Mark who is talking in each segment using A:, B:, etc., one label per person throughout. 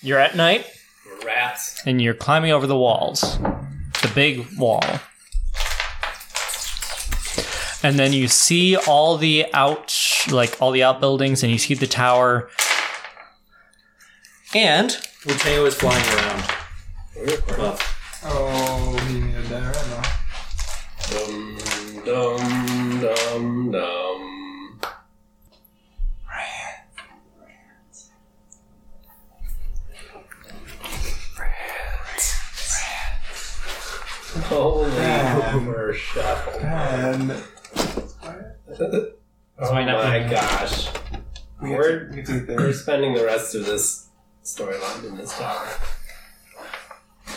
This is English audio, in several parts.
A: You're at night
B: We're rats.
A: and you're climbing over the walls, the big wall. And then you see all the out, like all the outbuildings, and you see the tower. And
B: Luteo is flying around. Buff.
C: Oh, he needed that right
B: Dum
C: now.
B: dum dum dum. Holy Homer shuffle.
C: And
B: Oh my gosh.
C: we
B: Word.
C: get to, we get to
B: We're
C: there.
B: spending the rest of this storyline in this tower.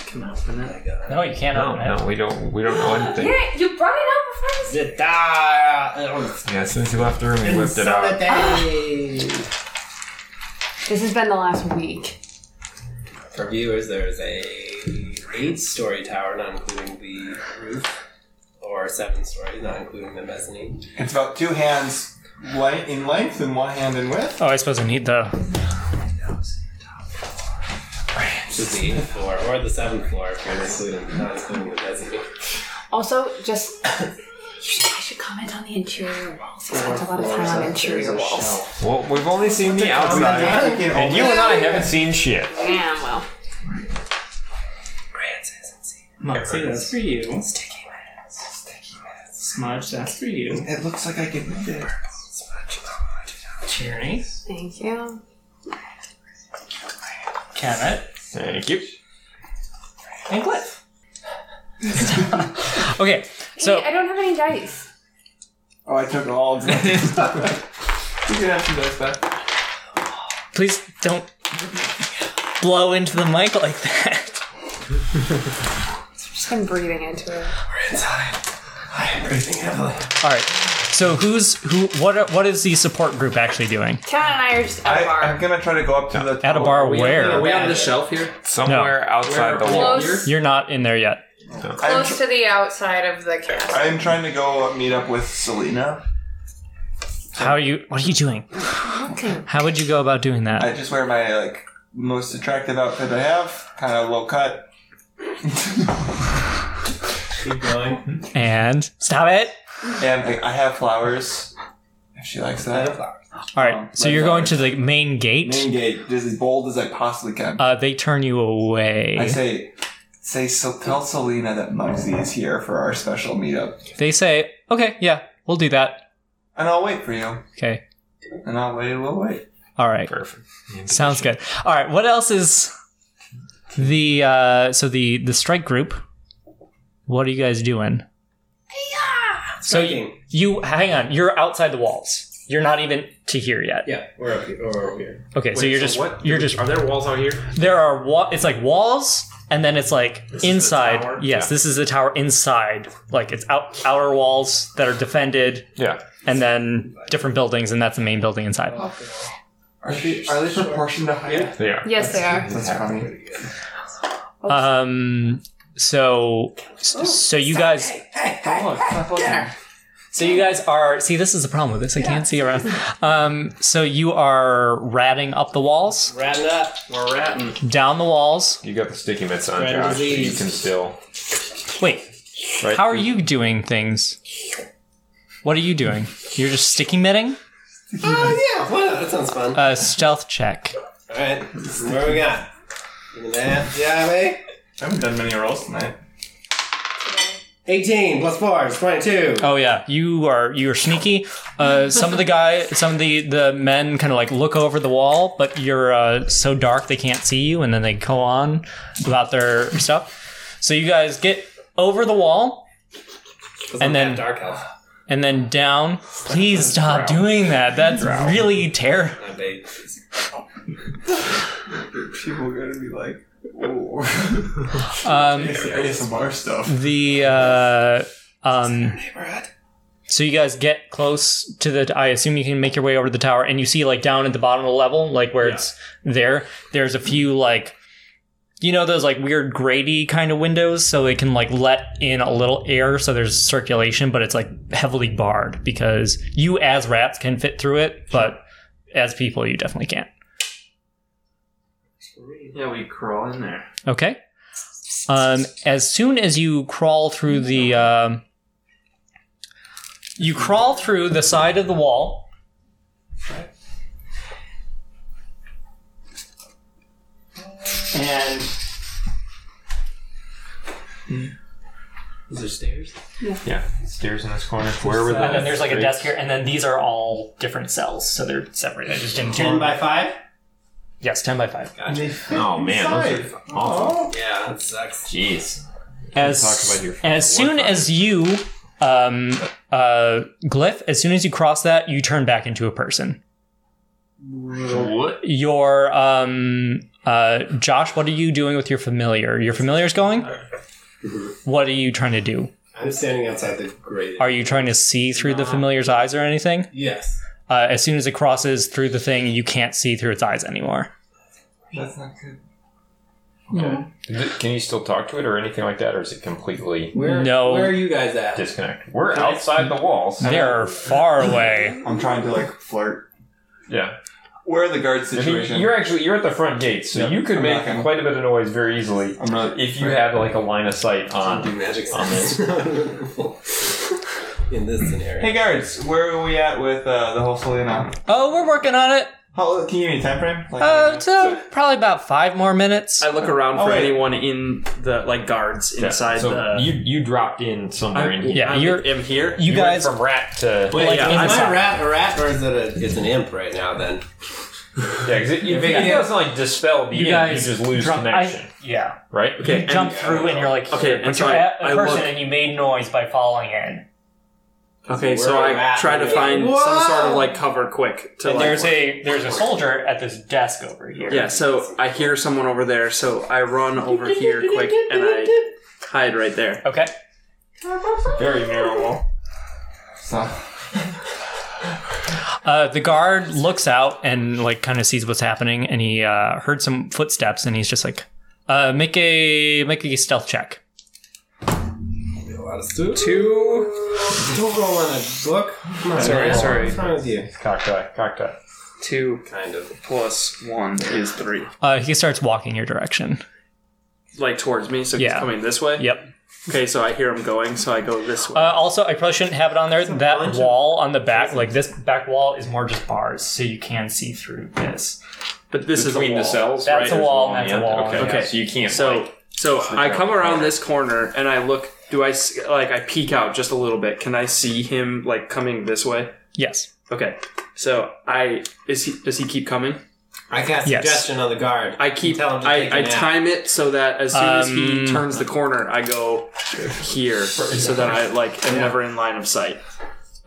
D: Can I open
B: Oh
D: it?
B: my god.
A: no, you can't
E: No,
A: open it.
E: no, we don't. We don't know anything.
F: Yeah, you brought it up before you said
B: The tower!
E: Yeah, as soon as he left the room, he whipped it out.
F: This has been the last week.
B: For viewers, there's a eight-story tower, not including the roof, or seven stories, not including the mezzanine.
C: It's about two hands light in length and one hand in width.
A: Oh, I suppose I need the.
B: Which is the eighth floor, or the seventh floor, if you're including, not including the mezzanine.
F: Also, just you should, I should comment on the interior walls. You spent a lot of time on interior walls.
E: Well, we've only seen the outside, and
C: And
E: you and I haven't seen shit.
F: Yeah, well,
D: Moxie, that's for you.
B: Sticky minutes. Sticky minutes.
D: Smudge, that's for you.
C: It looks like I can read it.
D: Tierney,
F: thank you.
D: Kemet,
E: Thank you.
D: and Glyph.
A: Okay, so
F: I don't have any dice.
C: Oh, I took all of them. you can have some dice back.
A: please don't blow into the mic like that.
F: Just been breathing into it.
A: All right. So who's who? What are, what is the support group actually doing?
F: Kat and I are just at
C: I,
F: a
C: I'm
F: bar.
C: gonna try to go up to the
A: At a bar
D: Are
A: where
D: we on the shelf here?
E: Somewhere outside the wall.
F: Close,
A: you're not in there yet.
C: I'm,
F: close to the outside of the castle.
C: I'm trying to go meet up with Selena.
A: How are you? What are you doing? How would you go about doing
C: I
A: that?
C: just wear my like most attractive outfit I have, kind of low cut.
B: Keep going.
A: And stop it.
C: And like, I have flowers. If she likes that.
A: All
C: Um,
A: right. So
C: red
A: you're going to
C: flowers.
A: the main
C: Main
A: gate.
C: gate, just as bold as I possibly can.
A: Uh, they turn you
C: I
A: away.
C: say, say, so tell Selena that Muggsy is here for our special meetup,
A: They say, "Okay, yeah, we'll do that."
C: and I'll wait for you,
A: Okay.
C: and I'll wait, we'll wait.
A: All right.
E: Perfect.
A: Sounds good. All right. What else is the uh, so the the strike group? What are you guys doing? So you,
B: Striking.
A: you hang on. You're outside the walls. You're not even to here yet.
B: Yeah, we're up here. Or up here.
A: Okay, so
D: Wait,
A: you're just
D: what?
A: you're just
D: Are there walls out here?
A: there are wa- it's like walls and then it's like
D: is the
A: inside.
D: tower?
A: Yes,
D: Yeah.
A: this is the tower inside. Like it's out outer walls that are defended
E: Yeah.
A: and then different buildings and that's the main building inside.
C: Are they, are they proportioned to height?
E: They are.
F: Yes, they are.
C: That's funny.
A: Um so so you guys
C: Oh, it's not looking.
A: so you guys are see this is the problem with this. I can't see around. Um so you are ratting up the walls,
B: Round it up.
D: We're ratting.
A: down the walls.
E: You got the sticky mitts on,
B: Spread
E: Josh. so You
B: disease.
E: can still.
A: Wait,
E: Right?
A: How are you doing things? What are you doing? You're just sticky mitting?
B: Oh, yeah. Well, that sounds fun.
A: A stealth check.
B: Alright, where we got? Give me that. Yeah, mate.
C: I haven't done many rolls tonight.
B: 18 plus 4 is 22.
A: Oh yeah, you are you are sneaky. Uh, some of the guy, some of the the men kind of like look over the wall, but you're uh, so dark they can't see you, and then they go on about their stuff. So you guys get over the wall
B: I'm
A: and then-
B: half dark elf.
A: and then down. Please stop doing that. That's really terrible.
B: I'm big.
C: People are gonna be like, "Ooh,
A: Um,
C: ASMR stuff."
A: the uh, um.
B: Neighborhood.
A: So you guys get close to the. I assume you can make your way over the tower, and you see like down at the bottom of the level, like where it's there. There's a few like, you know, those like weird grady kind of windows, so it can like let in a little air, so there's circulation, but it's like heavily barred because you as rats can fit through it, but as people you definitely can't.
B: three.
D: Yeah, we crawl in there.
A: Okay. Um, as soon as you crawl through the, um, you crawl through the side of the wall. And
B: Is there stairs?
E: Yeah. Stairs in this corner. Where were the?
A: and then there's like a desk here, and then these are all different cells, so they're separated. I just didn't.
B: Ten by five.
A: yes, ten by five.
E: Oh man, those are awful.
B: Yeah, that sucks.
E: Jeez.
A: as,
E: talk about your
A: as soon
E: workout.
A: as you um uh glyph as soon as you cross that you turn back into a person
D: What?
A: your um uh josh what are you doing with your familiar your familiar's going what are you trying to do
B: I'm standing outside the grate.
A: are you trying to see through the familiar's eyes or anything
B: yes.
A: uh, as soon as it crosses through the thing you can't see through its eyes anymore
C: That's not good.
E: Can you still talk to it or anything like that, or is it completely
B: Where?
A: No.
B: Where are you guys at?
E: disconnected? We're outside the walls.
A: they're far away
C: I'm trying to like flirt.
E: Yeah.
C: Where are the guard
E: I
C: situation?
E: mean, you're actually you're at the front gate, so
C: Yeah,
E: you could
C: I'm
E: make
C: not gonna-
E: quite a bit of noise very easily
C: I'm not.
E: if you had like a line of sight
B: do
E: on.
B: magic
E: on
B: sense. In this scenario.
C: Hey guards, where are we at with uh, the whole Selena?
A: oh we're working on it
C: How can you give me a time frame? Like,
A: uh so probably about five more minutes
D: I look around for
C: Oh, wait.
D: anyone in the like guards inside
E: so
D: the.
E: you you dropped in somewhere in here.
A: yeah,
D: I'm,
A: you're-
D: am here.
A: you
E: went
A: guys
E: from rat to
D: Wait,
A: like,
D: yeah,
A: in-
D: I'm
B: Am I
D: sorry.
B: a rat, a rat, or is it a? It's an imp right now. Then
E: yeah, 'cause it, you- it doesn't like dispel the
A: You
E: you,
A: guys
E: you just lose
A: drop- I-
E: connection,
A: yeah
E: right?
D: Okay,
A: you
D: and-
A: jump through and you're like
D: Okay,
A: here,
D: and
A: but
D: so
A: you're
D: I-
A: at a
D: I
A: person
D: look-
A: and you made noise by falling in.
D: Okay, so
B: Where are we
D: I
B: at?
D: try to find some sort of like cover quick to
A: And
D: like.
A: there's a there's a soldier at this desk over here.
D: yeah, so I hear someone over there, so I run over here quick and I hide right there.
A: Okay.
E: Very narrow wall.
C: so,
A: Uh, the guard looks out and like kind of sees what's happening, and he uh, heard some footsteps, and he's just like, uh, "Make a make a stealth check."
B: a lot of stuff. Two. Don't roll on a book. Come on,
D: Sorry,
B: man.
D: sorry.
B: What's wrong with you?
E: Cocktail, cocktail.
D: Two
B: Kind of.
D: plus one is three.
A: Uh, he starts walking your direction.
D: Like towards me, so
A: Yeah.
D: he's coming this way.
A: Yep.
D: Okay, so I hear him going, so I go this way.
A: Uh, also, I probably shouldn't have it on there. That wall on the back, like this back wall, is more just bars, so you can see through this.
D: but this is a
E: Between the
D: wall.
E: cells,
A: That's
E: right?
A: a wall,
E: There's
A: that's a wall.
E: Okay,
D: Okay.
E: so you can't.
D: So,
E: like,
D: so I
E: out.
D: come around this corner and I look. Do I s- like I peek out just a little bit? Can I see him like coming this way?
A: Yes.
D: Okay, so I is he does he keep coming?
B: I cast
A: Yes.
B: suggestion on the guard.
D: I keep
B: Tell him to take a
D: I, I
B: nap.
D: time it so that as soon as
A: Um,
D: he turns the corner, I go here, so that I like am never in line of sight.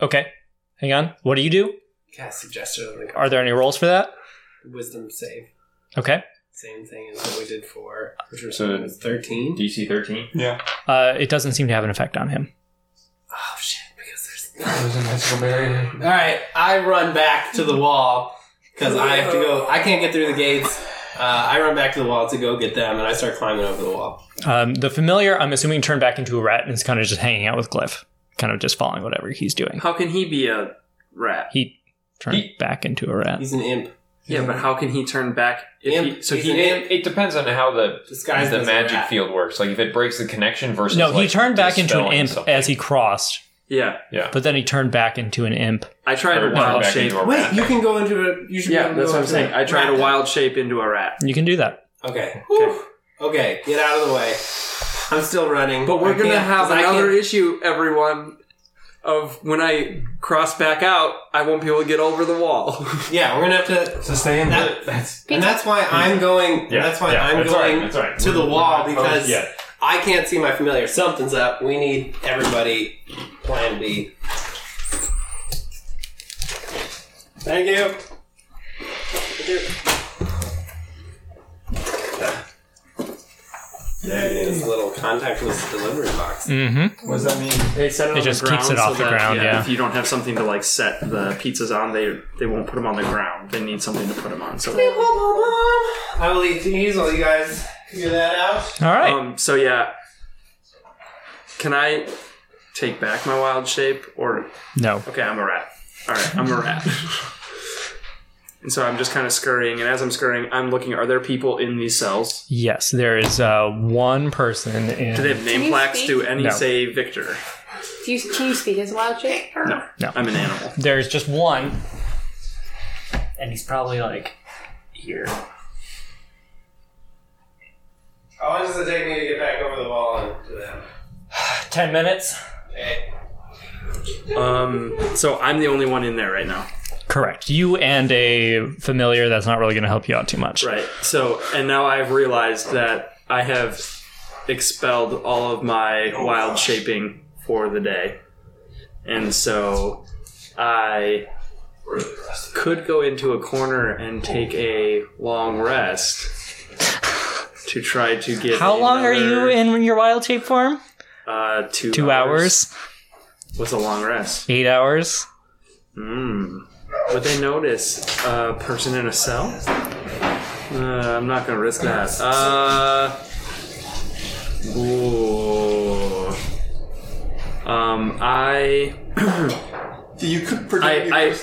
A: Okay. Hang on. What do you do?
B: Cast suggestion on the guard.
A: Are there any rolls for that?
B: Wisdom save.
A: Okay.
B: Same thing as what we did for which was
E: So-
B: was thirteen.
E: DC thirteen.
C: yeah.
A: Uh, it doesn't seem to have an effect on him.
B: Oh shit! Because there's All right, I run back to the wall because I have to go. I can't get through the gates. Uh, I run back to the wall to go get them, and I start climbing over the wall.
A: Um, the familiar, I'm assuming, turned back into a rat and is kind of just hanging out with Glyph, kind of just following whatever he's doing.
D: How can he be a rat?
A: He turned back into a rat.
B: He's an imp.
D: Yeah, but how can he turn back? If
B: Imp.
D: he, so
B: He's
D: he
B: an imp.
E: It depends on how the
B: Disguised
E: the
B: as a
E: magic
B: rat.
E: field works. Like if it breaks the connection versus
A: No, he
E: like,
A: turned back into an
E: dispelling
A: imp
E: something.
A: as he crossed,
D: yeah.
A: but then he turned back into an imp.
D: I tried
E: Or
D: a
E: turn
D: wild
E: back
D: shape.
E: into a
B: Wait,
E: rat.
B: you can go into a. You should.
D: Yeah,
B: be able to go
D: that's what I'm
B: into
D: saying. I tried a wild shape into a rat.
A: You can do that.
B: Okay. Whew. Okay, get out of the way. I'm still running.
D: But we're
B: I
D: gonna
B: can't-
D: have
B: 'cause I
D: another
B: can't-
D: issue, everyone. Of when I cross back out, I won't be able to get over the wall.
B: Yeah, we're gonna have to.
C: So stay in.
B: That-
C: that's
B: And that's why I'm going.
E: Yeah,
B: that's why
E: yeah,
B: I'm
E: that's
B: going
E: alright, that's alright.
B: to the
E: We're- we're
B: wall
E: not opposed
B: because
E: yet.
B: I can't see my familiar. Something's up. We need everybody. Plan B. Thank you. Thank you. There it is, little contactless delivery box.
A: Mm-hmm.
C: what does that mean?
D: They set it, on
A: just
D: the ground
A: keeps it off the
D: so that,
A: ground, yeah.
D: If you don't have something to like set the pizzas on, they they won't put them on the ground. They need something to put them on. So,
B: I will eat these while you guys figure that out.
A: All right.
D: um, so yeah, can I take back my wild shape? Or
A: no.
D: okay, I'm a rat. All right, I'm a rat. And so I'm just kind of scurrying, and as I'm scurrying, I'm looking. Are there people in these cells?
A: Yes, there is uh, one person in.
D: Do they have
F: you
D: name plaques?
F: speak?
D: Do any
A: No.
D: say Victor?
F: Do you, can you speak as a wild shape?
D: No.
A: No.
D: I'm an animal.
A: There's just one, and he's probably like here.
B: How long does it take me to get back over the wall and to them?
A: Ten minutes.
B: Okay.
D: Um, so I'm the only one in there right now.
A: Correct. You and a familiar that's not really going to help you out too much.
D: Right. So, and now I've realized that I have expelled all of my wild shaping for the day. And so I could go into a corner and take a long rest to try to get.
A: How long are you
D: another,
A: in your wild shape form?
D: Uh, two
A: Two hours,
D: What's a long rest?
A: eight hours.
D: Mm. Would they notice a person in a cell? Uh, I'm not gonna risk that. Uh, ooh. Um, I,
C: You could predict.
D: I, I,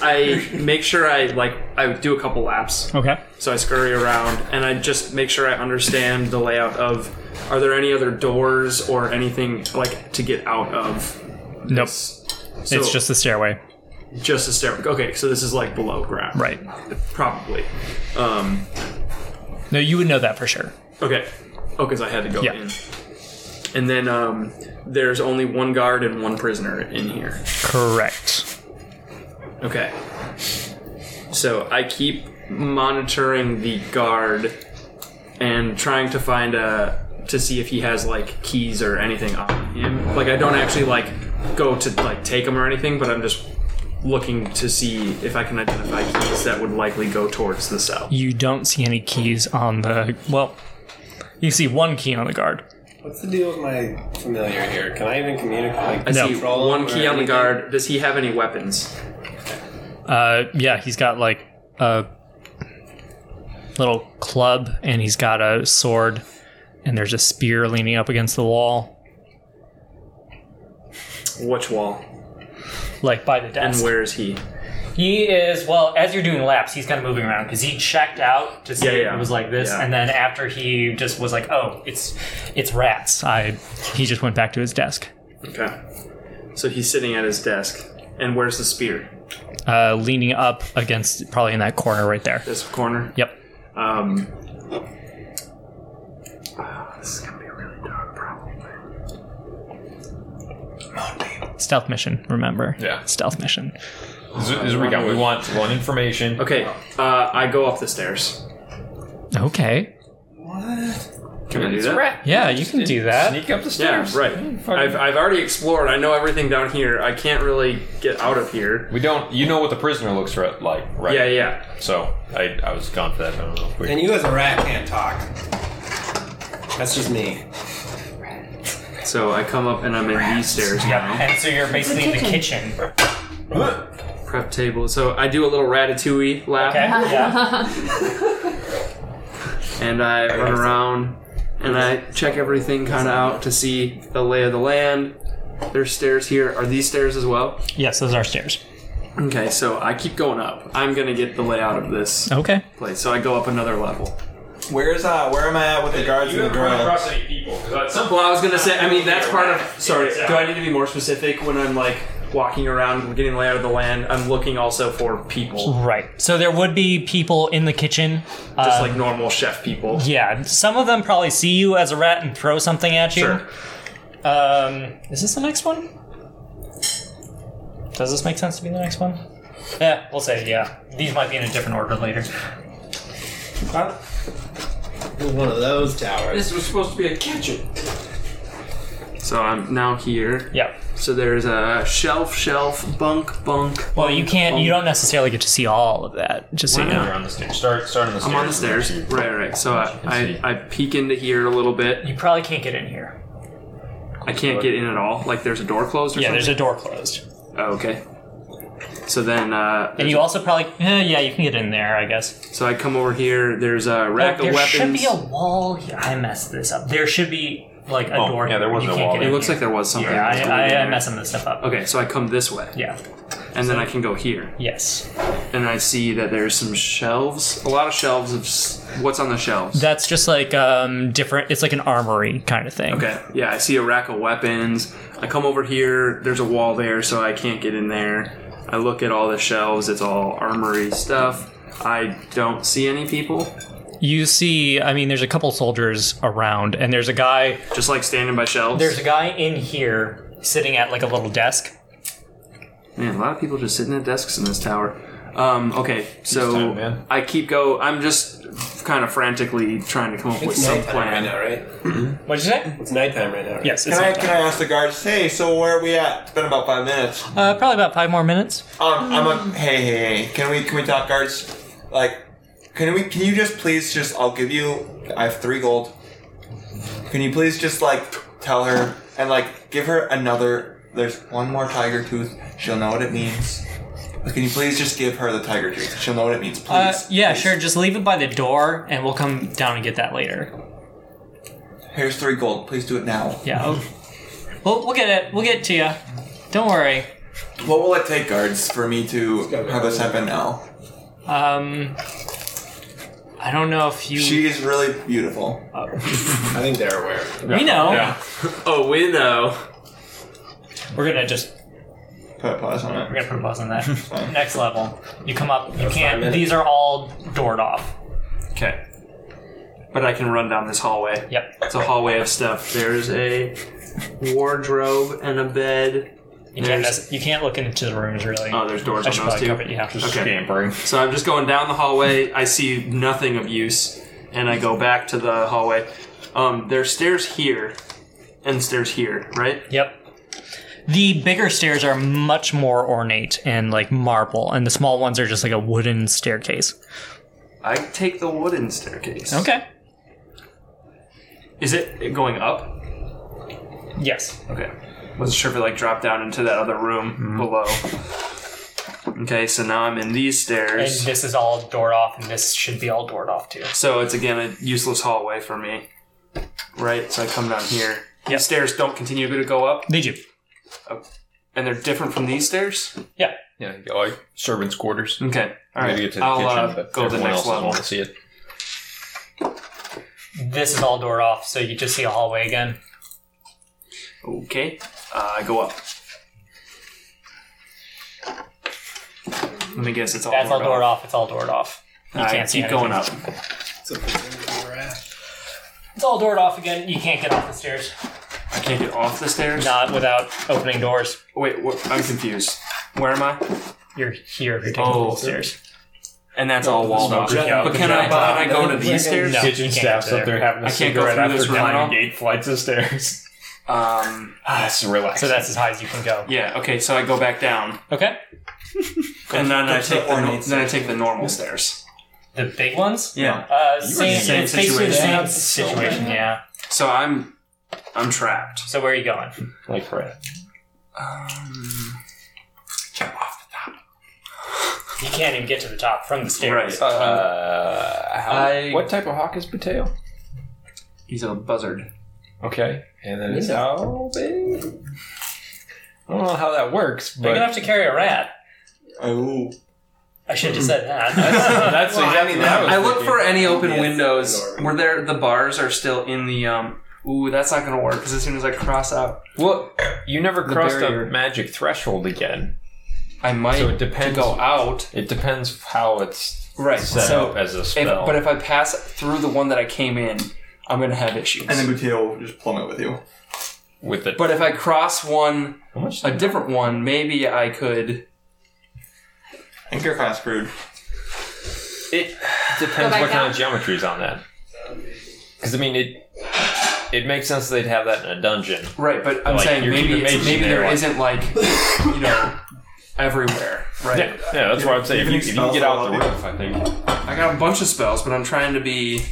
D: I make sure I like I do a couple laps.
A: Okay.
D: So I scurry around and I just make sure I understand the layout of. Are there any other doors or anything like to get out of?
A: Nope.
D: So
A: it's just the stairway.
D: just a stair. Okay, so this is like below ground,
A: Right.
D: Probably. Um,
A: No, you would know that for sure.
D: Okay. Oh, because I had to go
A: Yeah.
D: in. And then um, there's only one guard and one prisoner in here.
A: Correct.
D: Okay. So I keep monitoring the guard and trying to find a to see if he has like keys or anything on him. Like I don't actually like go to like take him or anything, but I'm just looking to see if I can identify keys that would likely go towards the cell.
A: You don't see any keys on the. Well, you see one key on the guard.
B: What's the deal with my familiar here? Can I even communicate? Like,
D: I
A: No.
D: see
B: Control
D: one
B: or
D: key on the
B: anything?
D: guard. Does he have any weapons?
A: Uh, yeah, he's got like a little club, and he's got a sword, and there's a spear leaning up against the wall,
D: Which wall?
A: like by the desk.
D: And where is he?
A: He is well. As you're doing laps, he's kind of moving around because he checked out to see
D: Yeah,
A: if
D: yeah.
A: it was like this,
D: Yeah.
A: and then after he just was like, "Oh, it's it's rats." I he just went back to his desk,
D: Okay. So he's sitting at his desk. And where's the spear?
A: uh, leaning up against probably in that corner right there.
D: This corner?
A: Yep.
D: Um. oh, this is gonna be a really dark problem.
A: Stealth mission. Remember?
E: Yeah.
A: Stealth mission.
E: This is what we got. We want one information.
D: Okay, uh, I go up the stairs.
A: Okay.
E: Can we do
D: that?
A: Yeah, you can do that.
E: Sneak up the
D: Yeah,
E: stairs.
D: right.
E: Fucking-
D: I've, I've already explored. I know everything down here. I can't really get out of here.
E: We don't. You know what the prisoner looks re- like, right?
D: Yeah, yeah.
E: So I, I was gone for that. I don't know. if we-
B: And you as a rat can't talk. That's just me.
D: So I come up and I'm in these stairs now.
A: And so you're basically in the kitchen.
D: Prep table. So I do a little ratatouille lap.
A: Okay. Yeah.
D: and I run around and I check everything kind of out to see the lay of the land. There's stairs here. Are these stairs as well?
A: yes, those are stairs.
D: Okay, so I keep going up. I'm gonna get the layout of this
A: Okay.
D: place. So I go up another level.
C: Where's uh? Where am I at with the guards and the girl?
E: any people? 'Cause at some
D: Well, I was gonna say. I mean, that's part of. Sorry. Do I need to be more specific when I'm like walking around, getting the layout of the land? I'm looking also for people,
A: Right. So there would be people in the kitchen.
D: just
A: um,
D: like normal chef people.
A: Yeah, some of them probably see you as a rat and throw something at you.
D: Sure.
A: Um, is this the next one? Does this make sense to be the next one? Yeah, we'll say yeah. These might be in a different order later.
B: One of those towers.
D: This was supposed to be a kitchen. So I'm now here.
A: Yeah.
D: So there's a shelf, shelf, bunk, bunk.
A: Well, you can't. You don't necessarily get to see all of that. Just so you
D: Wow.
A: know,
E: You're on the stairs. Start. Start on the stairs.
D: I'm on the stairs. Right, right. So I, I, I peek into here a little bit.
A: you probably can't get in here.
D: I can't get in at all. Like there's a door closed or
A: Yeah, there's a
D: something.
A: door closed,
D: Yeah, there's a. Oh, okay. So then, uh,
A: and you also probably eh, yeah you can get in there, I guess.
D: so I come over here. There's a rack
A: But there
D: of
A: should
D: weapons.
A: be a wall. Here. I messed this up. There should be like a
E: Oh,
A: door.
E: yeah, there
A: here.
E: was
A: You
E: no
A: can't
E: wall.
A: get
E: It
A: in
D: it looks like
A: here.
D: there was something.
A: Yeah,
D: else going
A: I, I,
D: in
A: I'm
D: there.
A: messing this stuff up.
D: Okay, so I come this way,
A: Yeah.
D: and then I can go here.
A: Yes.
D: and I see that there's some shelves, a lot of shelves of s- what's on the shelves.
A: That's just like um different. It's like an armory kind of thing.
D: Okay. Yeah, I see a rack of weapons. I come over here. There's a wall there, so I can't get in there. I look at all the shelves. It's all armory stuff. I don't see any people.
A: You see, I mean, there's a couple soldiers around, and there's a guy.
D: Just like standing by shelves.
A: There's a guy in here sitting at like a little desk.
D: Man, a lot of people just sitting at desks in this tower. Um, okay, so
E: time, man.
D: I keep go. I'm just kind of frantically trying to come up with
B: It's
D: some
B: nighttime right
D: plan.
B: now, right?
A: What'd you say?
B: It's nighttime right now. Right?
A: Yes, it's
C: Can I,
A: not
C: can I ask the guards, hey, so where are we at? It's been about five minutes. Um,
A: Uh, probably about five more minutes.
C: I'm a, hey, hey, hey, can we, can we talk guards? Like, can we, can you just please just, I'll give you, I have three gold. Can you please just, like, tell her and, like, give her another, there's one more tiger tooth. She'll know what it means. But can you please just give her the tiger tooth? She'll know what it means, please.
A: Uh, yeah,
C: please.
A: sure. Just leave it by the door, and we'll come down and get that later.
C: Here's three gold. Please do it now.
A: Yeah. Okay. Oh. We'll, we'll get it. We'll get it to you. Don't worry.
C: What will it take, guards, for me to have this happen now?
A: Um, I don't know if you.
C: She is really beautiful.
B: I think they're aware.
A: we know.
E: Yeah.
D: Oh, we know.
A: We're gonna just
C: Put a pause on
A: We're
C: it.
A: gonna put a pause on that. Next level. You come up. You
B: five
A: can't.
B: minutes.
A: These are all doored off.
D: Okay, but I can run down this hallway.
A: Yep.
D: It's a hallway of stuff. There's a wardrobe and a bed.
A: You can't.
D: There's-
A: mess- you can't look into the rooms really.
D: Oh, there's doors
A: I should
D: on those
A: probably
D: two.
A: cover it. Yeah.
D: Okay.
E: Scampering.
D: So I'm just going down the hallway. I see nothing of use, and I go back to the hallway. Um, there's stairs here, and stairs here, right?
A: Yep. The bigger stairs are much more ornate and like marble, and the small ones are just like a wooden staircase.
D: I take the wooden staircase.
A: Okay.
D: Is it going up?
A: Yes.
D: Okay. Wasn't sure if it like dropped down into that other room
A: Mm-hmm.
D: below. Okay, so now I'm in these
A: And
D: stairs.
A: this is all doored off, and this should be all doored off too.
D: So it's again a useless hallway for me. Right? So I come down here.
A: Yep.
D: These stairs don't continue to go up,
A: They do.
D: and they're different from these stairs.
A: Yeah.
E: Yeah, you got, like servants' quarters.
D: Okay. All right.
E: Maybe get to the
D: I'll
E: kitchen,
D: uh,
E: but
D: go to the
E: everyone else
D: next level.
E: want to see it.
A: This is all doored off, so you just see a hallway again.
D: Okay, uh, I go up. Let me guess, it's all
A: That's all
D: doored
A: doored
D: off.
A: off. It's all doored off. You
D: I
A: can't see
D: keep going up.
A: anything. It's all doored off again. You can't get off the stairs.
D: I can't get off the stairs.
A: Not without opening doors.
D: Wait, wh- I'm confused. Where am I?
A: You're here if you're taking
D: Oh.
A: the stairs.
D: And that's all walled off.
E: smokers. Yeah,
D: but
E: the
D: can I,
E: giant
D: but can I go to
B: No,
D: these
B: no.
D: stairs?
A: No, you
E: Kitchen
A: can't
E: staff's
A: get
E: up there having a
D: I can't go
E: cigarette
D: through
E: after
D: this room at all.
E: climbing eight flights of stairs.
D: Um,
E: Ah, it's
A: So
E: relaxing.
A: that's as high as you can go.
D: yeah. Okay, so I go back down,
A: Okay.
D: and then I
C: to
D: take
C: the
D: the, no-
C: ornate
D: then I take the normal stairs.
A: The big ones?
D: Yeah.
A: Uh,
E: in
A: same,
E: the
D: same
A: it's basically the same
D: situation.
A: situation, yeah.
D: So I'm, I'm trapped.
A: So where are you going?
E: like crap.
D: Um,
A: You can't even get to the top from the stairs.
D: Right.
E: Uh, how,
D: I-
E: what type of hawk is Pateo?
D: He's a buzzard.
E: Okay, and then it's how big? I don't know how that works,
A: You're gonna
E: but
A: have to carry a rat.
C: Oh,
A: I should have said that.
E: that's
B: Well, I
E: exactly
B: mean,
E: what I was
D: I look
E: thinking.
D: for any open
B: Yes.
D: windows where there the bars are still in the um. Ooh, that's not gonna work because as soon as I cross out,
E: Well, you never crossed the
D: barrier.
E: magic threshold again.
D: I might
E: So it depends-
D: to go out.
E: It depends how it's
D: Right.
E: set
D: So,
E: up as a
D: if,
E: spell.
D: but if I pass through the one that I came in, I'm gonna have issues.
C: and then Buteo will just plummet with you.
E: with the
D: but if I cross one,
E: how much?
D: a different one, maybe I could.
C: I think you're kind of screwed.
E: It
F: Go
E: depends
F: back
E: what kind
F: down.
E: of geometry is on that. Because I mean, it it makes sense they'd have that in a dungeon.
D: Right, but I'm
E: Like,
D: saying
E: you're
D: maybe
E: keeping
D: it's,
E: mages
D: maybe
E: there,
D: there
E: like-
D: not like you know everywhere. Right.
E: Yeah, yeah, that's what I'm saying. If you, if you can get out the
C: Even
E: roof, I think.
D: I got a bunch of spells, but I'm trying to be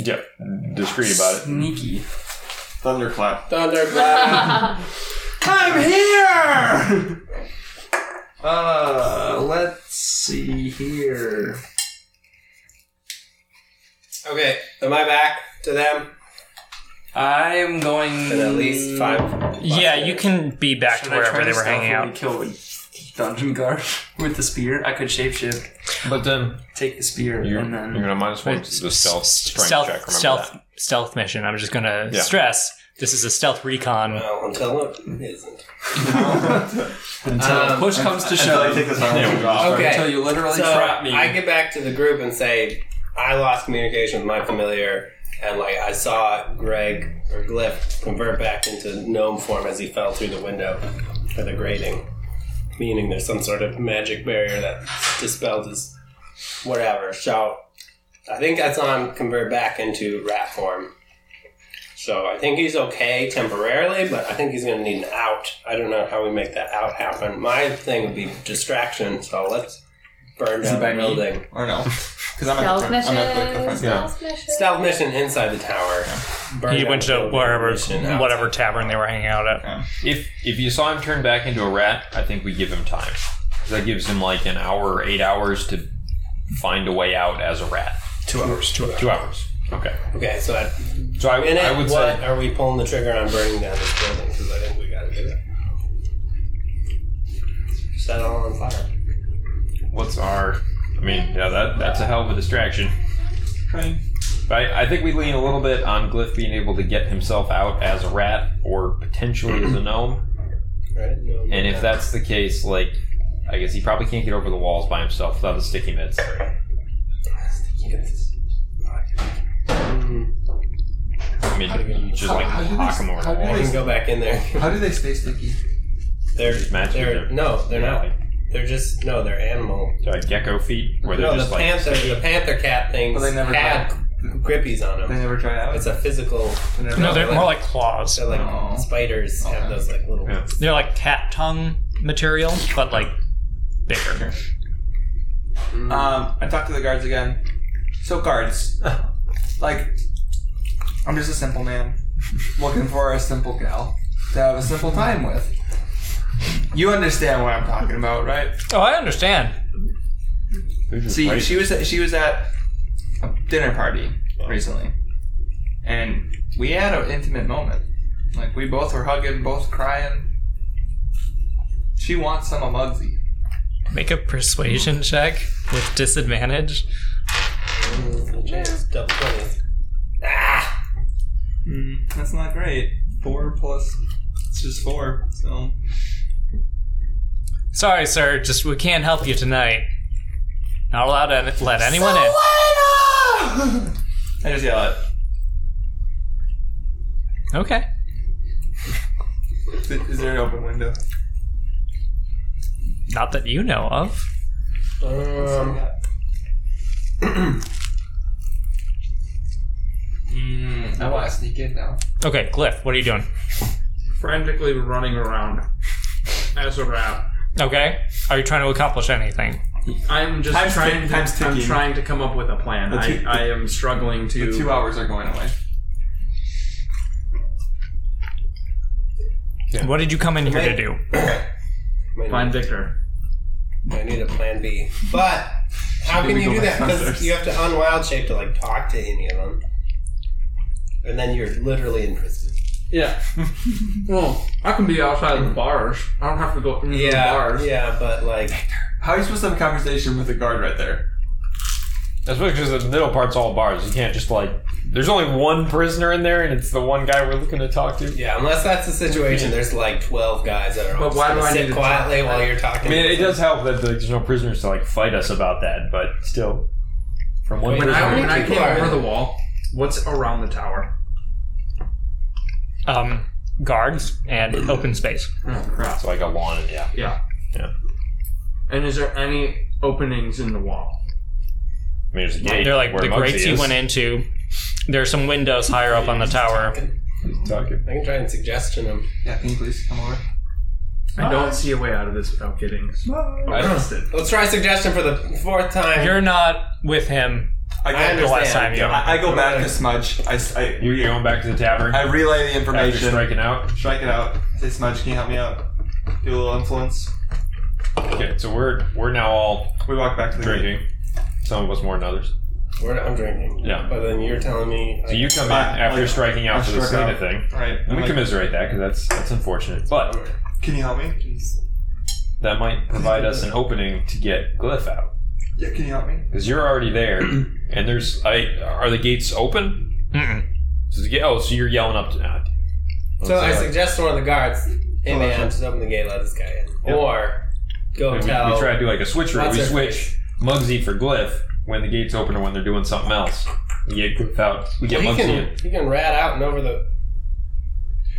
E: Yeah, discreet about it.
D: sneaky.
C: Thunderclap.
B: Thunderclap.
C: I'm here!
D: Uh, let's see here.
B: okay, am I back to them?
D: I'm going
B: At least five.
A: yeah, you can be back to
D: Should I try
A: wherever they
D: to
A: were hanging
D: stealthily
A: out.
D: Kill dungeon guard with the spear. I could shapeshift,
E: But then
D: take the spear,
E: you're,
D: and then
E: you're gonna minus one to the stealth strength
A: stealth
E: check. Remember
A: stealth
E: that.
A: stealth mission. I'm just gonna
E: Yeah.
A: stress this is a stealth recon.
B: Well, until it isn't.
D: until
B: Um,
D: push comes to shove.
C: I take this arm
E: Yeah, we got-
B: Okay.
D: Until you literally
B: so
D: trap me.
B: I get back to the group and say, I lost communication with my familiar, and like I saw Greg or Glyph convert back into gnome form as he fell through the window for the grating, meaning there's some sort of magic barrier that dispelled his whatever. So I think that's on convert back into rat form. So I think he's okay temporarily, but I think he's going to need an out. I don't know how we make that out happen. My thing would be distraction, so let's burn down
C: by
B: the
C: me?
B: building.
C: Or no? Because I'm at the
F: Stealth
C: front.
F: mission.
C: I'm at the, the front. Yeah.
F: Stealth mission.
B: Stealth mission inside the tower. Burn
A: He
B: down
A: went
B: the
A: to
B: building,
A: wherever
B: mission out.
A: whatever tavern they were hanging out at.
E: If if you saw him turn back into a rat, I think we give him time. 'Cause That gives him like an hour or eight hours to find a way out as a rat.
D: two hours. Two hours.
E: Two hours. Okay.
B: Okay, so at,
E: So I,
B: in it,
E: I would
B: what
E: say
B: are we pulling the trigger on burning down this building? Because I think we got to do that. Set it all on fire.
E: what's our? I mean, yeah, that that's a hell of a distraction. But I, I think we lean a little bit on Glyph being able to get himself out as a rat or potentially as a gnome.
B: Right? No,
E: And if that's the case, like, I guess he probably can't get over the walls by himself without the sticky mitts.
B: Yes.
E: I mean, you just like knock him over the
B: I
E: walls.
B: can go back in there.
C: How do they stay sticky?
B: They're
E: Just magic
B: They're,
E: them.
B: no, they're
E: Yeah,
B: not.
E: like,
B: They're just no. They're animal.
E: they're like gecko feet, where they're
B: No,
E: just
B: the
E: like
B: panther, the panther cat things
C: But they never
B: had grippies on
C: They
B: them.
C: never try it out.
B: It's a physical.
C: They
A: No,
C: never try it
A: they're
C: out.
A: more like claws.
B: They're like
C: Oh.
B: spiders have
C: Okay.
B: those like little.
E: Yeah.
A: They're like cat tongue material, but like bigger.
C: Um, I talked to the guards again. So guards, like, I'm just a simple man looking for a simple gal to have a simple time with. You understand what I'm talking about, right?
A: Oh, I understand.
C: See, she was she was at a dinner party recently, and we had an intimate moment. Like we both were hugging, both crying. She wants some of Muggsy.
A: Make a persuasion check with disadvantage.
B: Chance, double twenty.
C: Mm, that's not great. Four plus, it's just four. So
A: Sorry, sir, just we can't help you tonight. Not allowed to let anyone in.
C: I just yell it.
A: Okay.
C: Is, is there an open window?
A: Not that you know of.
B: Um,
C: Mm, I want to sneak in now.
A: Okay, Glyph, what are you doing?
D: Frantically running around as a rat.
A: Okay. Are you trying to accomplish anything?
D: I'm just
C: Time's
D: trying.
C: tick-
D: to,
C: time's
D: I'm
C: ticking.
D: trying to come up with a plan.
C: The two-
D: I, I am struggling to.
C: The two hours are going away.
A: What did you come in here to do?
B: might
D: Find
B: need,
D: Victor.
B: might need a plan B. But how can
C: Maybe
B: you
C: go
B: do that?
C: back
B: Because
C: downstairs.
B: you have to unwild shape to like talk to any of them, and then you're literally in prison.
D: Yeah. well, I can be outside the bars. I don't have to go into the bars.
B: yeah, but like
C: How are you supposed to have a conversation with a guard right there?
E: That's because the middle part's all bars. You can't just like. There's only one prisoner in there, and it's the one guy we're looking to talk to.
B: Yeah, unless that's the situation. There's like twelve guys that are. all
D: But
B: just
D: why do
B: gonna
D: I
B: sit
D: need to
B: quietly
D: talk?
B: while you're talking?
E: I mean, it does help that like, there's no prisoners to like fight us about that, but still, from one
D: When I
E: prisoner,
D: when I
B: People
D: came
B: are-
D: over the wall, what's around the tower?
A: Um, guards and open space.
D: Oh crap!
E: it's like a lawn. Yeah.
D: Yeah.
E: Yeah.
D: And is there any openings in the wall?
E: I mean, there's a gate.
A: They're like
E: where
A: the
E: Muggsy
A: grates you
E: is.
A: went into. There are some windows higher up on the tower.
E: Talking.
B: I can try and suggestion them.
C: Yeah, can you please come over?
D: I don't see a way out of this without getting arrested.
B: Let's try suggestion for the fourth time.
A: You're not with him
C: I,
B: I
A: the
B: understand.
A: last time you.
C: I, I go back to Smudge. I, s- I-
E: You're going back to the tavern
C: I relay the
E: after
C: information. Strike.
E: striking out.
C: it out. Say, Smudge, can you help me out? Do a little influence.
E: Okay, so we're we're now all
C: We walk back to the gate.
E: drinking. Some of us more than others.
B: We're- I'm drinking.
E: Yeah.
B: But then you're telling me.
E: So you come in
C: Uh,
E: after
C: like,
E: striking
C: I
E: out for the
C: struck
E: Selena
C: out.
E: thing.
C: All right.
E: And
C: I'm
E: we
C: like,
E: commiserate that because that's that's unfortunate. But
C: Can you help me?
E: that might provide us an opening to get Glyph out.
C: Yeah, can you help me?
E: Because you're already there, and there's. I are the gates open?
A: Mm-mm.
E: So the ga- oh, so you're yelling up to. ah, dude.
B: So I
E: Let's, uh,
B: suggest to one of the guards, hey
C: Oh,
B: man,
C: sure.
B: just open the gate, let this guy in.
E: Yep.
B: Or go
E: we, we
B: tell.
E: try to do like a switcheroo. We
B: What's her
E: switch Muggsy for Glyph when the gates open or when they're doing something else. We get Glyph out. We get
B: he,
E: Muggsy in.
B: can, he can rat out and over the.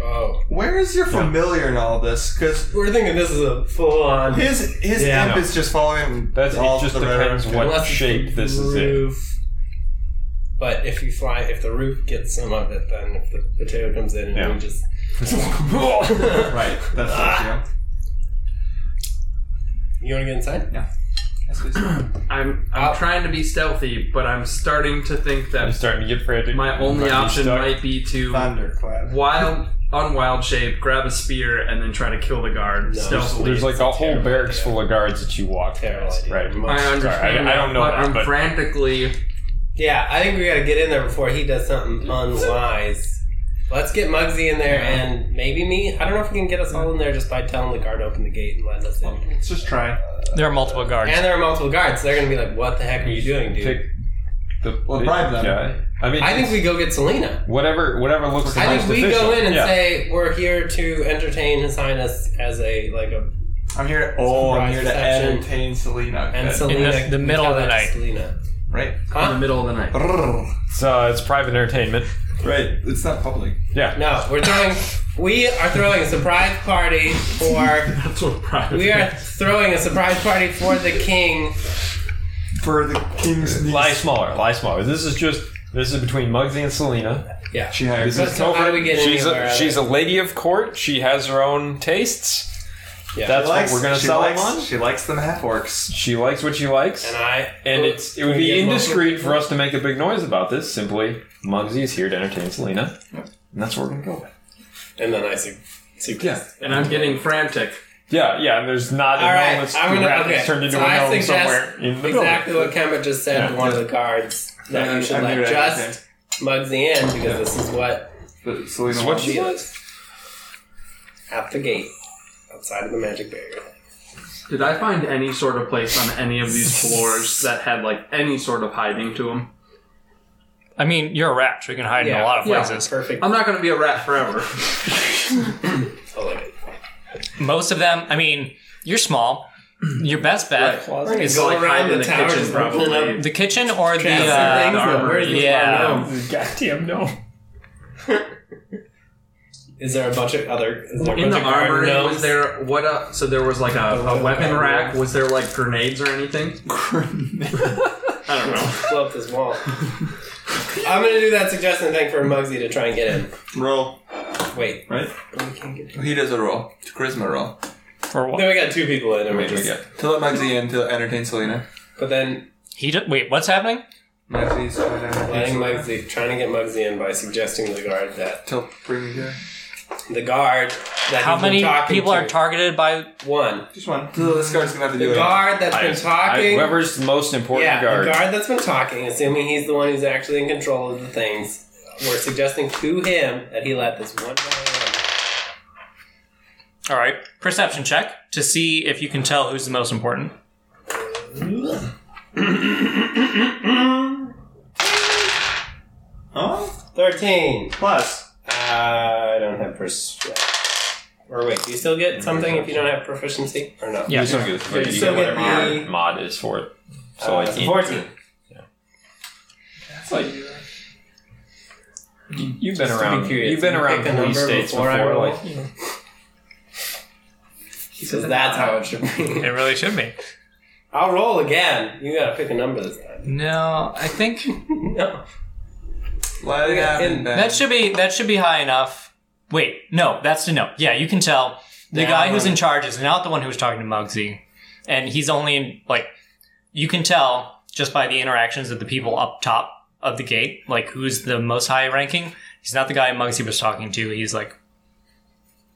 B: Oh.
C: Where is your familiar in all this? Because
B: We're thinking this is a full on.
C: his his
B: Yeah,
C: imp
E: no.
C: is just following.
E: That's
C: all
E: it. Just
C: the rhetoric.
E: depends what shape this is in.
B: But if you fly, if the roof gets some of it, then if the potato comes in and
E: Yeah.
B: we just.
C: Right. That's the issue.
B: You want to get inside?
C: That's the issue.
D: I'm I'm
B: Out.
D: trying to be stealthy, but I'm starting to think
E: I'm
D: that
E: starting to get frantic.
D: my only
E: Might be
D: option
E: stuck.
D: might be to
C: Thunderclap.
D: wild on wild shape, grab a spear, and then try to kill the guard
B: No.
D: stealthily.
E: There's like a whole
B: terrible
E: barracks
B: idea.
E: full of guards that you walk
B: Terrible
E: past,
B: idea.
E: right?
B: Most-
D: I
E: Sorry,
D: understand.
E: I- I don't know
D: but
E: that,
D: I'm
E: but-
D: frantically.
B: Yeah, I think we gotta get in there before he does something unwise. Let's get Muggsy in there and maybe me. I don't know if we can get us all in there just by telling the guard to open the gate and letting us in.
C: Let's just try.
A: There are multiple guards.
B: And there are multiple guards, so they're gonna be like, "What the heck are you doing, dude?"
E: Pick the
C: Well,
E: the
C: bribe them.
E: guy. I mean,
B: I think we go get Selena.
E: whatever whatever looks. the
B: I think
E: most
B: we
E: efficient.
B: go in and
E: Yeah.
B: say we're here to entertain and sign us as a like a
C: I'm here. Oh,
B: Surprise
C: I'm here to
B: reception.
C: entertain Selena.
B: and
C: Good.
B: Selena
A: the middle
B: we tell
A: of the
B: that to
A: night.
B: Selena,
C: right.
D: In the
B: huh?
D: middle of the night.
C: Brrr.
E: So it's private entertainment.
C: Right. It's not public.
E: Yeah.
B: No, we're throwing. We are throwing a surprise party for.
D: That's what private.
B: We are throwing a surprise party for the king.
C: For the king's niece.
E: Lie smaller. Lie smaller. This is just. This is between Muggsy and Selena.
B: Yeah.
C: She hired.
E: This is
B: So how do we get
E: she's
B: anywhere
E: a
B: other-
E: she's a lady of court. She has her own tastes.
B: Yeah.
E: That's
C: She likes-
E: what we're gonna
C: she
E: sell
C: likes,
E: them on.
C: She likes them half orcs.
E: She likes what she likes,
B: And I
E: and it's it would be indiscreet for us to make a big noise about this. Simply, Muggsy is here to entertain Selena, and that's where we're gonna go.
B: And then I see. see
E: Yeah.
D: and I'm getting frantic.
E: Yeah, yeah, and there's not
B: All right,
E: enormous
B: I'm gonna-
E: rat that's
B: okay,
E: turned into
B: so
E: a
B: I
E: gnome
B: suggest
E: somewhere in the building.
B: Exactly what Kemba just said to
E: Yeah.
B: one of the guards that
C: Yeah,
B: you should
C: I knew
B: let
C: that,
B: just Muggsy in because this is what
C: But Selena
E: That's what
C: wants.
E: she was.
B: at the gate outside of the magic barrier.
D: Did I find any sort of place on any of these floors that had like any sort of hiding to them?
A: I mean, you're a rat, so you can hide in a lot of
D: yeah.
A: places.
B: Perfect.
G: Um,
D: I'm not going to be a rat forever.
B: I like it.
A: Most of them, I mean, you're small. Your best bet
B: We're gonna
D: It's
B: go
D: like
B: around
D: hiding
B: the,
D: in the
B: tower,
D: kitchen,
B: just probably.
D: probably.
A: the kitchen or the,
B: Cast
A: uh,
B: things
A: the
B: that-
A: armory.
B: where's this
A: Yeah.
D: Um,
B: one?
E: Goddamn no.
B: Is there a bunch of other? Is there a
D: In
B: bunch
D: the
B: of guard
D: armory,
B: gnomes?
D: was there what? Uh, so there was like a, a weapon rack. Was there like grenades or anything? I don't know.
B: blow up this wall. I'm gonna do that suggestion thing for Muggsy to try and get in.
C: Roll.
B: Wait,
C: Right.
B: we can't get in.
C: He does a roll. It's a charisma roll.
A: For what?
B: Then we got two people in, and we
C: Wait, we
B: just.
C: get to let Muggsy in to entertain Selena.
B: But then
A: He just, wait, what's happening?
C: Muggsy's trying to entertain
B: letting
C: Selena.
B: Muggsy, trying to get Muggsy in by suggesting to the guard that
C: Till bring her.
B: the guard that
A: How
B: he's been
A: many
B: talking
A: people
B: to,
A: are targeted by?
B: one?
C: Just one. So this guy's gonna have to
B: The
C: do it.
B: guard that's
E: I,
B: been talking.
E: whoever's the most important
B: yeah,
E: guard.
B: the guard that's been talking. Assuming he's the one who's actually in control of the things, we're suggesting to him that he let this one guy
A: All right, perception check to see if you can tell who's the most important.
C: Oh,
B: in. Thirteen.
C: plus.
B: I don't have perception. Or wait, do you still get something if you don't have proficiency or no?
A: Yeah.
E: You still get,
B: Yeah,
E: you
B: you
E: get
B: still get
E: whatever your
B: the-
E: mod is for it. So
B: Uh,
E: like
B: it's a
E: in-
B: 14.
E: It's like you- you've been
B: Just to be
E: around.
B: curious,
E: You've been
B: you
E: around
B: pick a
E: police
B: number
E: states
B: before I
E: before.
B: roll?
E: Like you know.
B: Because that's how it should
A: It
B: be.
A: really should be.
B: I'll roll again. You gotta pick a number this time.
A: No, I think
B: No.
C: Let it happen,
B: And
C: Ben.
A: that should be that should be high enough. Wait, no, that's to no. Yeah, you can tell the guy who's in charge is not the one who was talking to Muggsy, and he's only in like you can tell just by the interactions of the people up top of the gate, like who's the most high ranking. He's not the guy Muggsy was talking to. He's like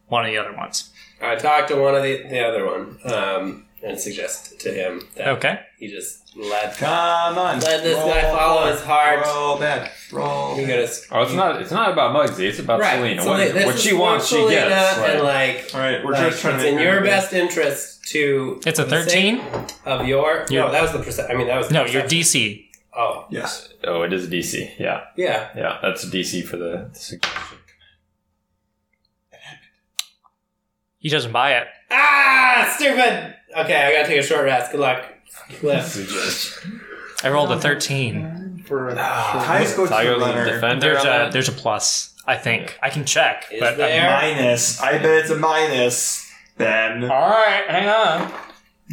A: one of the other ones.
B: I talked to one of the, the other one. Um, and suggest to him that
A: Okay.
B: he just let
C: Come on.
B: Let this guy follow his heart.
C: Roll back. Roll.
B: you gotta s-
E: Oh, it's not. It's not about Muggsy. It's about
B: right.
E: Selena.
B: so
E: what
B: like, this
E: what
B: is
E: she wants, she
B: Selena,
E: gets.
B: and
E: Like,
B: like
C: All right, we're
B: Like,
C: just trying
B: it's
C: to.
B: in your
C: everybody-
B: best interest to
A: It's a
B: for the
A: 13?
B: sake of your
A: Yeah.
B: no that was the percent i mean that was the
A: No, your
B: perception.
A: DC.
B: oh
C: Yes.
E: oh, it is DC. Yeah,
B: yeah
E: yeah. That's a DC for the suggestion.
A: He doesn't buy it.
B: ah stupid okay i gotta take a short rest good luck Cliff.
E: Suggestion.
A: I rolled a 13.
D: For a
C: Highest goes to the
E: Tiger's the
C: runner.
E: defender.
A: There's
E: on
A: a
E: that?
A: there's a plus. I think I can check,
B: Is
A: but
B: there?
C: Minus. I bet it's a minus. Then.
A: all right, hang on.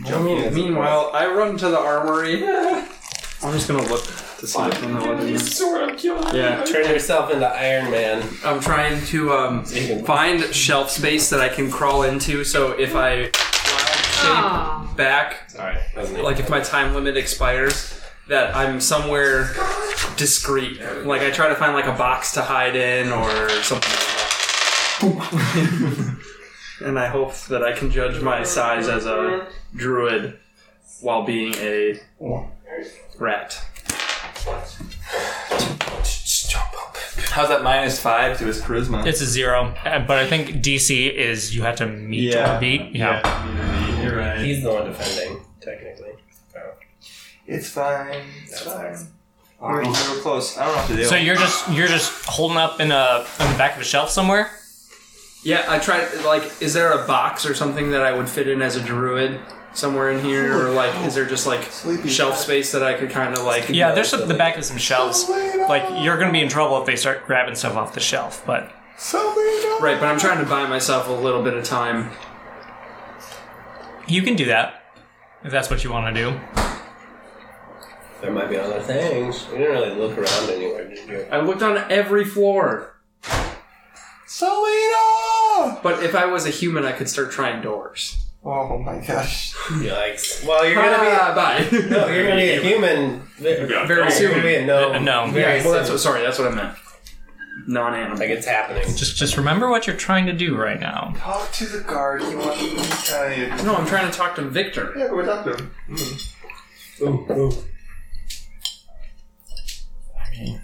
D: Oh, Meanwhile, I run to the armory. I'm just gonna look to see what's on the weapon. Yeah,
B: turn yourself into iron man
D: I'm trying to um, find shelf space that I can crawl into. So if I wild
F: Aw.
D: shape back,
E: All right.
D: like if my time limit expires, that I'm somewhere discreet. Like I try to find like a box to hide in or something. like that. and I hope that I can judge my size as a druid while being a rat.
C: How's that minus five to his charisma?
A: It's a zero, uh, but I think DC is you have to meet
C: Yeah.
A: or beat. Yeah.
C: Yeah, You're right.
B: he's the one defending technically
C: It's fine. It's fine. We were, we were close. I don't know what to do.
A: So you're just you're just holding up in a on the back of a shelf somewhere.
D: Yeah, I tried. Like, is there a box or something that I would fit in as a druid somewhere in here, or like, is there just like
C: Sleepy.
D: shelf space that I could kind of like?
A: Yeah, there's some, the back of some shelves. Like you're gonna be in trouble if they start grabbing stuff off the shelf. But
D: Right, but I'm trying to buy myself a little bit of time.
A: you can do that if that's what you want to do.
B: there might be other things you didn't really look around anywhere did you
D: I looked on every floor,
C: Selena!
D: but if I was a human, I could start trying doors.
C: Oh my gosh.
B: you like well you're gonna
D: Ah, bye.
B: be no you're gonna be a human very
D: Very
B: you're gonna
D: soon.
B: be a no
A: Uh, no.
B: very
D: Well, that's
B: soon.
D: what. Sorry, that's what I meant. Non-animal.
B: like it's happening
A: Just just remember what you're trying to do right now.
C: Talk to the guard. He wants to tell you.
D: no, I'm trying to talk to Victor.
C: Yeah, go talk to him.
B: ooh, ooh.
E: I mean,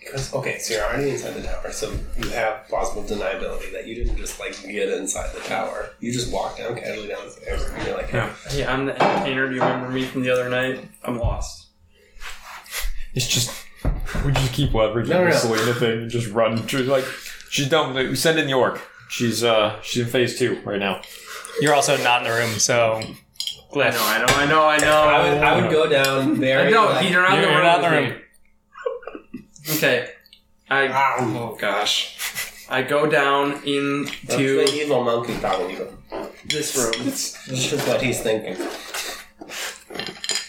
B: Because okay, so you're already inside the tower, so you have plausible deniability that you didn't just like get inside the tower. You just walked down casually down the stairs, and you're like,
D: Yeah. Hey, I'm the entertainer. Do you remember me from the other night? I'm lost.
E: it's just we just keep leveraging
B: No, no,
E: the
B: no.
E: Selena thing and just run. She's like, she's done. with it. We send in York. She's uh, she's in phase two right now.
A: You're also not in the room, so
D: I know. I know. I know. I know.
B: I would, I would go down very.
D: No,
B: like,
D: he's around
A: You're-
D: the
A: you're
D: room.
A: not in the
D: with me. Okay. I
B: Ow. Oh gosh!
D: I go down
B: That's the
D: into
B: evil monkey following you.
D: this room.
B: This is what he's thinking.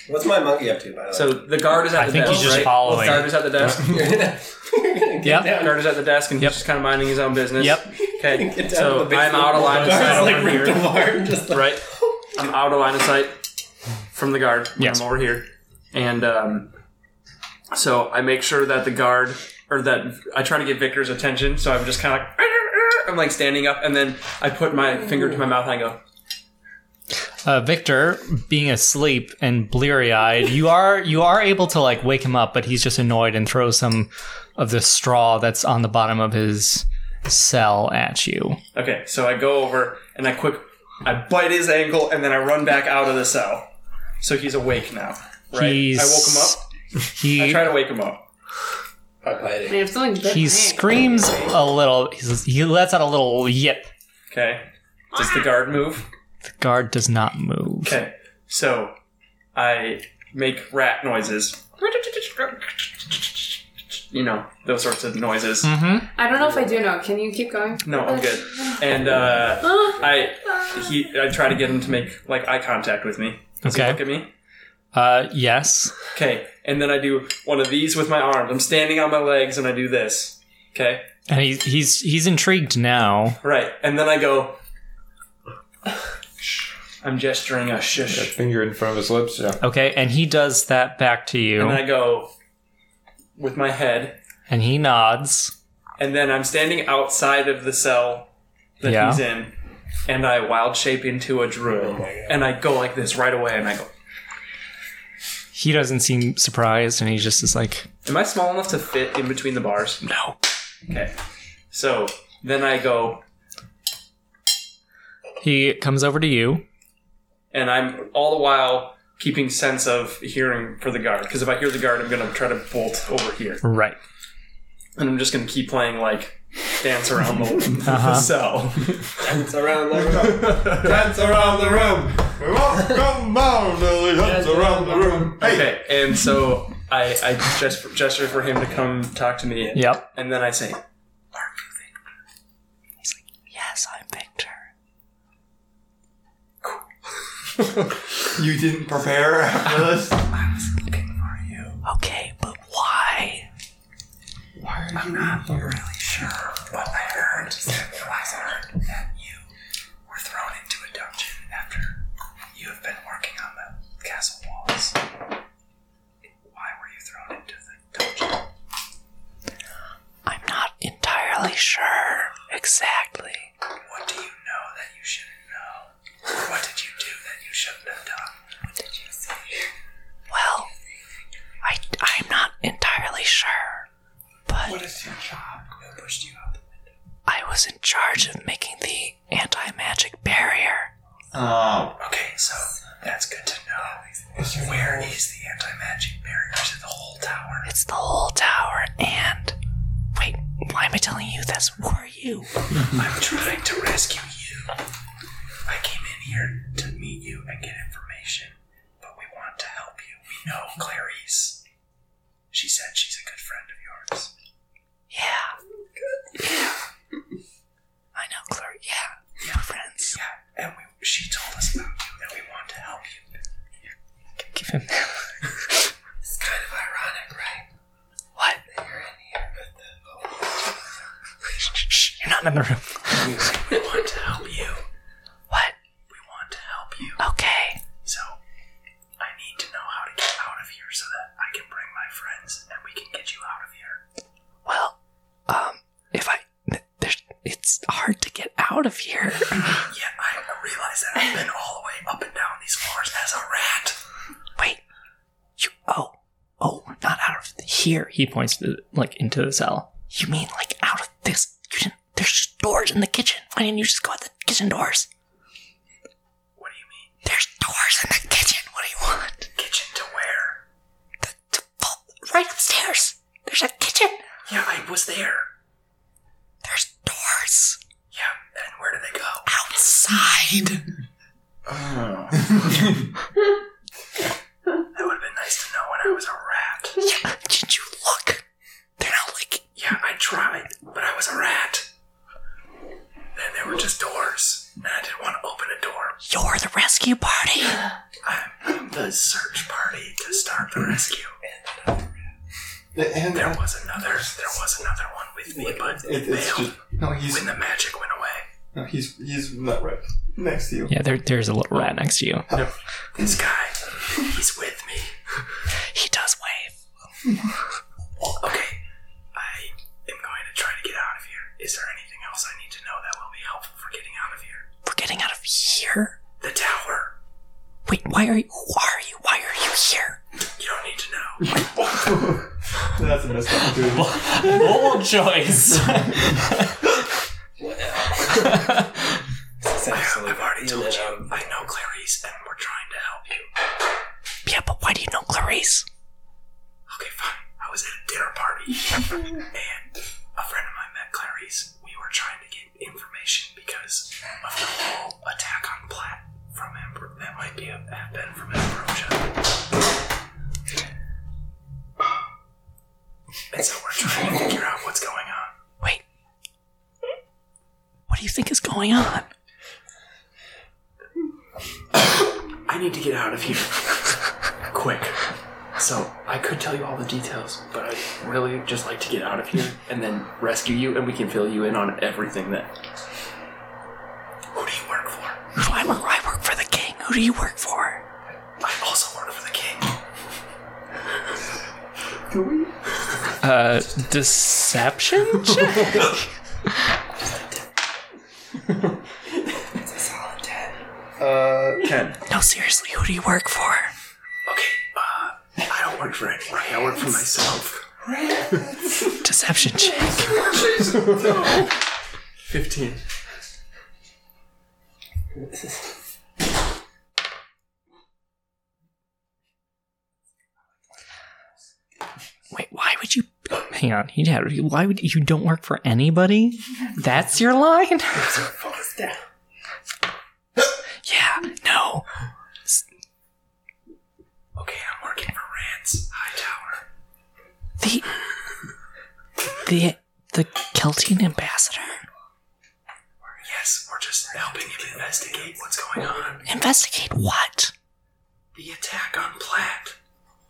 B: What's my monkey up to, by the
D: So the guard is at
A: I
D: the
A: think
D: desk.
A: he's just
D: right?
A: following.
D: The guard is at the desk.
B: way? You're gonna, you're gonna get
A: Yep.
B: down.
D: guard is at the desk and he's just kind of minding his own business.
A: Yep.
B: Get down
D: Okay.
B: to
D: So
B: the
D: I'm out of line of sight
B: Guards, like
D: over
B: ripped
D: here.
B: apart and just like,
D: Right. I'm out of line of sight from the guard. when
A: Yes.
D: I'm over here, and um, so I make sure that the guard or that I try to get Victor's attention. So I'm just kind of like I'm like standing up, and then I put my finger to my mouth and I go.
A: uh, Victor, being asleep and bleary-eyed, you are you are able to like wake him up, but he's just annoyed and throws some of the straw that's on the bottom of his cell at you.
D: Okay, so I go over and I quick, I bite his ankle and then I run back out of the cell. So he's awake now, right?
A: He's-
D: I woke him up. I
A: He
D: try to wake him up.
B: I'm hiding.
F: Man, if something good
A: he screams a little. he's- He lets out a little yip.
D: Okay. Does the guard move?
A: The guard does not move.
D: Okay. So I make rat noises. You know those sorts of noises.
A: hmm
F: I don't know if I do know. Can you keep going?
D: No, I'm good. And uh, I he I try to get him to make like eye contact with me. Does he
A: Okay.
D: look at me.
A: Uh, yes.
D: Okay, and then I do one of these with my arms. I'm standing on my legs and I do this. Okay,
A: And he, he's he's intrigued now.
D: right, and then I go. I'm gesturing a shush,
E: Finger in front of his lips. Yeah.
A: Okay, and he does that back to you,
D: and
A: and,
D: I go with my head,
A: he nods.
D: and then I'm standing outside of the cell that
A: Yeah.
D: he's in, and I wild shape into a druid, and I go like this right away, and I go,
A: He doesn't seem surprised, and he just is like,
D: "Am I small enough to fit in between the bars?"
A: "No."
D: Okay. So then I go,
A: He comes over to you.
D: and I'm all the while keeping sense of hearing for the guard, because if I hear the guard, I'm gonna try to bolt over here,
A: Right.
D: and I'm just gonna keep playing like dance around the,
G: Uh-huh.
D: the cell.
B: It's around the room.
C: Dance around the room. We won't come down till we dance around the room. Hey,
D: Okay, and so I, I gest- gesture for him to come talk to me.
A: Yep.
D: And then I say,
A: Yes, I'm Victor.
C: you didn't prepare after this.
A: Okay, but why? I'm not entirely sure exactly. What do you know that you shouldn't know? What did you do that you shouldn't have done? What did you see? Well, I, I'm not entirely sure. But what is your job? Who pushed you out the window? I was in charge of making the anti magic barrier.
C: Oh,
G: Okay, so that's good to know. Where is the anti magic barrier? Is it the whole tower?
A: It's the whole tower and. Wait, why am I telling you this? Who are you?
G: I'm trying to rescue you. I came in here to meet you and get information, but we want to help you. We know Clarice. She said she's a good friend of yours.
A: Yeah. Yeah. I know, Claire. Yeah. We're friends.
G: Yeah, and we, she told us about you, and we want to help you.
A: Give him
G: It's kind of ironic, right?
A: What?
G: That you're in here with the.
A: Shh, you're not in the room.
G: We want to help you.
A: What?
G: We want to help you.
A: Okay.
G: So, I need to know how to get out of here so that I can bring my friends and we can get you out of here.
A: Well, um, if I. th- There's, it's hard to get out of here.
G: Yeah, I realize that I've been all the way up and down these floors as a rat.
A: Wait. You. Oh. Oh, not out of here. He points to, like, into the cell. You mean, like, out of this? You didn't. There's doors in the kitchen. Why didn't you just go out the kitchen doors?
G: What do you mean?
A: There's doors in the kitchen. What do you want?
G: Kitchen to where?
A: the, the, well, right upstairs. There's a kitchen.
G: Yeah, I was there.
A: There's doors
G: Yeah, and where do they go?
A: outside.
G: That would have been nice to know when I was a rat.
A: Yeah, did you look? They're not like
G: Yeah, I tried, but I was a rat. Then there were just doors, and I didn't want to open a door.
A: you're the rescue party.
G: I'm the search party to start the rescue.
C: and
G: There was another. There was another one with me, but
C: it, it's
G: failed
C: just no. He's
G: when the magic went away.
C: no, he's he's not right next to you.
A: Yeah, there, there's a little rat next to you.
G: This guy, he's with me.
A: He does wave.
G: Okay, I am going to try to get out of here. Is there anything else I need to know that will be helpful for getting out of here?
A: We're getting out of here.
G: The tower.
A: Wait, why are you? Who are you? Why are you here?
G: You don't need to know.
C: That's a missed opportunity.
A: Bold choice.
B: It's actually-
G: I've already told
B: then,
G: you.
B: um,
G: I know Clarice, and we're trying to help you.
A: yeah, but why do you know Clarice?
G: Okay, fine. I was at a dinner party, and a friend of mine met Clarice. We were trying to get information because of the whole attack on Platt from Emperor. That might be a, have been from Ambrosia. And so we're trying to figure out what's going on.
A: Wait, what do you think is going on?
G: I need to get out of here. Quick. So, I could tell you all the details, but I really just like to get out of here and then rescue you, and we can fill you in on everything that. Who do you work for?
A: Who do I work? I work for the king. Who do you work for?
G: I also work for the king.
A: Uh, deception check?
H: No, seriously, who do you work for?
G: Okay, uh, I don't work for anybody. I work for myself.
H: Deception check.
G: 15.
H: Wait, why would you? Hang on, he had. Why would you don't work for anybody? That's your line. yeah. No.
G: Okay, I'm working for Rance Hightower.
H: The the the Celtian ambassador.
G: Yes, we're just helping him investigate what's going on.
H: Investigate what?
G: The attack on Platt.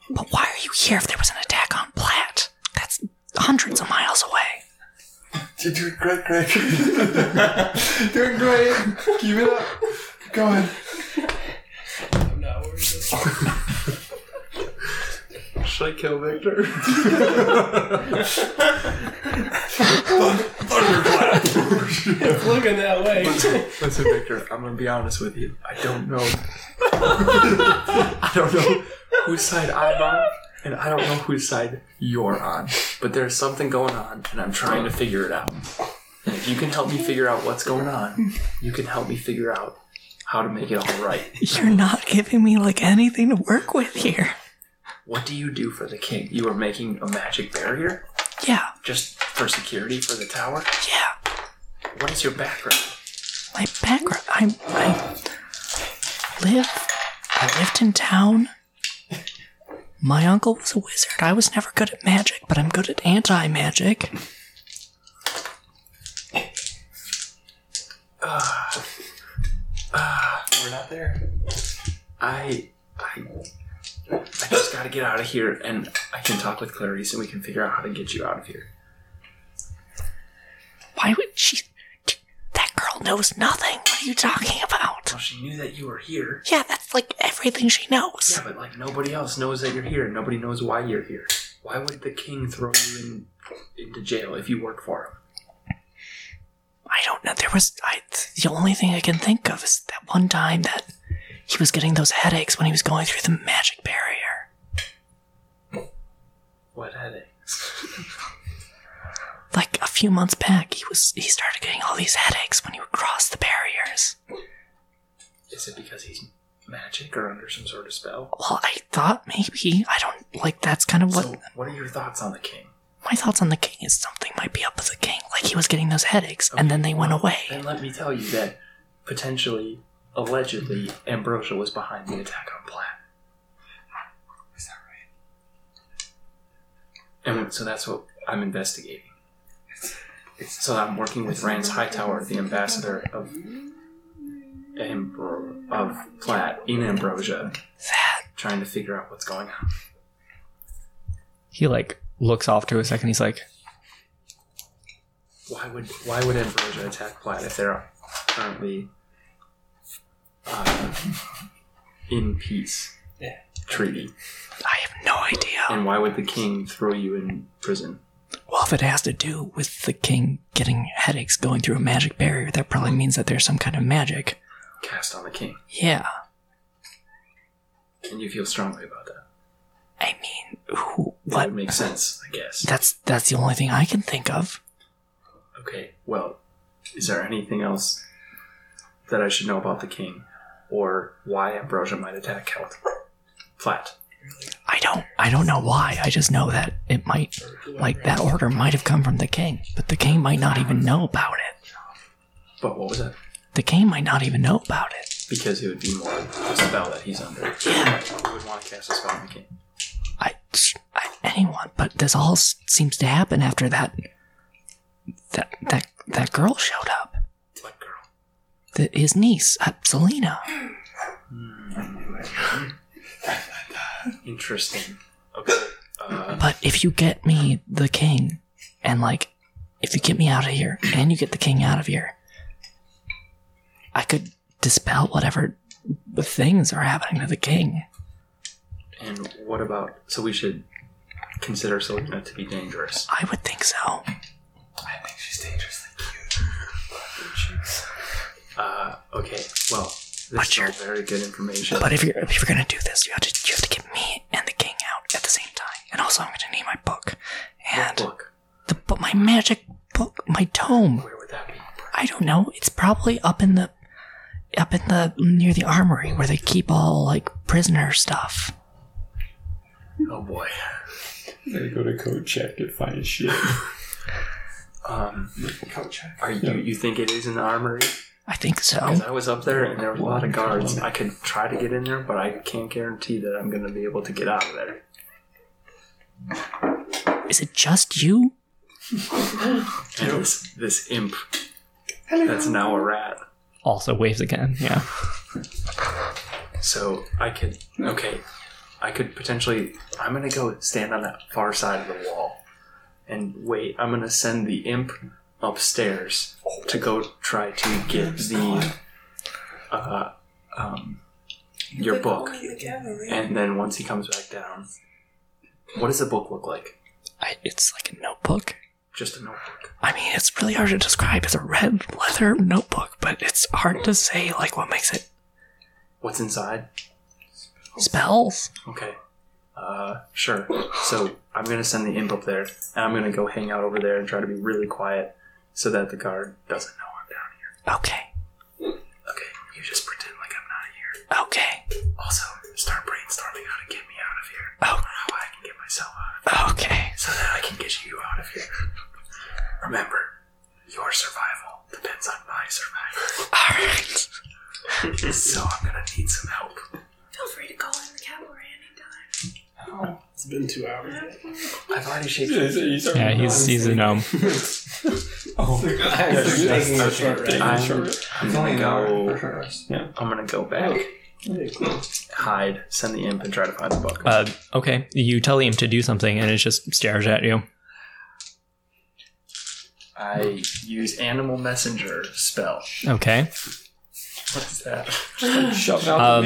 H: But why are you here if there was an attack on Platt? That's hundreds of miles away.
C: You're doing great, Greg. doing great. Keep it up. Keep going.
G: Should I kill Victor?
B: It's looking that way.
G: Listen, Victor, I'm gonna be honest with you. I don't know. I don't know whose side I'm on, and I don't know whose side you're on. But there's something going on, and I'm trying to figure it out. And if you can help me figure out what's going on, you can help me figure out how to make it all right.
H: You're not giving me like anything to work with here.
G: What do you do for the king? You are making a magic barrier
H: Yeah,
G: just for security for the tower.
H: yeah.
G: What is your background?
H: my background. I I live. I lived in town. My uncle was a wizard. I was never good at magic, but I'm good at anti magic.
G: I, I, I just gotta get out of here, and I can talk with Clarice, and we can figure out how to get you out of here.
H: Why would she? That girl knows nothing. What are you talking about?
G: Well, she knew that you were here.
H: Yeah, that's like everything she knows.
G: Yeah, but like nobody else knows that you're here. Nobody knows why you're here. Why would the king throw you in into jail if you work for him?
H: I don't know. There was I. The only thing I can think of is that one time that he was getting those headaches when he was going through the magic barrier.
G: What headache?
H: like a few months back he was he started getting all these headaches when he would cross the barriers
G: Is it because he's magic or under some sort of spell?
H: well i thought maybe i don't like that's kind of what
G: So, what are your thoughts on the king?
H: my thoughts on the king is something might be up with the king like he was getting those headaches and then they went away
G: Then let me tell you that potentially, allegedly, Ambrosia was behind the attack on Platt. Is that right? And so that's what I'm investigating. So I'm working with Rance Hightower, the ambassador of Ambro- of Platt in Ambrosia,
H: that
G: trying to figure out what's going on.
H: he like looks off to a second he's like
G: Why would why would Ambrosia attack Platt if they're currently uh, in peace
B: Yeah.
G: treaty?
H: i have no idea
G: And why would the king throw you in prison?
H: well if it has to do with the king getting headaches going through a magic barrier that probably means that there's some kind of magic
G: Cast on the king.
H: yeah
G: And you feel strongly about that.
H: i mean who
G: That
H: what
G: would make sense, I guess.
H: that's that's the only thing i can think of
G: Okay, well, is there anything else that I should know about the king? Or why Ambrosia might attack Health? Flat.
H: I don't I don't know why. I just know that it might like that order might have come from the king, but the king might not even know about it.
G: But what was that?
H: The king might not even know about it.
G: Because it would be more a spell that he's under. Yeah. You would want to cast a spell on the king.
H: I, I anyone, but this all s- seems to happen after that that that that girl showed up.
G: What girl?
H: The, his niece, uh, Selena.
G: Interesting. Okay. Uh,
H: But if you get me the king and like if you get me out of here and you get the king out of here, I could dispel whatever things are happening to the king.
G: and what about. So we should consider Selena to be dangerous.
H: I would think so.
G: Uh, okay, well,
D: This is all very good information.
A: But if you're if you're gonna do this, you have to you have to get me and the king out at the same time. And also, I'm gonna need my book and
D: Look,
A: the but my magic book, my tome.
D: where would that be?
A: I don't know. It's probably up in the up in the near the armory where they keep all like prisoner stuff.
D: Oh boy.
I: I go to code check and find shit.
D: Um, Are you? You think it is in the armory?
A: I think so.
D: Because I was up there and there were a lot of guards. I could try to get in there, but I can't guarantee that I'm going to be able to get out of there.
A: Is it just you?
D: And this, this imp. That's now a rat.
A: Also waves again. Yeah.
D: So I could. Okay. I could potentially. I'm going to go stand on that far side of the wall and wait. I'm going to send the imp upstairs to go try to get the. Uh, um, your book. And then once he comes back down, what does the book look like?
A: I, it's like a notebook.
D: Just a notebook.
A: I mean, it's really hard to describe. It's a red leather notebook, but it's hard to say like what makes it
D: What's inside?
A: spells.
D: Okay. Uh, sure. So I'm gonna send the imp up there, and I'm gonna go hang out over there and try to be really quiet so that the guard doesn't know I'm down here.
A: Okay.
D: Okay, you just pretend like I'm not here.
A: Okay.
D: Also, start brainstorming how to get me out of here.
A: Oh.
D: Or how I can get myself out of
A: Okay.
D: so that I can get you out of here. Remember, your survival depends on my survival.
A: All right.
D: so I'm gonna need some help.
F: Feel free to call in the cavalry anytime.
B: It's been two hours.
D: I've already shaped
A: Yeah, he's he's a gnome.
B: I'm taking a short rest.
D: I'm, I'm gonna go.
I: Yeah.
D: I'm gonna go back. Hide. Send the imp and try to find the book.
A: Uh, okay, you tell him to do something, and it just stares at you.
D: I use animal messenger spell.
A: Okay.
D: What is that?
I: Shove out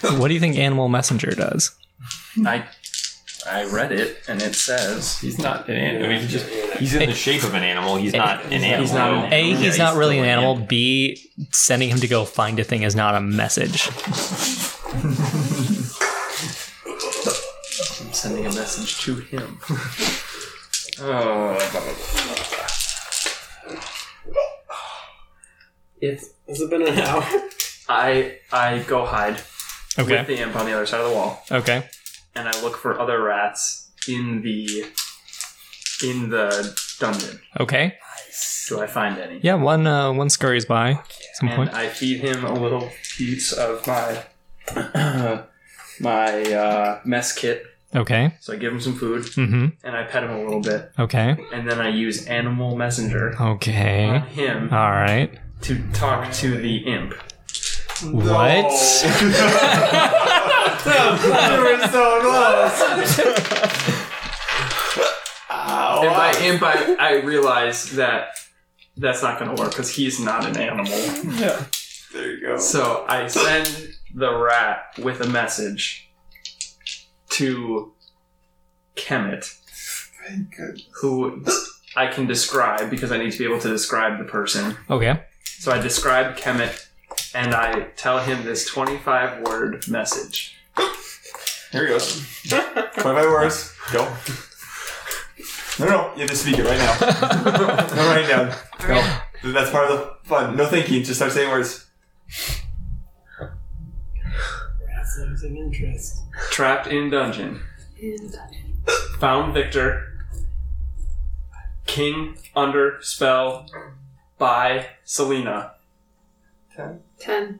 A: Um, What do you think Animal Messenger does?
D: I I read it and it says
E: He's not an animal. I mean, he's just he's in the shape of an animal. He's not an animal.
D: he's not an-
A: A,
D: Yeah,
A: he's
D: he's
A: not really
D: still
A: an
D: an
A: animal. B, sending him to go find a thing is not a message.
D: I'm sending a message to him.
B: Uh,
D: It's
B: Has it been an hour?
D: I I go hide with
A: Okay.
D: the imp on the other side of the wall.
A: Okay.
D: and I look for other rats in the in the dungeon.
A: Okay.
D: Do I find any?
A: Yeah. One uh, one scurries by. At some
D: And
A: point.
D: I feed him a little piece of my my uh, mess kit.
A: Okay.
D: So I give him some food
A: Mm-hmm.
D: and I pet him a little bit,
A: Okay.
D: and then I use animal messenger
A: Okay.
D: on him
A: All right.
D: to talk to the imp.
A: What?
D: and by
C: Oh.
D: imp, I, I realize that that's not going to work because he's not an animal.
C: There you go.
D: So I send the rat with a message to Kemet, who I can describe because I need to be able to describe the person.
A: Okay.
D: So I describe Kemet and I tell him this 25 word message.
C: Here he goes. 25 words. Go. No, no, you have to speak it right now. no, right now. No, that's part of the fun. No thinking, just start saying words.
B: There's an interest.
D: Trapped in dungeon. Found Victor. King under spell by Selena.
F: Ten.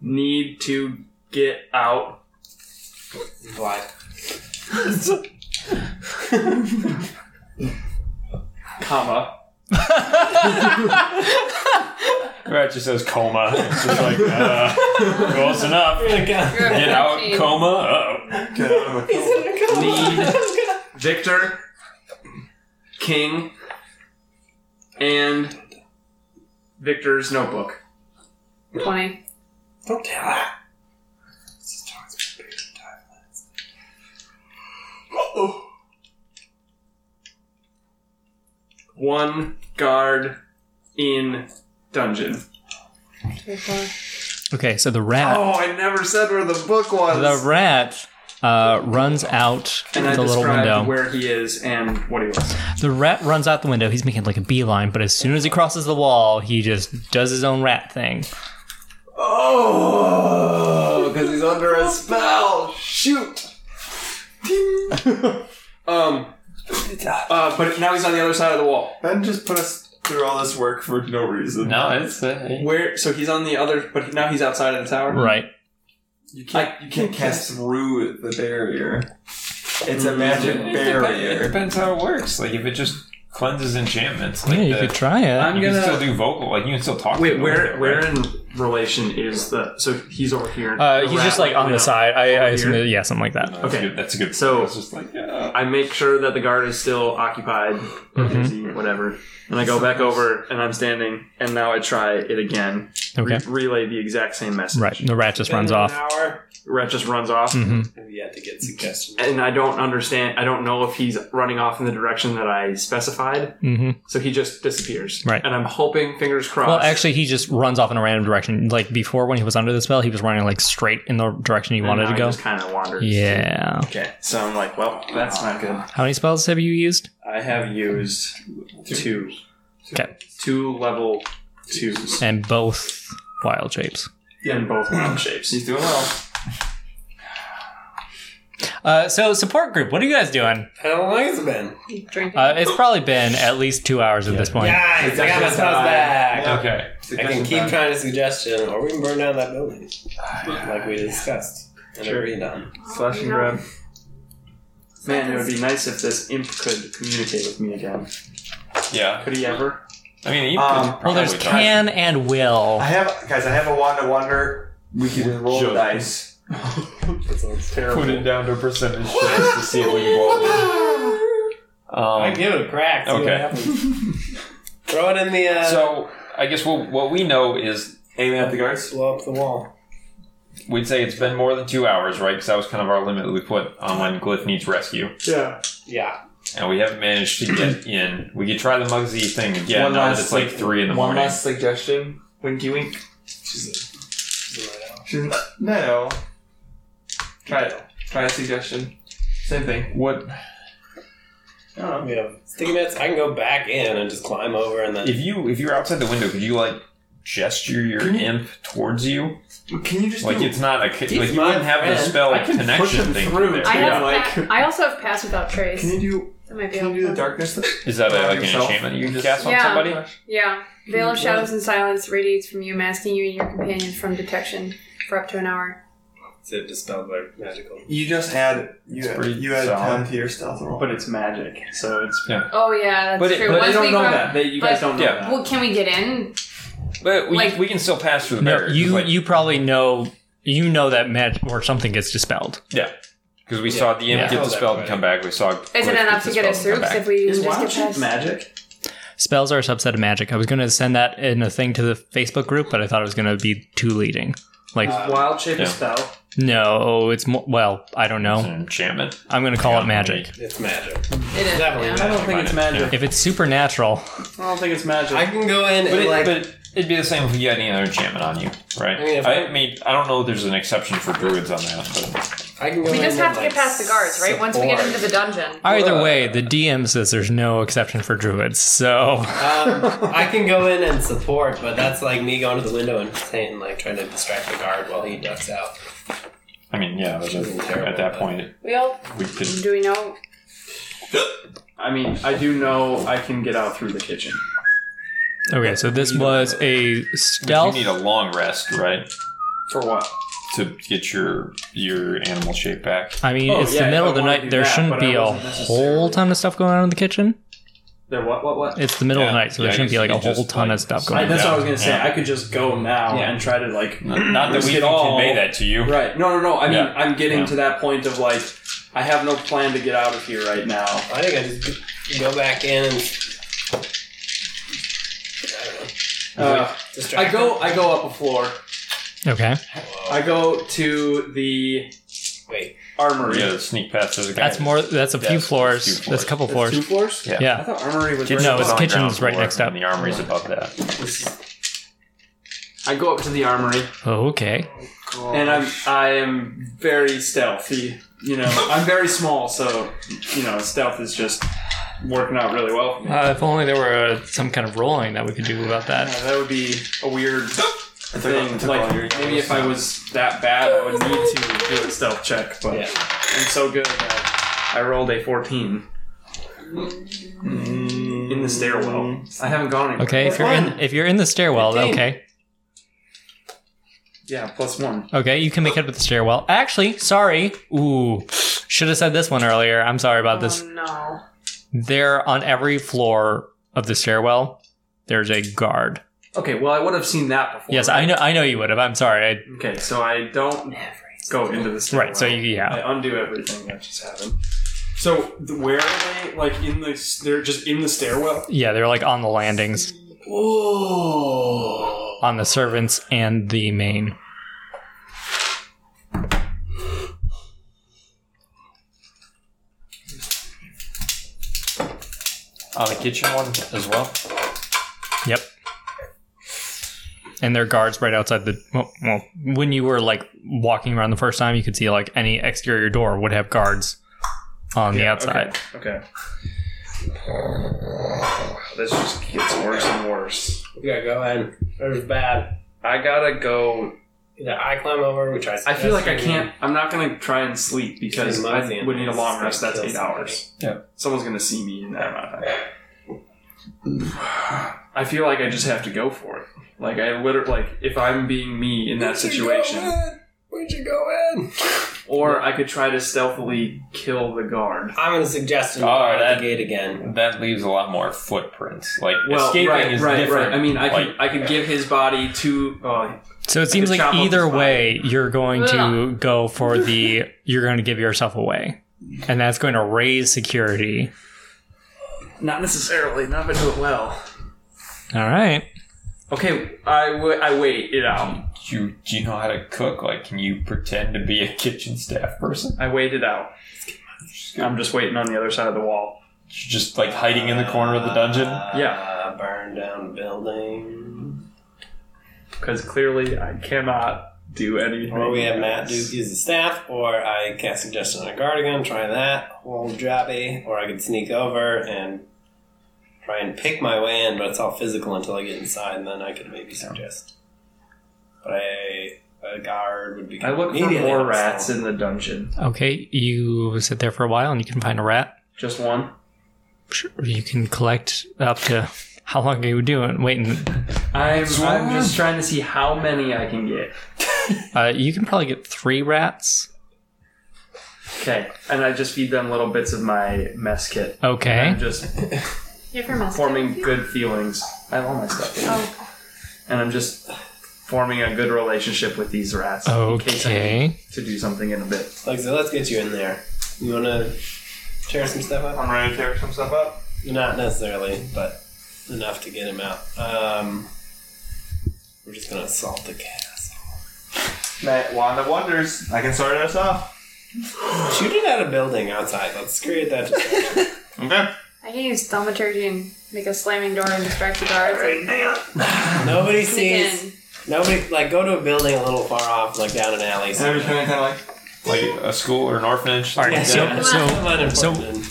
D: Need to get out
B: Why?
D: comma.
I: Right, just says coma. It's just like, uh, close enough. Get out, coma. Uh-oh.
C: Get out of it.
D: Need Victor, King, and Victor's notebook.
F: Twenty.
B: Don't tell her.
D: one guard in dungeon.
A: Okay, so the rat.
D: Oh, I never said where the book was.
A: The rat uh, runs out
D: and I
A: the little
D: described
A: window.
D: where he is and what he was.
A: the rat runs out the window. He's making like a beeline, but as soon as he crosses the wall, he just does his own rat thing.
D: Oh, because he's under a spell. Shoot. Ding. um. Uh, but now he's on the other side of the wall.
C: Ben just put us through all this work for no reason.
E: No, it's uh,
D: Where? So he's on the other. But now he's outside of the tower.
A: Right.
C: You can't, you can't cast through the barrier. It's a magic
E: It
C: barrier.
E: depends how it works. Like if it just cleanses enchantments, like
A: Yeah, you
E: the-
A: could try it.
D: I'm
E: you can still
D: gonna.
E: do vocal. Like you can still talk. to
D: Wait,
E: them
D: where?
E: with it,
D: Where
E: right?
D: in relation is the? So he's over here.
A: Uh,
D: The
A: he's just
D: rat
A: like on
D: went
A: the
D: out.
A: side. I, I
D: Over
A: assume,
D: here?
A: that- yeah, something like that.
E: That's a
D: Okay.
E: good- that's a good.
D: So-
E: it's just like yeah.
D: I make sure that the guard is still occupied, or
A: Mhm.
D: busy, whatever. And I go back over, and I'm standing, and now I try it again.
A: Okay.
D: Re- relay the exact same message.
A: Right. The rat just runs
B: Been
A: off.
B: An hour.
D: Rat just runs off,
A: hmm
B: Have yet to get suggestions.
D: and I don't understand. I don't know if he's running off in the direction that I specified,
A: hmm
D: so he just disappears.
A: Right.
D: And I'm hoping, fingers crossed.
A: Well, actually, he just runs off in a random direction. Like before, when he was under the spell, he was running like straight in the direction he
D: and
A: wanted
D: now
A: to
D: he
A: go.
D: Just kind of wanders.
A: Yeah.
D: Okay. So I'm like, well, that's not good.
A: How many spells have you used?
D: I have used two.
A: Okay.
D: Two level twos
A: And both wild shapes.
D: in both round shapes.
C: He's doing well.
A: Uh, so support group, what are you guys doing?
B: How long has it been?
F: Drinking.
A: Uh, it's probably been at least two hours at this point.
B: Guys, I got my spells back.
E: Okay.
B: I can keep trying to suggestion, or we can burn down that building, like we discussed and
D: Sure.
B: agreed on.
D: Slash and grab. Man, it would be nice if this imp could communicate with me again.
E: Yeah.
D: Could he ever?
E: I mean, you
C: Um,
E: could
A: Well, Oh, there's
E: probably try.
A: can and will.
C: I have, guys, I have a wand of wonder. We can roll the
E: joking.
C: dice.
E: Put it down to a percentage chance to see if we can roll.
B: I
E: Um,
B: give it a crack. See what
E: Okay.
B: happens. Throw it in the uh,
E: so I guess what what we know is
C: Aim at the guards.
B: blow up the wall.
E: we'd say it's been more than two hours, right? Because that was kind of our limit that we put on when Glyph needs rescue,
D: Yeah.
B: Yeah.
E: and we haven't managed to get in. We could try the Mugsy thing again.
C: One
E: now that
C: last
E: it's like
C: thing.
E: three in the
C: One
E: morning.
C: last suggestion.
D: Winky wink.
C: She's no. Try it. Try a suggestion. Same thing.
E: What
B: We have sticky nets. I can go back in and just climb over and then.
E: if you if you're outside the window? Could you like gesture your
C: Can you-
E: imp towards you?
C: Can you just
E: Like
C: do
E: it's not a ki-
B: He's
E: like you
B: my
E: wouldn't have the
B: friend.
E: spell
D: I can push
E: connection
D: him
E: thing
D: through.
E: there.
F: I, have
E: Yeah.
F: pa- I also have pass without trace.
C: Can you do?
F: that might be
C: Can you do the
F: helpful.
C: darkness? thing?
E: Is that a, like an
C: Yourself.
E: enchantment you can cast on
F: Yeah.
E: somebody?
F: Yeah. Veil of shadows and silence radiates from you, masking you and your companions from detection for up to an hour.
B: Is it dispelled by magical?
C: You just add you add,
E: pretty
C: you add
E: solid.
C: ten to your stealth roll.
D: But it's magic, so it's.
F: Oh yeah, that's
E: But it-
F: true.
E: but
F: Once
D: They
F: we
D: don't know
F: grab-
D: that. They, you guys
F: but-
D: don't know
E: Yeah.
D: that.
F: Well, can we get in?
E: But we,
F: Like-
E: we can still pass through the
A: No,
E: barrier.
A: you you probably know you know that magic or something gets dispelled.
E: because we saw the imp
A: Yeah.
E: get
B: Oh,
E: dispelled and
B: that's
E: come back. We saw
F: Is it
E: Glyph
F: enough to get us
E: dispelled
F: through?
E: and come
F: Because
E: back.
F: if we
D: Is
F: just
D: wild
F: get
D: shape
F: past,
D: magic?
A: Spells are a subset of magic. I was going to send that in a thing to the Facebook group, but I thought it was going to be too leading. Like,
D: Is
G: Uh,
D: wild shape
E: yeah.
D: a spell?
A: no, it's mo- well, I don't
E: It's
A: know.
E: an enchantment.
A: I'm going to call it magic.
B: It's magic.
F: It is.
B: Definitely
F: yeah.
B: not.
D: I don't think it's magic.
A: If it's supernatural,
D: I don't think it's magic.
B: I can go in
E: But,
B: and
E: it,
B: like.
E: but it'd be the same if you had any other enchantment on you, right?
B: I mean, if
E: I,
B: I-
E: mean, I don't know. if There's an exception for druids on that, but
B: I can go
F: We
B: in
F: just
B: and,
F: have to
B: like,
F: get past the guards, right? Once we get
B: support.
F: into the dungeon.
A: either way, the DM says there's no exception for druids. So,
B: Um, I can go in and support, but that's like me going to the window and saying, like, trying to distract the guard while he ducks out.
E: I mean, yeah. but at that point,
F: We all.
E: we could.
F: Do we know?
D: I mean, I do know I can get out through the kitchen.
A: okay, so this was a
E: You
A: stealth.
E: need a long rest, right,
D: For what?
E: to get your your animal shape back.
A: I mean,
D: Oh,
A: it's
D: yeah,
A: the
D: if
A: middle
D: I
A: of the
D: wanna
A: night.
D: do
A: There
D: that,
A: shouldn't
D: but
A: be
D: I
A: a
D: wasn't
A: whole
D: necessarily-
A: ton of stuff going on in the kitchen.
D: There, what, what, what?
A: It's the middle of
E: Yeah.
A: the night, so
E: Yeah,
A: there
E: I
A: shouldn't be
E: guess
A: like a
E: you
A: whole
E: just,
A: ton
E: like,
A: of stuff
D: I,
A: going on.
D: that's
E: Yeah.
D: what I was gonna say.
E: Yeah.
D: I could just go now
B: Yeah.
D: and try to like.
E: Not that
D: Just
E: we
D: getting
E: all
D: conveyed.
E: convey that to you.
D: Right. No, no, no. I mean,
E: Yeah.
D: I'm getting
E: Yeah.
D: to that point of like, I have no plan to get out of here right now.
B: I think I just go back in and. I don't know.
D: Uh,
B: Distract
D: I go, I go up a floor.
A: Okay.
D: I go to the
B: Wait.
G: armory.
E: Yeah, sneak past those guys.
A: That's more. That's a few
E: That's
A: floors.
E: two floors.
A: That's a couple
G: Two
A: floors.
G: floors?
E: Yeah.
G: I
A: Yeah.
G: thought armory was.
A: Kid-
G: right
A: no,
G: above-
A: it's
E: On the ground
A: kitchen's right
E: floor,
A: next up.
E: And the armory's above that.
G: I go up to the armory
A: Okay.
G: and I'm I am very stealthy. You know, I'm very small, so you know, stealth is just working out really well for me.
A: Uh, if only there were uh, some kind of rolling that we could do about that.
G: Yeah, that would be a weird thing. Like maybe if I was that bad, I would need to do a stealth check. But I'm so good that I rolled a 14 in the stairwell. I haven't gone anywhere.
A: Okay, if you're in if you're in the stairwell, then okay.
G: Yeah, plus one.
A: Okay, you can make it up the stairwell. Actually, sorry. Ooh, should have said this one earlier. I'm sorry about Uh, this.
F: Oh, no.
A: There on every floor of the stairwell, there's a guard.
G: Okay, well I would have seen that before.
A: Yes, I know. I know you would have. I'm sorry. I,
G: Okay, so I don't go into the stairwell.
A: right. So you, yeah.
G: I undo everything that just happened. So th- where are they? Like in the s- they're just in the stairwell.
A: Yeah, they're like on the landings. On the servants and the main.
E: On the kitchen one as well.
A: Yep. And there are guards right outside the. Well, well, when you were like walking around the first time, you could see like any exterior door would have guards on the outside.
G: Okay. This just gets worse and worse.
B: You gotta go ahead. It was bad.
G: I gotta go.
B: Either I climb over, we try.
G: I feel like I can't. I'm not gonna try and sleep because
B: Because
G: I
B: Muzzy
G: would need a long rest. That's
B: kills
G: eight hours.
E: Yeah.
G: Someone's gonna see me in that amount of time. I feel like I just have to go for it. Like I literally, like if I'm being me in that situation,
B: Where'd you go in?
G: or I could try to stealthily kill the guard.
B: I'm gonna suggest you
E: Oh,
B: guard
E: that-
B: the gate again.
E: That leaves a lot more footprints. Like
G: Well,
E: escaping
G: right,
E: is
G: right,
E: different.
G: right. I mean, I could,
E: Like,
G: I could give his body to. Oh,
A: So it seems
G: could
A: like
G: chop off
A: either
G: his body.
A: way, you're going to
F: Ugh.
A: go for the you're going to give yourself away, and that's going to raise security.
G: not necessarily. Not if I do it well.
A: All right.
G: Okay, I wa- I wait it out.
E: do you, do you know how to cook? Like, can you pretend to be a kitchen staff person?
G: I wait it out. I'm just waiting on the other side of the wall.
E: You're just like hiding in the corner of the dungeon.
G: Yeah.
B: Uh, burn down building.
G: Because clearly, I cannot do anything.
B: Or we have Oh, Matt do
G: else.
B: use the staff, or I cast suggestion on a guardian. Try that whole jobby, or I could sneak over and try and pick my way in, but it's all physical until I get inside, and then I could maybe suggest. But I, a guard would be.
G: I look for
B: immediately
G: more
B: upset.
G: rats in the dungeon.
A: Okay, you sit there for a while, and you can find a rat.
G: Just one.
A: Sure, You can collect up to how long are you doing? Waiting.
G: I'm, I'm just trying to see how many I can get.
A: Uh, you can probably get three rats.
G: Okay, and I just feed them little bits of my mess kit.
A: Okay.
G: I'm just
F: You have your mask.
G: forming good feelings. I have all my stuff. in.
F: Oh,
G: and I'm just forming a good relationship with these rats. In case I need
A: Okay.
G: to do something in a bit.
B: Like, so let's get you in there. You want to tear some stuff up?
C: I'm ready to tear some stuff up.
B: Not necessarily, but enough to get him out. Um, we're just gonna assault the castle.
C: Matt, Wand of Wonders. I can start us off.
B: Shoot it at a building outside. Let's create that.
C: Okay.
F: I can use thaumaturgy and make a slamming door and distract the guards. and
B: Nobody
F: sneak
B: sees.
F: in.
B: Nobody like go to a building a little far off, like down an alley.
C: And I'm just gonna kind of like
E: Like a school or an orphanage.
A: All right. So, so
B: so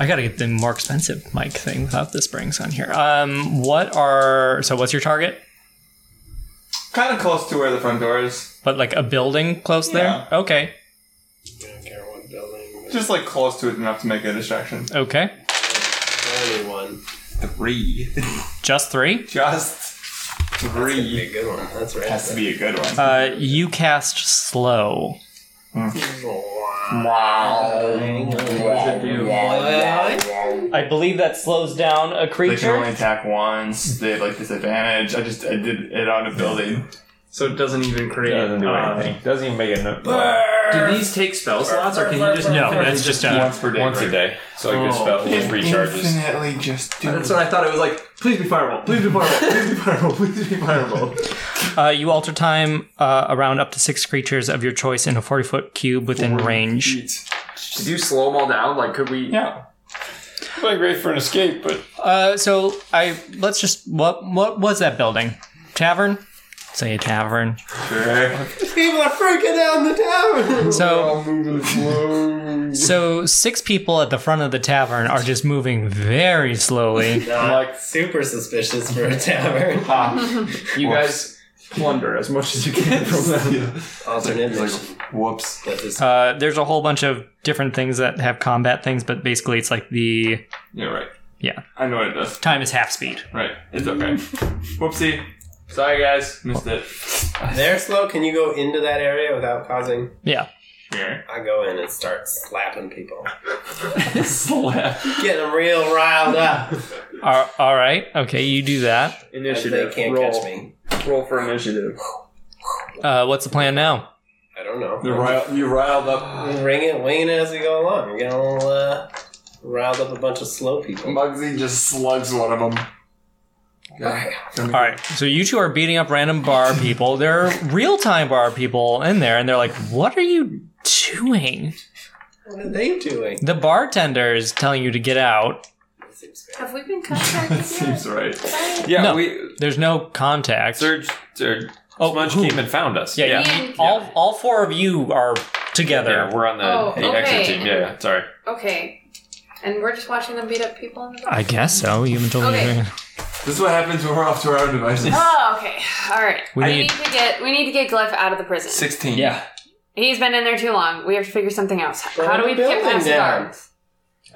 A: I gotta get the more expensive mic thing without the springs on here. Um, what are so? What's your target?
C: kind of close to where the front door is.
A: But like a building close
C: Yeah.
A: there. Okay.
B: I don't care what building.
C: Just like close to it enough to make a distraction.
A: Okay.
B: Only one.
C: Three.
A: Just three.
C: Just
B: Be
C: three.
B: a good one. That's right.
C: Has to be a good one.
A: Uh, you cast slow. I believe that slows down
J: They can only
A: a creature.
J: attack once. They have like disadvantage. I just I did it on a building.
G: So it doesn't even create.
E: Doesn't do
G: uh,
E: anything. Doesn't even make a note.
G: do these take spell slots, or can you just?
A: No, that's just a.
J: once per day.
E: Once a day, so I could
G: Oh.
E: spell with recharges.
J: Infinitely just do
G: That's what I thought. It was like, please be fireball, please be fireball, please be fireball, please be fireball.
A: Uh, you alter time uh, around up to six creatures of your choice in a 40 foot cube within range.
D: Did you slow them all down? Like, could we?
I: Yeah. Would be great for an escape, but
A: Uh, so I let's just what what was that building? Tavern. Say a tavern.
B: People are freaking out in the town.
A: So so six people at the front of the tavern are just moving very slowly.
B: I'm like super suspicious for a tavern.
D: You guys plunder as much as you can from them.
B: Alternate mission.
K: Whoops.
B: That is-
A: Uh, there's a whole bunch of different things that have combat things, but basically it's like the
K: Yeah, right.
A: Yeah.
K: I know what it does.
A: time is half speed.
K: Right. It's okay. Whoopsie. Sorry, guys. Missed it.
B: They're slow. Can you go into that area without causing?
A: Yeah.
K: Yeah.
B: I go in and start slapping people.
K: Slap.
B: Get them real riled up.
A: Ar- Uh, all right. Okay, you do that.
B: And they
D: Initiative.
B: can't
D: roll.
B: catch me.
D: Roll for initiative.
A: Uh, what's the plan now?
B: I don't know.
K: You riled, you riled up.
B: We'll Ring it, wing it as we go along. We're gonna uh, riled up a bunch of slow people.
K: Muggsy just slugs one of them.
A: All right. So you two are beating up random bar people. There are real time bar people in there, and they're like, "What are you doing?"
B: What are they doing?
A: The bartender is telling you to get out.
F: Have we been contacted yet?
K: Seems right.
E: Yeah,
A: No.
E: we
A: There's no contact.
E: Serge, Serge
A: Oh,
E: Smudge
A: who?
E: came and found us.
A: yeah,
F: Yeah.
A: you- all all four of you are
E: Yeah,
A: together.
E: we're on the,
F: Oh,
E: the
F: okay.
E: exit team. Yeah, yeah, sorry.
F: Okay. And we're just watching them beat up people in the bar?
A: I guess so. You haven't told me.
F: Okay.
A: anything.
K: This is what happens when we're off to our own devices.
F: Oh, okay. All right.
A: We
F: We,
A: need-
F: need, to get we need to get Glyph out of the prison.
K: 16.
A: Yeah.
F: He's been in there too long. We have to figure something else.
B: Burn
F: How do we
B: the
F: get
B: building
F: past the
B: down.
F: guards?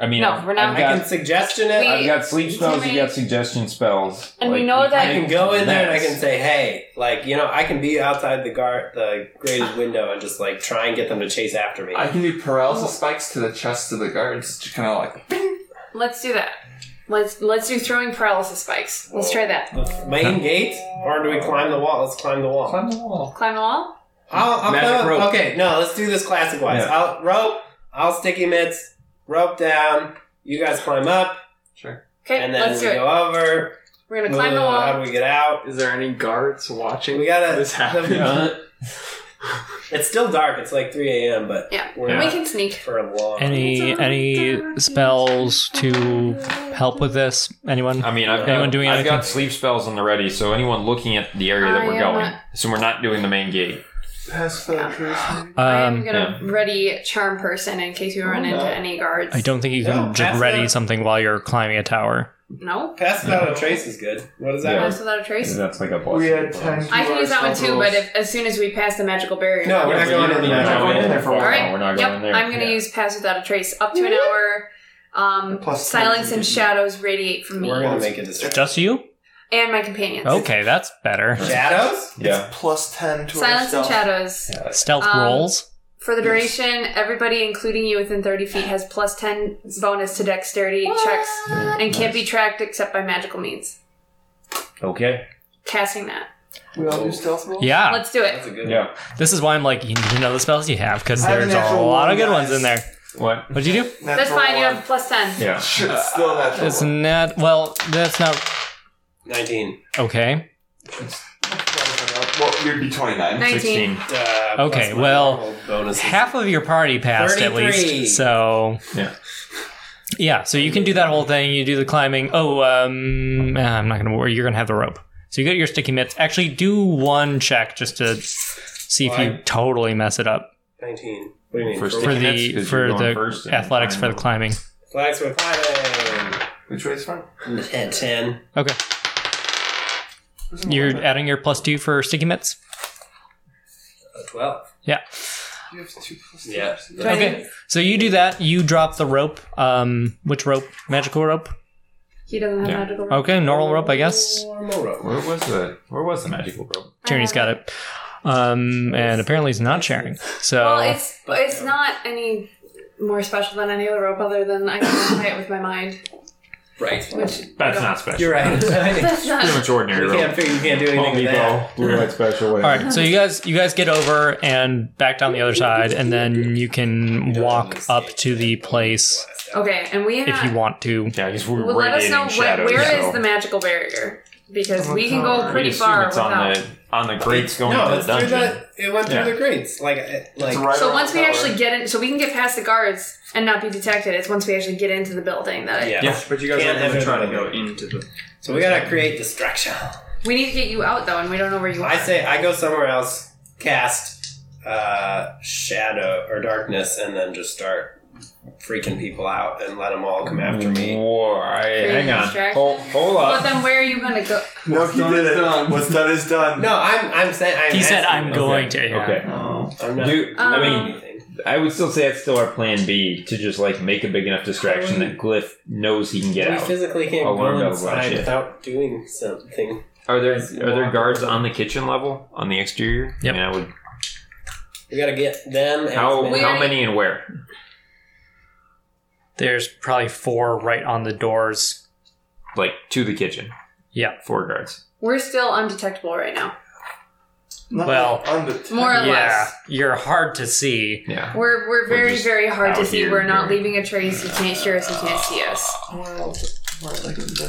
E: I mean,
F: No, we're not.
E: I've
B: I
E: got-
B: can suggestion it.
F: We-
E: I've got sleep
F: Too
E: spells. You
F: many-
E: got suggestion spells.
F: And we know that-
B: I can go in there and I can say, "Hey, like you know, I can be outside the guard, the grated window, and just like try and get them to chase after me."
K: I can do paralysis spikes to the chest of the guards to kind of like.
F: Let's do that. Let's let's do throwing paralysis spikes. Let's try that.
B: The main gate, or do we climb the wall? Let's climb the wall.
K: Climb the wall.
F: Climb the wall.
B: I'll, I'll
D: Magic
B: climb-
D: rope.
B: Okay, no, let's do this classic wise. I'll rope. I'll sticky mitts. Rope down. You guys climb up,
F: Okay,
B: and then
F: let's
B: we
F: do it.
B: go over.
F: We're gonna climb the
B: Uh, How do
F: wall.
B: we get out?
D: Is there any guards watching?
B: We gotta.
D: this happen.
B: It's still dark. It's like 3 a.m., but
F: Yeah.
B: we're
F: We
B: not
F: can sneak.
B: for a long.
A: Any any spells to help with this? Anyone?
E: I mean, I've
A: Anyone
E: got,
A: doing
E: I've
A: anything?
E: got sleep spells on the ready, so anyone looking at the area that
F: I
E: we're
F: am
E: going,
F: not-
E: so we're not doing the main gate.
K: Pass the tracer.
F: I'm
A: Um,
F: gonna ready charm person in case we run into any guards.
A: I don't think you can
B: No,
A: just
B: that's
A: ready
B: it.
A: something while you're climbing a tower.
F: No.
B: Pass without a trace is good. What is that?
F: Pass without a trace.
E: That's like a plus.
K: We had 10.
F: I can use that one too,
K: rolls.
F: but if, as soon as we pass the magical barrier.
B: No, we're not going in
E: We're not
B: there.
E: going in there for a
F: All
E: while.
F: right.
E: We're not
F: yep.
E: going there.
F: I'm gonna use pass without a trace up to an hour. Um,
K: Plus
F: silence
K: ten.
F: and shadows radiate from me
B: We're gonna make a distraction.
A: Just you?
F: and my companions.
A: Okay, that's better.
B: Shadows?
E: Yeah.
K: Plus 10 to our
F: Silence and
K: stealth.
F: shadows.
A: Stealth
F: Um,
A: rolls.
F: For the duration, everybody, including you within 30 feet, has plus 10 bonus to dexterity checks and can't be tracked except by magical means.
E: Okay.
F: Casting that.
K: We all do stealth rolls?
A: Yeah,
F: Let's do it.
B: That's a good
E: Yeah.
A: this is why I'm like you need to know the spells you have because
K: I have a
A: there's a
K: natural
A: lot of
K: one,
A: good ones
K: guys.
A: in there.
E: What?
A: What'd you do?
F: That's fine, you have plus 10.
E: Yeah.
K: Shit, it's still natural.
A: It's not well. That's not
B: 19.
A: okay.
K: well, you'd be 29.
F: 19.
E: 16.
B: Uh,
A: Okay,
B: plus my
A: well,
B: normal bonuses.
A: Half of your party passed at
B: 33.
A: least, so
E: Yeah.
A: yeah. So you can do that whole thing. You do the climbing. Oh, um, ah, I'm not gonna worry. You're gonna have the rope. So you get your sticky mitts. Actually, do one check just to see if you
B: Why?
A: totally mess it up
B: 19. What do you mean?
E: For
B: For
E: stick-
A: for
E: Sticky
A: the
E: mitts, 'cause
A: for
E: you're going
A: the
E: first and
A: athletics for the
E: climbing.
A: climbing.
B: Flags for climbing.
K: Which way is front?
B: At 10.
A: Okay. You're adding your plus two for sticky mitts.
B: A 12.
A: Yeah.
K: You have two plus
B: Yeah.
A: Okay. So you do that. You drop the rope. Um, which rope? Magical rope.
F: He doesn't have magical.
A: Okay, normal rope, I guess.
B: Normal rope.
E: Where was the Where was the magical rope?
A: Tierney's got it. Um, and apparently he's not sharing. So
F: Well, it's, it's not any more special than any other rope other than I can play it with my mind.
B: Right.
F: Which
E: That's not special.
B: You're right. you
F: that's not.
E: It's ordinary rope.
B: can't figure, you can't do anything with that.
E: Blue light special.
A: all right. So you guys, you guys get over and back down the other side, and then you can walk up to the place
E: Oh,
F: Okay, and we have.
A: if you want to.
E: Yeah, I guess we're
F: Well, let us
E: radiating
F: know wh-
E: shadows.
F: where is
E: so
F: the magical barrier because we can
K: tower.
F: go
E: we
F: pretty
E: assume
F: far
E: it's on
F: without.
E: the on the grates going
B: No,
E: into
B: it's
E: the
B: through
E: dungeon.
B: the it went through
E: Yeah.
B: the grades. Like it- like
C: It's right
F: So
C: around
F: once
C: the
F: we
C: tower.
F: actually get in, so we can get past the guards and not be detected. It's once we actually get into the building that I,
B: yeah.
E: Yeah.
G: But you guys
B: Can't
G: are going to
B: have
G: try to go
B: everybody.
G: into the.
B: So we gotta create distraction.
F: we need to get you out though, and we don't know where you are.
B: I say I go somewhere else, cast uh, shadow or darkness, and then just start freaking people out and let them all come after me.
E: Whoa, I- hang on.
F: distraction?
E: Hold, hold
F: but
E: up.
F: then where are you going to go?
C: No, he did it. What's done is done.
B: No, I'm I'm saying I'm
A: He said,
B: asking
A: "I'm
B: them.
A: going to." yeah.
E: Okay.
B: I'm not
E: Dude, I
F: Um,
E: mean,
B: doing anything.
E: I would still say that's still our plan B to just like make a big enough distraction that Glyph knows he can get
B: We
E: out.
B: physically can't
E: Alarm
B: go
E: bells, that
B: inside
E: shit.
B: without doing something.
E: Are there are there guards on the kitchen level on the exterior?
A: Yep.
E: I mean, I would.
B: We gotta get them. and
E: How
B: them.
E: how many and where?
A: There's probably four right on the doors.
E: Like to the kitchen.
A: Yeah.
E: Four guards.
F: We're still undetectable right now,
C: Not
A: Well,
C: undetected.
F: more
A: Yeah,
F: or less.
A: you're hard to see.
E: Yeah.
F: We're we're very
E: just
F: very hard to
E: out
F: see.
E: here,
F: We're not
E: very-
F: leaving a trace. You can't hear us. You can't see us.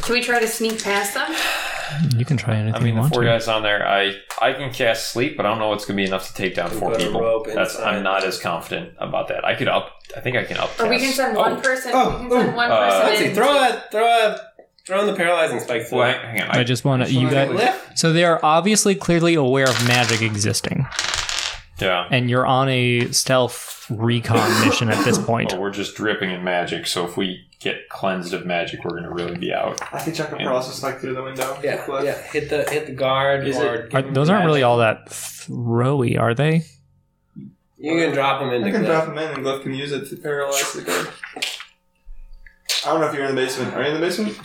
F: Can we try to sneak past them?
A: You can try anything
E: I mean, the four guys on there, I I can cast sleep, but I don't know what's gonna be enough to take down four
B: got a
E: people.
B: rope
E: That's I'm
B: inside.
E: not as confident about that. I could up. I think I can up.
F: Or we can
E: cast-
F: send one
E: Oh,
F: person.
B: Oh,
F: we can send
B: oh,
F: one
E: uh,
F: person.
B: Let's see.
F: in.
B: Throw a throw a throw in the paralyzing spike.
E: Well, hang- hang on. I,
A: I just want to. You guys.
B: Lift.
A: So they are obviously clearly aware of magic existing,
E: yeah.
A: and you're on a stealth recon mission at this point.
E: Well, we're just dripping in magic, so if we get cleansed of magic, we're gonna really be out.
C: I can chuck a process like through the window.
B: Yeah,
C: Cliff.
B: yeah. Hit the hit the guard.
G: Is
B: or
A: Are, those aren't really all that throwy, are they?
B: You can drop them into.
C: I can
B: the-
C: drop him in, and Glyph can use it to paralyze the guard. I don't know if you're in the basement. Are you in the basement?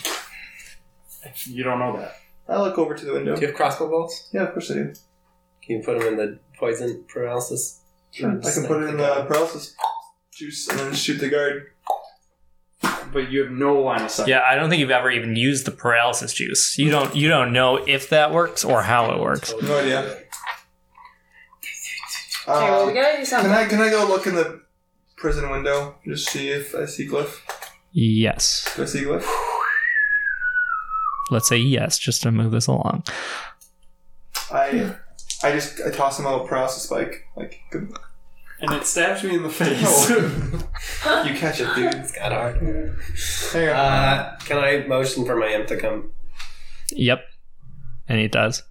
G: You don't know that.
C: I look over to the window.
B: Do you have crossbow bolts?
C: Yeah, of course I do.
B: Can you put them in the poison paralysis?
C: Sure. I can put it in the paralysis juice and then shoot the guard.
G: But you have no line of sight.
A: Yeah, I don't think you've ever even used the paralysis juice. You don't. You don't know if that works or how it works.
C: No idea.
F: Okay, well, we
C: Um,
F: gotta do
C: can
F: something.
C: I can I go look in the prison window just see if I see Glyph?
A: Yes.
C: Do I see Glyph?
A: Let's say yes, just to move this along.
C: I I just I toss him a little paralysis spike. Like good luck.
G: And it stabs me in the face.
C: you catch it, dude.
B: It's got hard.
C: Hang on.
B: Uh, can I motion for my imp to come?
A: Yep. And it does.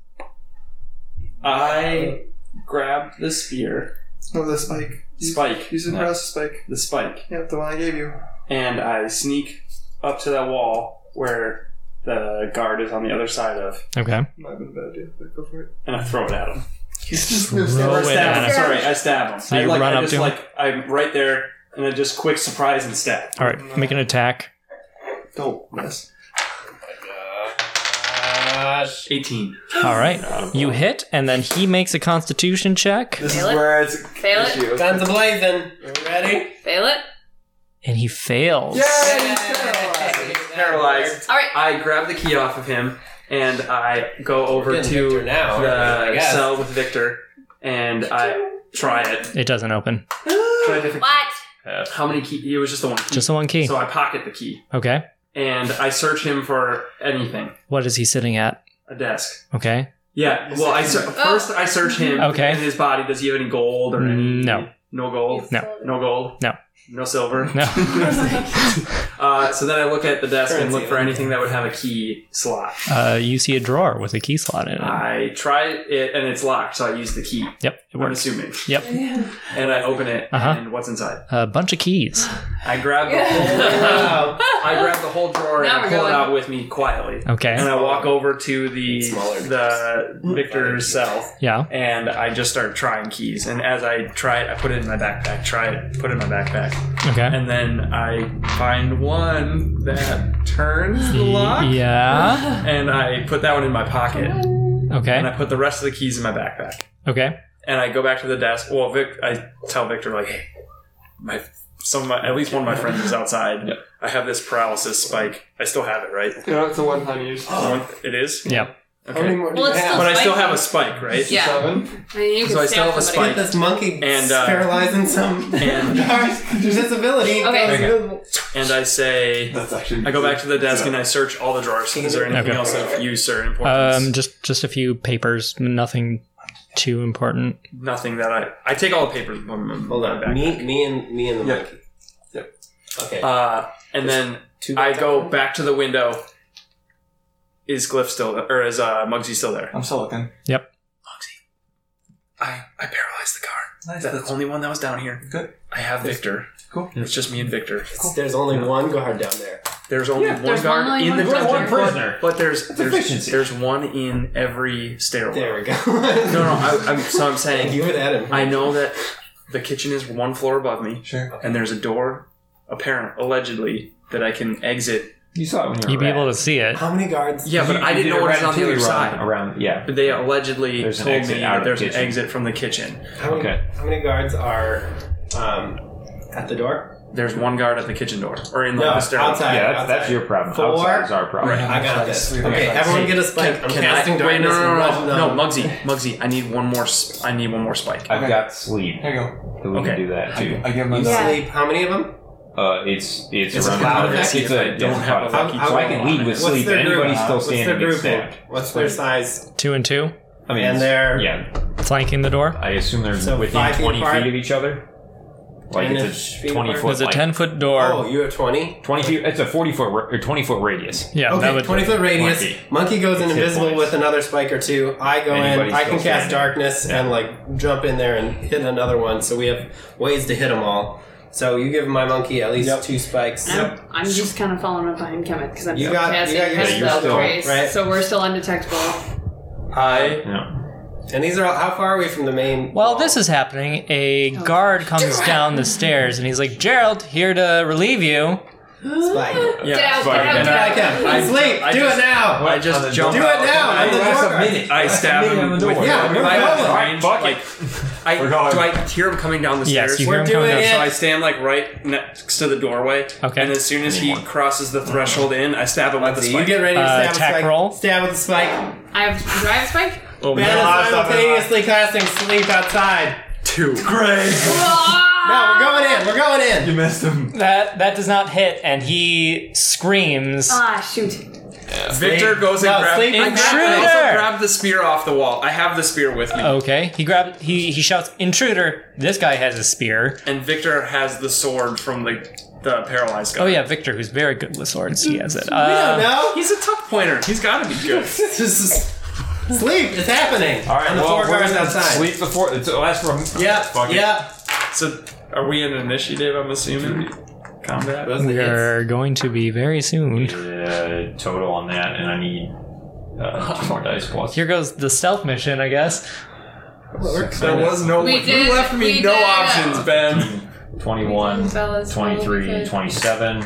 G: I grab the spear,
C: no, the spike.
G: spike,
C: Use the paralysis spike.
G: the spike,
C: Yep, the one I gave you.
G: and I sneak up to that wall where the guard is on the other side of,
A: Okay.
C: Might have been a bad idea, but go for it.
G: and I throw it at him.
C: He's just
A: Throw it
G: stab
A: at
G: him.
A: him.
G: Sorry, I stab him.
A: So
G: I,
A: you
G: like,
A: run
G: I
A: up
G: just,
A: to him?
G: like I'm right there, and I just quick surprise and stab.
A: All right. Make an attack.
C: Don't mess.
B: Gosh.
G: 18.
A: All right. You hit, and then he makes a Constitution check,
C: This
F: Fail
C: is
F: it?
C: where it's
F: Fail it.
C: issue.
B: Guns blazing. You ready?
F: Fail it.
A: and he fails.
G: Paralyzed.
F: All right.
G: I grab the key off of him, and I go
B: We're
G: over
B: getting
G: to
B: Victor now,
D: uh,
B: I
G: the
B: guess.
G: cell with Victor, and I try it.
A: It doesn't open.
G: Try a different.
F: What?
G: How many key? It was just the one. Key.
A: Just the one key.
G: So I pocket the key,
A: Okay.
G: and I search him for anything.
A: What is he sitting at?
G: A desk.
A: Okay.
G: Yeah. Well, I
F: Oh.
G: ser- first I search him.
A: Okay.
G: And his body. Does he have any gold or any?
A: No.
G: Oh, No gold.
A: No.
G: No gold.
A: No.
G: No silver.
A: No.
G: Uh, so then I look at the desk and look
B: Currency.
G: for anything that would have a key slot.
A: Uh, you see a drawer with a key slot in it.
G: I try it and it's locked, so I use the key.
A: Yep. It
G: I'm
A: works.
G: assuming.
A: Yep.
G: And I open it,
A: Uh-huh.
G: and what's inside?
A: A bunch of keys.
G: I grab the whole,
B: Wow.
G: I grab the whole drawer and
F: Now
G: I
F: we're
G: pull
F: going.
G: it out with me quietly. And
A: Okay.
G: I walk over to the
B: Smaller
G: the Victor's cell,
A: Yeah.
G: and I just start trying keys. And as I try it, I put it in my backpack. Try it, put it in my backpack,
A: Okay.
G: and then I find one that turns the lock,
A: Yeah.
G: and I put that one in my pocket, and
A: Okay.
G: I put the rest of the keys in my backpack.
A: Okay.
G: and I go back to the desk. Well, Vic, I tell Victor like, hey, my some of my, at least one of my friends is outside. I have this paralysis spike. I still have it, right?
C: You know, it's a one-time use.
G: It is.
A: Yep.
B: How many more do
L: Well,
B: you
L: it's
B: have?
L: still-
D: But I still have a spike, right?
L: Yeah.
B: Seven?
F: I mean, you can
D: So I
L: stab
D: still have a
L: somebody.
B: Get
D: spike.
B: this monkey
D: And, uh,
B: paralyzing some
D: And
B: this ability.
F: Okay.
D: and I say
K: That's actually.
D: I go back to the desk and I search all the drawers. Is there anything
A: Okay.
D: else of use or importance?
A: Um, just just a few papers, nothing too important.
D: Nothing that I I take all the papers. Hold
B: Hold on. Me, me and me and the monkey. Okay.
D: Uh, and then
B: Two
D: I
B: guys
D: go
B: out?
D: back to the window. Is Glyph still or is uh, Muggsy still there?
C: I'm still looking.
A: Yep.
D: I, I paralyzed the car. Nice. That's the only one that was down here.
C: Good.
D: I have Victor. Cool. It's just me and Victor.
B: There's only one guard down there.
D: There's only one
F: there's
D: guard
F: only
D: in
F: one
D: the
F: guard.
D: dungeon,
F: One
E: prisoner.
D: but there's there's, there's one in every stairwell.
B: There we go.
D: No, no. I, I'm, so I'm
B: Thank
D: saying
B: you for that. Adam.
D: I know that the kitchen is one floor above me,
C: Sure.
D: and there's a door, apparent allegedly, that I can exit.
E: You saw it when you were
A: You'd be
E: a rat.
A: able to see it.
B: How many guards?
D: Yeah, but
E: You-
D: I
E: you
D: didn't
E: did
D: know
E: a
D: what was on the
E: ratatouille
D: other
E: run
D: side.
E: Around, yeah.
D: But they allegedly
E: There's an
D: told
E: exit
D: me
E: out
D: that
E: of
D: there's
E: the
D: an
E: kitchen.
D: exit from the kitchen.
B: How many,
E: Okay.
B: How many guards are um, at the door?
D: There's one guard at the kitchen door, or in like,
B: No,
D: the stairwell.
B: outside.
E: Yeah, that's, that's your problem.
B: Four.
E: Outside is our problem.
B: I got this. Okay,
D: Hey,
B: everyone get a spike. I'm
D: Can
B: casting
D: I, wait,
B: darkness
D: no, no,
B: and
D: no,
B: rushing
D: no, no,
B: on.
D: Mugsy, Mugsy. I need one more. Sp- I need one more spike.
E: I've got sleep.
C: There you go.
E: So we
D: Okay.
E: can do that too.
C: I give him
B: You
C: a.
F: Yeah.
B: sleep. How many of them?
E: Uh, it's it's,
B: It's
E: around
B: a cloud
E: the corner.
B: effect?
E: It's a,
D: If I
E: it's
D: don't
E: a
D: have
E: cloud
D: a
E: effect.
D: lucky
E: so I
D: draw
E: can
D: on
E: lead
D: it.
E: with sleep, and anybody's still
B: What's
E: standing
B: their
E: gets
B: group?
E: stabbed.
B: What's their size?
A: Two and two,
E: I mean,
B: And
E: it's-
B: they're-
E: yeah.
A: flanking the door.
E: I assume they're
B: So
E: within
B: five feet
E: twenty
B: apart?
E: feet of each other. Like it's
B: Ten-ish feet
E: a twenty
B: apart?
E: foot.
A: There's a
E: like,
A: ten foot door.
B: Oh, you have 20?
E: Twenty feet. It's a forty foot ra- or twenty foot radius.
A: yeah, that
B: Okay,
A: would
B: 20 foot radius.
E: Monkey.
B: Monkey goes in
E: It's hit
B: invisible
E: points.
B: with another spike or two. I go
E: Anybody's
B: in, I can
E: still
B: cast
E: standing.
B: darkness and like jump in there and hit another one. So we have ways to hit them all. So you give my monkey at least two spikes.
L: Yep.
F: I'm just kind of following up behind Kemet because I'm
B: You
F: still
B: got- you
F: casting
B: got your
F: Hell's
E: spell,
F: Spell
E: right?
F: Grace, so we're still undetectable.
D: I
E: Yeah.
B: And these are all, how far are we from the main?
A: While
B: wall?
A: this is happening, a guard comes down the stairs and he's like, Gerald, here to relieve you.
B: spike.
D: yeah,
F: get out,
E: fine.
F: get out,
D: And
F: get
D: I-
B: I
F: out.
B: can. Sleep.
D: I
B: do
D: just-
B: it now.
D: I just jump.
B: Do it
D: out.
B: now.
D: I,
B: on the
E: That's
B: door.
E: a minute.
D: I stab
E: That's a minute
D: him
E: on the door.
D: with
B: Yeah, we're
D: my
B: going.
D: mind. Like, I do I hear him coming down the
A: Yes,
D: stairs.
A: you
B: We're
A: hear him coming
B: doing
A: down.
D: So I stand like right next to the doorway.
A: Okay.
D: And as soon as he crosses the threshold in, I stab him with the
B: So you
D: spike.
B: get ready to
A: Uh,
B: stab
A: attack
B: with spike.
A: roll.
B: Stab with the spike.
F: I have do I have spike?
D: oh,
B: Man
D: man.
B: is simultaneously casting sleep outside.
D: Two.
B: No,
F: Ah!
B: we're going in. We're going in.
K: missed him.
A: That, that does not hit, and he screams.
F: Ah, shoot.
D: Victor goes
B: No,
D: and grabs.
B: sleep.
D: I grab- I
A: Intruder!
D: also grab the spear off the wall. I have the spear with me,
A: Okay. He grabs. He he shouts, "Intruder! This guy has a spear."
D: and Victor has the sword from the the paralyzed guy.
A: Oh yeah, Victor, who's very good with swords, he has it.
B: No,
A: Uh,
B: no.
D: He's a tuck pointer. He's got to be good.
B: This is- sleep is happening.
E: All right.
B: And the
E: well,
B: four
E: we're
B: guards
E: gonna
B: outside.
E: Sleep before. It's the last room.
B: Yep.
E: Fuck it.
B: yep.
D: So, are we in initiative? I'm assuming combat.
B: Those are the
A: we
B: hits.
A: are going to be very soon.
E: Uh, total on that, and I need uh, two more dice plus.
A: Here goes the stealth mission, I guess.
K: There was no
F: We
K: one.
F: did.
K: You left me
F: we
K: no
F: did.
K: options, Ben.
E: 21,
F: Bella's
E: 23,
F: phone,
E: 27,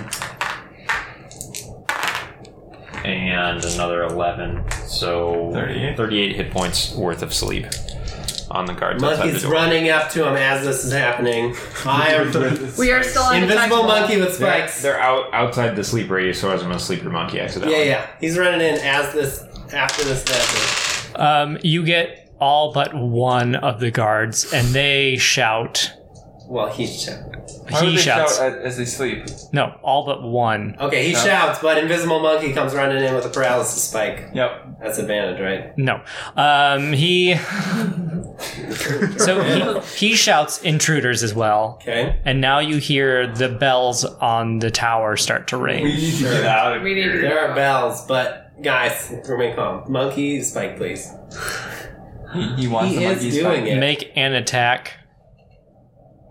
E: and another 11. So
K: 38.
E: 38 hit points worth of sleep on the guards outside the
B: Monkey's
E: door.
B: running up to him as this is happening. I am
F: We are still undetectable.
B: invisible monkey with
E: They're,
B: spikes.
E: they're out outside the sleep radius, so I was going to sleep your monkey accidentally.
B: Yeah, yeah. He's running in as this after this happens.
A: Um, you get all but one of the guards, and they shout.
B: Well, he shouts.
K: Why would
A: he
K: they
A: shouts.
K: shout at- as they sleep?
A: no, all but one.
B: Okay, he shouts, but invisible monkey comes running in with a paralysis spike.
K: Yep.
B: That's advantage, right?
A: No. Um, he. so he, he shouts intruders as well.
B: Okay.
A: And now you hear the bells on the tower start to ring.
K: need to get out of
F: We need to
B: There are bells, but guys, remain calm. Monkey spike, please.
K: He, he wants
B: He
K: the
B: is
K: monkey's
B: doing it.
A: Make an attack.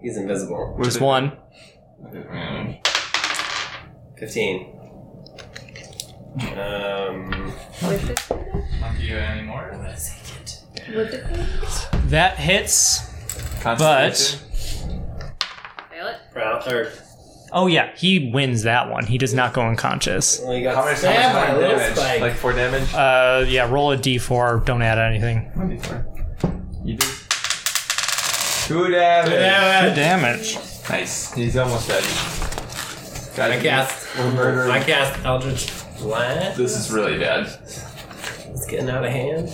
B: He's invisible.
A: Just one.
B: Fifteen. Um.
F: With this,
K: monkey anymore.
F: with this,
A: That hits.
K: Constitution.
F: fail it.
B: Proud, or,
A: Oh yeah, he wins that one. He does not go unconscious.
B: well, you got
K: how much, how much
B: stabbed by a little
K: damage?
B: spike.
K: Like four damage.
A: Uh, yeah, roll a d4. Don't add anything.
K: One before. You did. Two damage.
A: Good damage.
K: Nice. He's almost dead.
B: I cast.
K: We're murdering.
B: I cast Eldritch Blast.
K: This is really bad.
B: It's getting out of hand.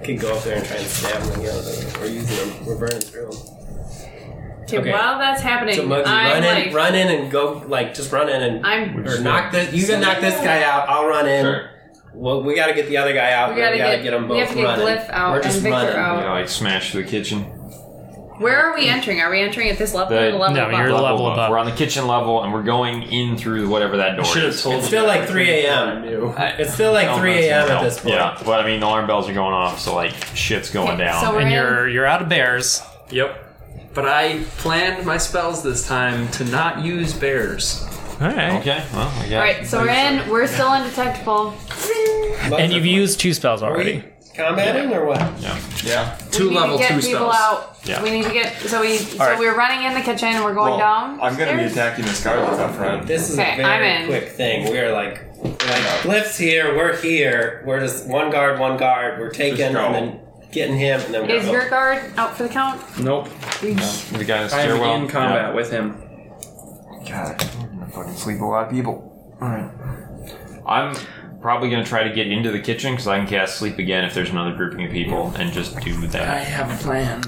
B: I could go up there and try and stab him again. but We're using them. We're burning through them.
F: Okay,
B: Okay.
F: while that's happening,
B: So Muggsy,
F: I'm
B: run in,
F: like,
B: run in, and go like just run in and
F: I'm.
B: or knock this. You can knock this guy out. I'll run in. Well, we got to get the other guy out.
F: We
B: but
F: gotta,
B: we gotta
F: get,
B: get them both
F: we have to get
B: running.
F: Glyph out
B: We're
F: and
B: just
F: Victor
B: running.
E: You
F: out.
E: know, like smash the kitchen.
F: Where are we entering? Are we entering at this level?
E: The-
F: or the level
A: No,
F: above?
A: you're
E: Level
A: level
E: above.
A: above.
E: We're on the kitchen level, and we're going in through whatever that door
A: Should have
E: is.
A: told
B: It's still like 3 a.m. It's still
K: Oh,
B: like 3 a.m. at this point.
E: Yeah, but I mean, the alarm bells are going off, so like shit's going
F: Okay,
E: down.
F: so we're
A: and
F: in-
A: you're you're out of bears.
D: Yep. But I planned my spells this time to not use bears.
A: All right.
E: okay, well, I guess.
F: All right, so we're in. We're still undetectable.
A: And you've used two spells already.
B: Combating or what?
C: Yeah.
D: Two
F: we need
D: level
F: to get
D: two
F: people
D: spells.
F: out.
E: Yeah.
F: We need to get so we so
A: right.
F: we're running in the kitchen. and We're going
C: Well,
F: down.
C: I'm gonna be
F: stairs?
C: attacking this guy with that friend.
B: This is
F: Okay,
B: a very
F: I'm in.
B: quick thing. We are like, like Glyph's here, we're here, we're just one guard, one guard, we're taking and
C: Just go.
B: then getting him and then
F: Is
B: we're
F: your guard out for the count?
D: Nope.
E: The guy in the
D: I am
E: stairwell.
D: in combat with him.
E: God, I'm gonna fucking sleep a lot of people. Alright. I'm probably gonna try to get into the kitchen because I can cast sleep again if there's another grouping of people and just do that.
D: have a plan.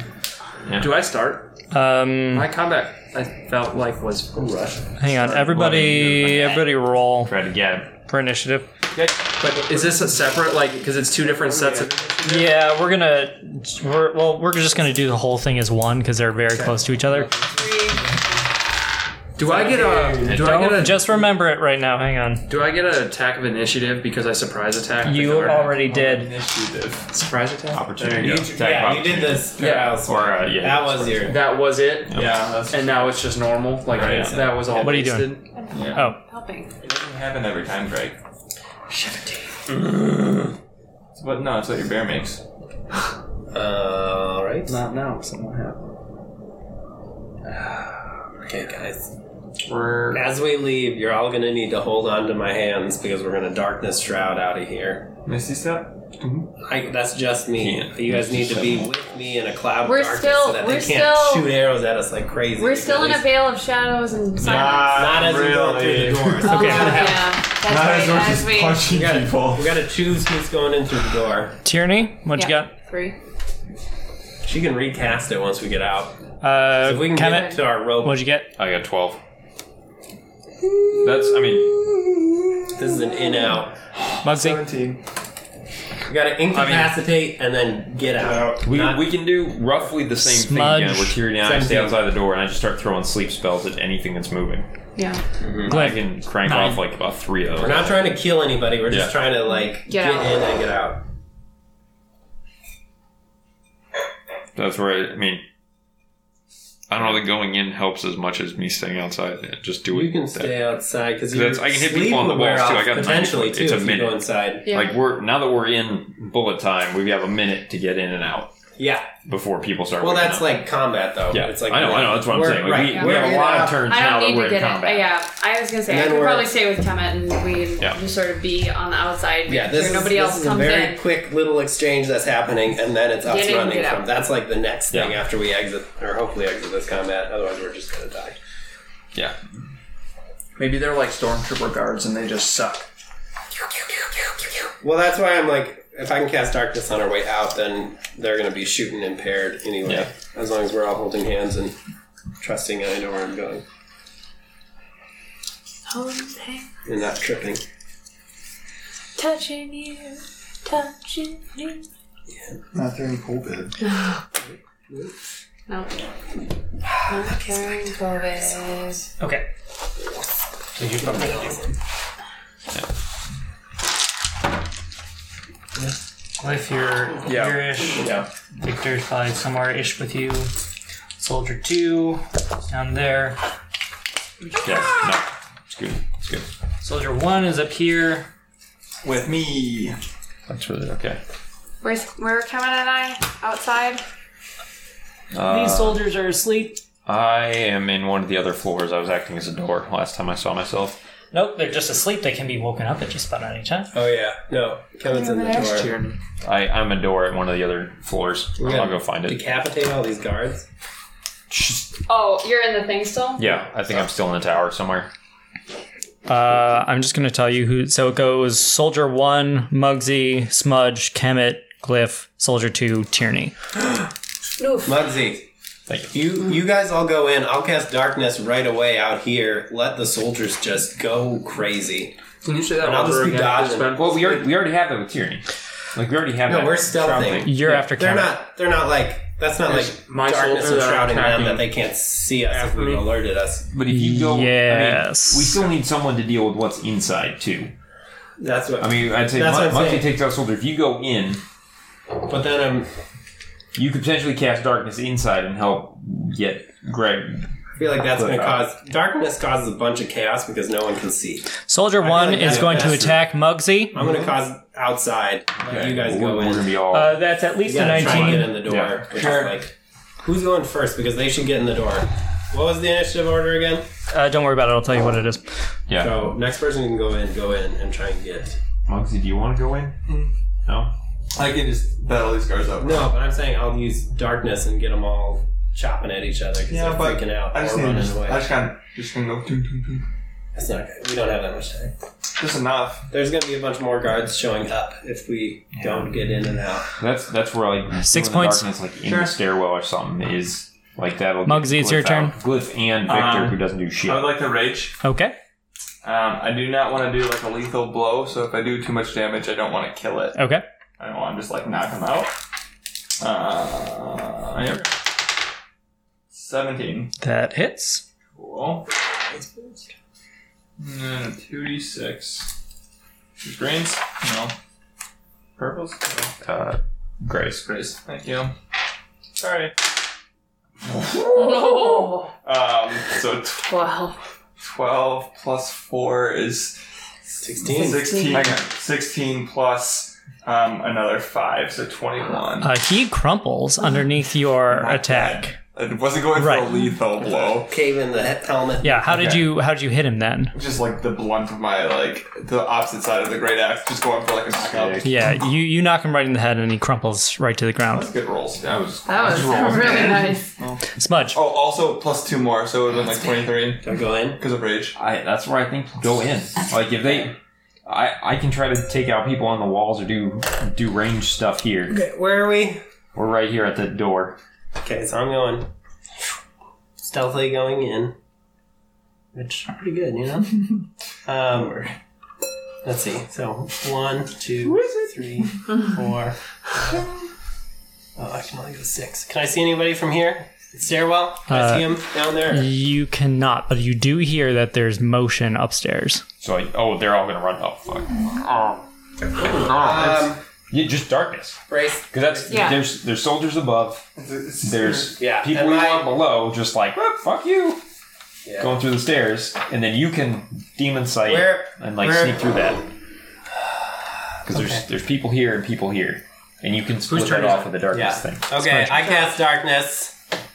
E: Yeah.
D: Do I start?
A: Um,
D: My combat, I felt like was
A: hang on, everybody, everybody, roll
E: Try to get.
A: for initiative.
D: But is this a separate, like, because it's two different sets of.
A: Yeah, we're gonna, we're well, we're just gonna do the whole thing as one because they're very close to each other.
D: Do I get a? Do I get
A: Don't
D: a?
A: Oh, just remember it right now. Hang on,
D: do I get an attack of initiative because I surprise attack? the
A: you
D: guard?
A: already did.
C: Initiative.
D: surprise attack.
E: Opportunity.
B: You,
E: attack
B: yeah, you
E: opportunity.
B: did this.
D: Yeah.
B: Yeah,
E: Or, uh, yeah.
B: that was your.
D: That was it,
C: Yeah, that's
D: and now it's just normal. Like
E: Right.
D: it's- that was all.
A: What are you
D: wasted.
A: Oh,
F: Helping.
C: it doesn't happen every time, Greg. Seventeen. But no, it's what your bear makes.
B: Uh, all right.
D: Not now. Something will happen.
B: Okay, guys.
D: We're
B: As we leave, you're all gonna need to hold on to my hands because we're gonna darkness shroud out of here.
C: Misty step?
B: I, that's just me.
E: Yeah.
B: you guys need to be with me in a cloud
F: We're
B: of darkness
F: still-
B: so that they
F: we're
B: can't
F: still-
B: shoot arrows at us like crazy.
F: We're still in a
B: because-
F: veil of shadows and silence.
B: Not as we go through the doors.
F: Oh,
A: Okay.
F: yeah. That's right. As we
C: punching
B: Yeah.
C: people.
B: We gotta choose who's going in through the door.
A: Tierney, what
F: Yeah.
A: you
F: three.
B: She can recast it once we get out.
A: got? Uh,
B: If we can
A: Kemet,
B: get it to our rope,
A: what'd you get?
E: I got 12. That's, I mean,
B: this is an in out.
A: Mugsy,
C: Seventeen.
B: We gotta incapacitate and then get out.
E: we,
B: Not-
E: we can do roughly the same
A: Smudge.
E: thing again. We're tearing down, I stay
B: Seventeen.
E: outside the door, and I just start throwing sleep spells at anything that's moving.
F: Yeah.
E: I
A: Glyph,
E: can crank off like about three of
B: we're
E: them.
B: not trying to kill anybody. We're just
E: Yeah.
B: trying to like
F: Get
B: get,
F: out.
B: in and get out.
E: That's where I, I mean, I don't know that going in helps as much as me staying outside. Just do it.
B: You can
E: that-
B: stay outside because
E: That's- I can hit people on the walls, too. I got
B: potentially
E: nine.
B: too
E: It's a
B: if you
E: minute.
B: go inside.
F: Yeah.
E: Like we're now that we're in bullet time, we have a minute to get in and out
B: Yeah.
E: before people start.
B: Well,
E: waking
B: that's
E: up.
B: like combat though.
E: yeah.
B: It's like
E: I know, I know. That's what I'm
B: we're-
E: saying. Like,
B: right,
E: we,
F: yeah.
E: we
B: we're
E: have a
B: in uh,
E: lot
B: and
E: of
B: out.
E: turns
F: I
E: now
F: don't
E: that
F: need
E: we're
F: to
E: in
F: get it.
E: combat.
F: Yeah, I was gonna say I
B: And then
F: could
B: we're-
F: probably stay with Kemet and we
E: Yeah.
F: just sort of be on the outside.
B: Yeah,
F: making
B: this
F: sure
B: is,
F: nobody
B: this
F: else
B: is
F: comes
B: a very
F: in.
B: quick little exchange that's happening, and then it's us
F: Get in,
B: running
F: get out.
B: from. That's like the next thing
E: Yeah.
B: after we exit, or hopefully exit this combat. Otherwise, we're just gonna die.
E: Yeah.
D: maybe they're like stormtrooper guards and they just suck.
B: Well, that's why I'm like, if I can cast darkness on our way out, then they're gonna be shooting impaired anyway.
E: Yeah.
B: As long as we're all holding hands and trusting, I know where I'm going
F: Something
B: and not tripping.
F: touching you, touching you.
K: Not during COVID.
F: No. Not during COVID.
A: okay. Glyph, you're
D: Yeah.
A: you're ish.
D: Yeah.
A: Victor's probably somewhere ish with you. Soldier two down there.
E: Yeah.
C: Ah!
E: No. It's good. It's good.
A: Soldier one is up here.
C: With me.
E: That's really okay.
F: Where's where are Kemet and I outside?
A: These soldiers are asleep.
E: I am in one of the other floors. I was acting as a door last time I saw myself.
A: Nope, they're just asleep. They can be woken up at just about any time.
B: Oh yeah, no, Kevin's in the door.
E: I, I'm a door at one of the other floors. I'll go find it.
B: Decapitate all these guards.
F: Oh, you're in the thing still.
E: Yeah, I think I'm still in the tower somewhere.
A: Uh, I'm just going to tell you who. So it goes Soldier 1, Muggsy, Smudge, Kemet, Glyph, Soldier 2, Tierney.
B: Muggsy. Thank you. You you guys all go in. I'll cast darkness right away out here. Let the soldiers just go crazy.
D: Can you say that
B: And I'll
D: over
B: just be
D: again?
B: dodging.
D: Ben?
E: Well, we already, we already have that with Tyranny. Like, we already have
B: No,
E: that.
B: we're stealthing.
A: You're after
B: They're
A: Kemet.
B: not. They're not like. That's not like
D: my
B: darkness
D: soldiers are
B: shrouding them
D: attacking
B: that they can't see us if
D: after
B: we
D: me.
B: alerted us.
E: But if you
A: Yes.
E: go, I mean, we still need someone to deal with what's inside too.
B: That's what.
E: I mean, I'd say
B: That's what I'm
E: Monkey
B: saying.
E: takes out soldier. If you go in,
B: but then I'm.
E: you could potentially cast darkness inside and help get Greg.
B: I feel like that's going to
E: Look, I-
B: cause darkness causes a bunch of chaos because no one can see.
A: Soldier
B: feel
A: 1
B: like
A: is
B: that
A: going to
B: bastard-
A: attack Muggsy.
B: I'm going
D: Mm-hmm.
B: to cause outside. Let you guys
E: we're,
B: go
E: we're
B: in.
E: gonna be all.
A: Uh, that's at
B: You
A: least a
B: gotta try and get
A: 19.
B: in the door.
E: Yeah.
B: Which is like, who's going first? Because they should get in the door. What was the initiative order again?
A: Uh, don't worry about it. I'll tell you what it is.
E: yeah.
B: So next person can go in, go in, and try and get.
E: Muggsy, do you want to go in? No.
C: I can just battle these guys up.
B: No, but I'm saying I'll use darkness and get them all chopping at each other because
C: Yeah,
B: they're
C: but
B: freaking out
C: I just
B: or
C: need to
B: running
C: just,
B: away.
C: I just kind of just gonna go toon, toon, toon.
B: That's not good. We don't have that much time.
C: just enough.
B: There's going to be a bunch more guards showing up if we don't get in and out.
E: That's that's where like
A: Six
E: doing the
A: points.
E: Darkness, like in the stairwell or something is like that'll.
A: Muggsy, it's
E: Glyph
A: your
E: out.
A: turn.
E: Glyph and Victor,
C: Um,
E: who doesn't do shit.
C: I would like to rage.
A: Okay.
C: Um, I do not want to do like a lethal blow, so if I do too much damage, I don't want to kill it.
A: Okay.
C: I don't want to just like knock him out. Uh, here we go. Seventeen.
A: That hits.
C: Cool. And then mm, two d six. Greens? No. Purples? No.
E: uh, Grace.
C: Grace. Thank you. Sorry. Um, so tw-
F: Oh, Wow.
C: 12 plus 4 is
B: 16.
C: 16. 16 plus um, another 5, so 21.
A: Uh, he crumples underneath your
C: Not
A: attack.
C: bad. It wasn't going
A: Right.
C: for a lethal blow.
B: Cave in the he- helmet.
A: Yeah. How did
C: Okay.
A: you how did you hit him then?
C: Just like the blunt of my, like, the opposite side of the great axe, just going for like a knockout.
A: Yeah. You you knock him right in the head and he crumples right to the ground.
C: That's good rolls.
E: That was
F: That was really nice.
A: Smudge.
C: Oh, also plus 2 more, so it would have been like 23
B: Do I go in?
C: because of rage.
E: I, that's where I think go in. Like if they, I I can try to take out people on the walls or do do range stuff here.
B: Where are we?
E: We're right here at the door.
B: Okay, so I'm going stealthily going in, which is pretty good, you know. Um, let's see. So one, two, three, four. five. Oh, I can only go six. Can I see anybody from here? Stairwell. Can I see him down there?
A: You cannot, but you do hear that there's motion upstairs.
E: So I, oh, they're all gonna run. Oh fuck!
B: Um,
E: Yeah, just darkness.
B: brace.
E: Because that's
F: Yeah.
E: there's there's soldiers above. There's
B: Yeah,
E: people
B: and
E: you
B: my-
E: want below. Just like "Ah, fuck you,
B: Yeah.
E: going through the stairs, and then you can demon sight
B: Where-
E: and like
B: where-
E: sneak through that. Because there's there's people here and people here, and you can split
D: turn
E: that
D: is
E: off with the darkness
B: Yeah.
E: thing.
B: Okay, I cast darkness.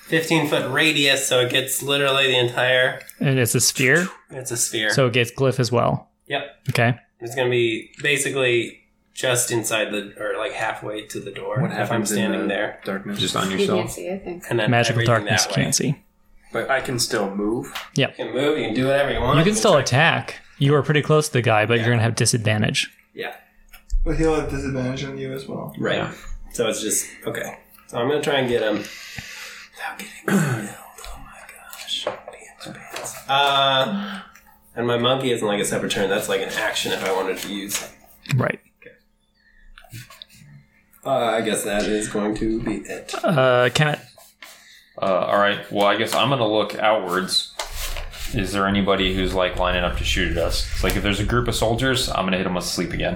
B: 15 foot radius, so it gets literally the entire.
A: And it's a sphere,
B: It's a sphere.
A: so it gets glyph as well.
B: Yep.
A: Okay.
B: It's gonna be basically just inside the or like halfway to the door
D: What
B: if I'm
D: happens in
B: standing
D: the
B: there.
D: Darkness.
E: Just on
F: You can't
E: yourself.
F: see, I think.
B: And then
A: Magical
B: everything
A: darkness
B: that way.
A: can't see.
D: But I can still move.
B: You can move, you can do whatever you want.
A: You can still attack. You were pretty close to the guy, but you're gonna have disadvantage.
B: Yeah.
C: But he'll have disadvantage on you as well.
B: Right. So it's just okay. So I'm gonna try and get him. Without getting killed. Oh my gosh. Pants, pants. Uh and my monkey isn't like a separate turn, that's like an action if I wanted to use.
A: Right.
B: Uh, I guess that is going to be it.
A: Uh, Kemet.
E: Uh, all right. Well, I guess I'm gonna look outwards. Is there anybody who's like lining up to shoot at us? It's like if there's a group of soldiers, I'm gonna hit them with sleep again.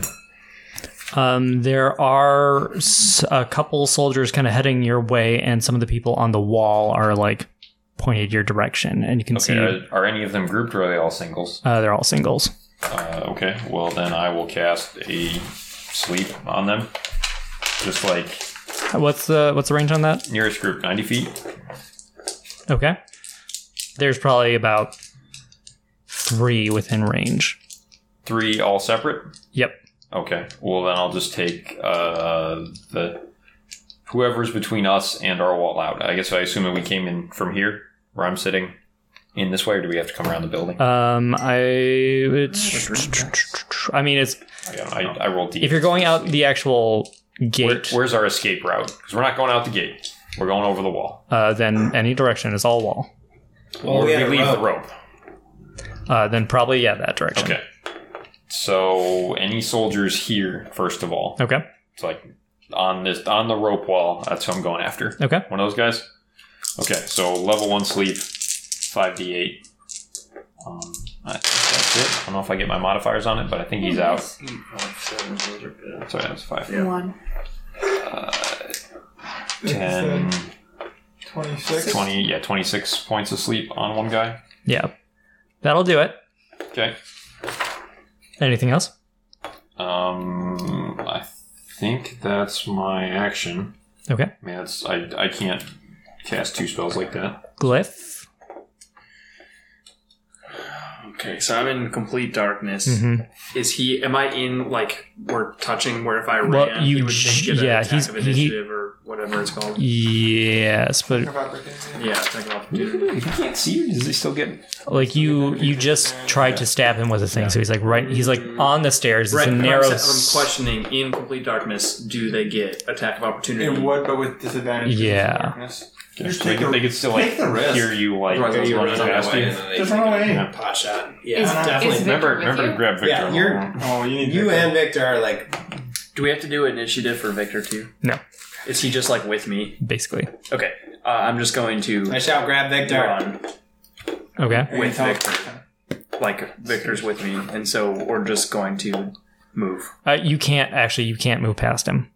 A: Um, there are s- a couple soldiers kind of heading your way, and some of the people on the wall are like pointed your direction, and you can
E: Okay.
A: see
E: Are, are any of them grouped or are they all singles?
A: uh, they're all singles.
E: Uh, okay, well then I will cast a sleep on them. Just like
A: Uh, What's the what's the range on that?
E: nearest group, ninety feet.
A: Okay. There's probably about three within range.
E: Three all separate.
A: Yep.
E: Okay. Well then I'll just take uh, the whoever's between us and our wall out. I guess I assume that we came in from here, where I'm sitting. in this way, or do we have to come around the building?
A: Um, I it's. I mean, it's
E: Yeah, I, I rolled deep.
A: if you're going out the actual
E: Where,
A: gate,
E: where's our escape route? Because we're not going out the gate. We're going over the wall.
A: uh, then any direction is all wall.
E: or
B: we
E: we
B: had a
E: leave the
B: rope.
E: rope.
A: Uh, then probably yeah, that direction.
E: Okay. So any soldiers here, first of all,
A: Okay.
E: it's like on this on the rope wall. That's who I'm going after.
A: Okay.
E: One of those guys. Okay, so level one sleep, five d eight. Um, I think that's it. I don't know if I get my modifiers on it, but I think he's out. Sorry, that was five. Uh,
F: One.
E: Ten.
K: 26.
E: 20, yeah, 26 points of sleep on one guy.
A: Yeah, that'll do it.
E: Okay.
A: Anything else?
E: Um, I think that's my action.
A: Okay.
E: I mean, that's I, I can't cast two spells like that.
A: Glyph.
D: Okay, so I'm in complete darkness.
A: hmm
D: Is he? Am I in like we're touching where if I ran,
A: Well, you
D: he would
A: j-
D: get an
A: yeah,
D: attack
A: he's-
D: of
A: he-
D: initiative or whatever it's called.
A: Yes, but
D: Yeah, attack of opportunity.
E: He can't see you. Does he still get?
A: like you, you just tried to stab him with a thing, so he's like right. He's like on the stairs. It's
D: Right,
A: a
D: but I'm
A: narrow.
D: sa- I'm
A: s-
D: questioning in complete darkness. Do they get attack of opportunity?
K: It would, but with disadvantage.
A: Yeah.
E: Just
K: take
E: they,
K: a-
E: they could still like
K: take the risk.
E: hear you like
K: Right,
E: running
K: you
B: Run
E: past
B: away
E: you.
B: and then they
K: Just
B: take
K: run
B: a
K: away.
B: pot shot. Yeah, definitely.
F: is Victor
E: Remember,
F: with
E: remember
F: you?
E: to grab Victor.
B: Yeah,
E: on the
B: you're-
E: wall.
K: Oh, you need
B: You
K: Victor.
B: and Victor are like
D: Do we have to do initiative for Victor too?
A: No.
D: Is he just like with me?
A: basically.
D: Okay, uh, I'm just going to
B: I shout grab Victor.
D: run
A: Okay.
D: with Victor. Like Victor's with me, and so we're just going to move.
A: Uh, you can't actually. You can't move past him.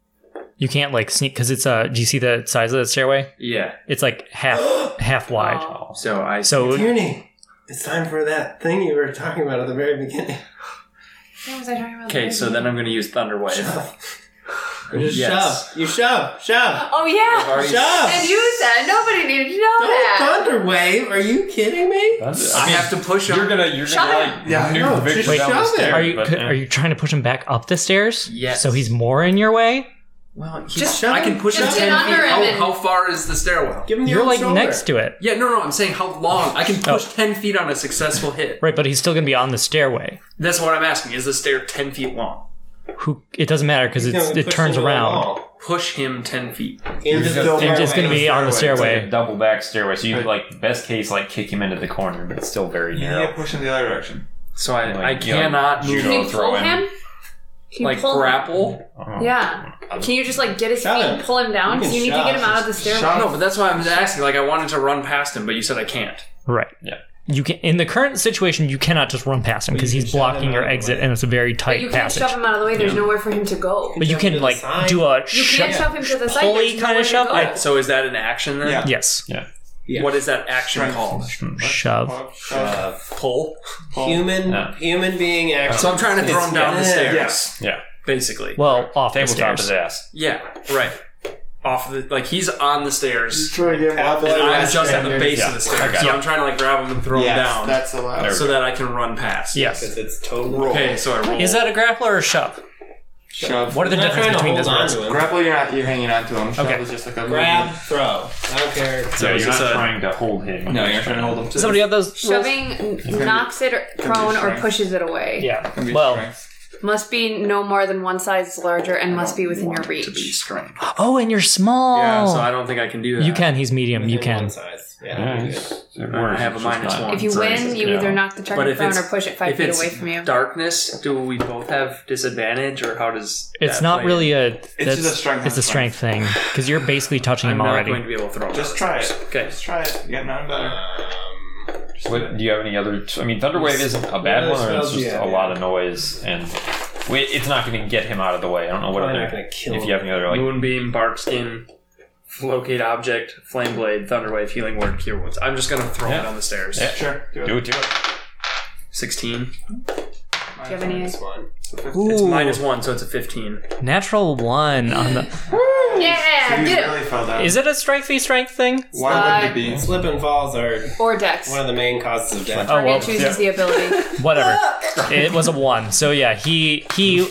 A: You can't like sneak because it's uh. Do you see the size of the stairway?
D: Yeah.
A: It's like half half wide.
F: Oh.
D: So I
A: So
B: Tierney, it's time for that thing you were talking about at the very beginning.
F: What was I talking about?
D: okay. So then I'm going to use Thunder Wave.
B: Just
D: Yes.
B: shove. You shove. Shove.
F: Oh yeah. And
B: Shove.
F: you said nobody needed to know
B: Don't
F: that.
B: thunder wave. Are you kidding me?
E: That's-
D: I have to push him.
E: You're gonna you're
F: Shove
E: gonna
F: it.
E: like
K: Yeah,
E: nuke
B: no,
E: Victor
B: just
E: down the
B: shove it.
E: stairs.
A: are you
E: but, uh,
A: could-
E: yeah.
A: are you trying to push him back up the stairs?
D: Yes.
A: So he's more in your way.
D: Well, he-
B: Just shove
D: I can
B: him.
D: push him
B: Just
D: ten
B: get
F: under
D: feet.
F: him
D: How,
F: and-
D: how far is the stairwell?
B: Give him your
A: You're
B: own
A: like
B: shoulder.
A: next to it.
D: Yeah, no, no. I'm saying how long I can push
A: Oh.
D: ten feet on a successful hit.
A: Right, but he's still gonna be on the stairway.
D: That's what I'm asking. Is the stair ten feet long?
A: Who it doesn't matter because
B: No,
A: it's it
B: push
A: turns
B: him to the
A: around.
B: wall.
D: Push him ten feet.
B: And just
K: still
B: go
A: And
K: Right,
A: it's
K: right,
A: gonna be on the
E: It's like
A: stairway.
E: a double back stairway, so you could, like best case like kick him into the corner, but it's still very
K: You
E: narrow.
K: need to push in the other direction.
D: So I,
E: Like,
D: I
E: you know,
D: cannot move.
E: judo
F: Can you
E: throw
F: pull
E: him.
F: him? Can you
D: like
F: pull him?
D: grapple.
E: Oh.
F: Yeah. Can you just like get his feet
B: Shove
F: and
B: him.
F: pull him down?
B: You can
F: Because you need to
B: shove.
F: get him out of the
B: Just
F: stairwell.
B: shove.
D: No, but that's why I'm asking. Like I wanted to run past him, but you said I can't.
A: Right.
E: Yeah.
A: You can in the current situation you cannot just run past him because
B: you
A: he's
B: can shove
A: blocking
B: him
A: your
B: out of the
A: exit
B: way.
A: and it's a very
F: But
A: tight
F: you can't
A: passage.
F: shove him out of the way. There's nowhere for him to go.
A: but you
B: Shove him to
A: can
B: the
A: like
B: side.
A: do a
F: You can't
A: sho-
F: shove him to the side.
A: pulley
F: There's
A: kinda
F: nowhere to
A: shove?
F: go.
A: I-
D: So is that an action then?
K: Yeah.
A: Yes.
E: Yeah.
B: Yeah.
D: What is that action
K: Right.
D: called?
A: Shove.
B: Shove.
D: Pull.
B: Human,
E: Yeah.
B: human being action.
D: So I'm trying to throw him down the
B: Yeah.
D: stairs.
K: Yes.
E: Yeah.
D: Basically.
A: Well, off the stairs.
E: Tabletop his ass.
D: yeah. Right. Off the like he's on the stairs.
K: Try to get him off the
D: And I'm
K: last
D: just at the
K: standard.
D: base
E: Yeah,
D: of the
E: I
D: stairs.
E: got
D: So
E: it.
D: I'm trying to like grab him and throw
K: Yes,
D: him down
K: that's allowed.
E: There we
D: so
E: go.
D: that I can run past.
A: Yes.
B: Because it's totally.
D: Okay, so I roll.
A: Is that a grappler or a shove?
K: Shove.
A: What are the
B: I'm not
A: differences
B: trying to
A: between
B: hold
A: those
B: on
A: words?
B: to him.
K: Grapple, you're not. You're hanging on to him. Shove
A: Okay.
K: is just like a
B: Grab, throw. I don't care.
E: So
D: is
E: you're
D: this
E: not
D: a-
E: trying to hold him.
K: No, you're trying to hold him. To
A: Somebody have those rules?
F: Shoving knocks it prone or
K: strength.
F: pushes it away.
A: Yeah.
K: Can be
A: Well
K: strength.
F: Must be no more than one size larger and must be within your reach.
D: strength?
A: Oh and you're small.
D: Yeah, so I don't think I can do that.
A: you can, he's medium, you
B: Within
A: can.
B: One size.
E: Yeah,
B: Yeah.
E: it's- it
D: I
E: works,
D: have a
E: it's just
D: minus
E: not-
D: one.
F: If you win, you
E: Yeah.
F: either knock the
D: But
F: target
D: if
F: prone
D: it's
F: or push it five
D: if
F: feet
D: it's
F: away from you.
D: darkness, do we both have disadvantage, or how does
A: It's
D: that
A: not
D: play?
A: really a. that's-
K: just a strength
A: It's
K: on
A: a strength thing because you're basically touching
D: I'm
A: him
D: not
A: already.
D: going to be able to throw.
K: Just
D: it.
K: try it.
D: Okay.
K: Just try it. You got none better.
E: What, do you have any other? I mean, Thunderwave isn't a bad
B: Yeah,
E: one, or it's
B: smells-
E: just
B: yeah,
E: a
B: yeah.
E: lot of noise, and we, it's not going to get him out of the way. I don't know what
B: Probably not
E: other.
B: gonna kill
E: If you have any other like,
D: Moonbeam, bark skin, locate object, flame blade, thunderwave, healing word, cure wounds. I'm just gonna throw
E: Yeah.
D: it down the stairs.
E: Yeah.
K: Sure. Do it.
E: do it, do it.
D: Sixteen.
F: Do you have any?
B: one.
D: It's
A: Ooh,
D: minus one, so it's a fifteen.
A: natural one on the.
F: Yeah,
K: You
F: get
K: really fell down.
A: Is it a strength v strength thing?
K: Why
F: Uh,
K: wouldn't it be?
B: Slip and falls are
F: it. Or dex.
B: one of the main causes of death.
A: Oh well,
F: Target chooses the ability.
A: whatever. It was a one. So yeah, he he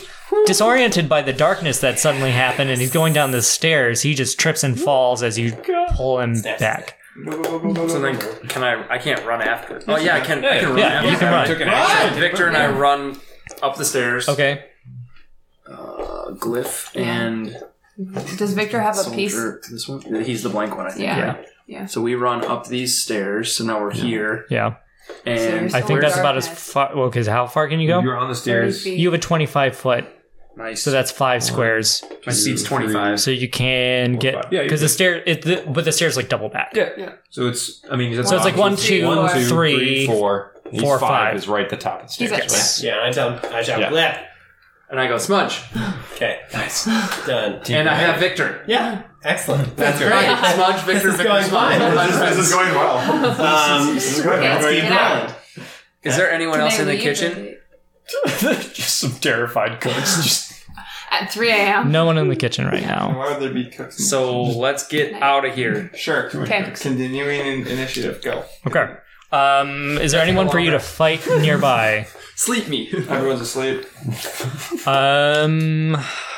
A: disoriented by the darkness that suddenly happened, and he's going down the stairs. He just trips and falls as you pull him back.
D: Something? Can I? I can't run after. it. Oh yeah, I can. I can run
A: Yeah,
D: after.
A: you
D: it.
A: can run.
E: Took an action.
D: Victor and I run up the stairs.
A: Okay.
D: Uh, glyph and
F: Does Victor have a piece?
D: soldier. This one. He's the blank one. I think.
F: Yeah.
D: yeah.
F: Yeah.
D: So we run up these stairs. So now we're here.
A: Yeah.
D: And
F: So
A: I think
F: we're
A: that's about as
F: darkness.
A: far. Well, because how far can you go?
E: You're on the
F: Thirty
E: stairs.
F: feet.
A: You have a 25 foot,
D: nice.
A: so that's five
E: Oh.
A: squares.
D: my speed's twenty five.
A: So you can get
E: Yeah, you
A: because the stair, it, the, but the stairs like double back.
E: Yeah, yeah. So it's, I mean, that's
A: So it's like one,
E: two,
A: two,
E: one, two,
A: three,
E: three, four. These
A: four,
E: five,
A: five.
E: is right at the top of the
F: He's
E: stairs.
F: like,
E: right?
A: Yes.
B: Yeah, I tell I shout
E: Yeah.
B: left.
D: And I go smudge.
B: Okay, nice, done.
D: And I have Victor.
B: Yeah, excellent. That's
D: Right. Smudge Victor.
B: is
D: Victor,
B: going
D: smudge.
B: fine.
K: This, this is going well.
B: Um,
K: This is going well.
B: let's
F: Okay.
B: keep
F: Get out.
B: going.
D: Is there anyone else in the
F: Today we
D: kitchen?
F: usually-
I: just some terrified cooks. Just
F: At 3 a.m.
A: No one in the kitchen right now.
K: Why would there be cooks?
D: So let's get out of here.
K: Sure.
F: Okay.
K: Continuing in initiative. Go.
A: Okay. Um, is there anyone for you to fight nearby?
D: Sleep me.
K: Everyone's asleep
A: Um,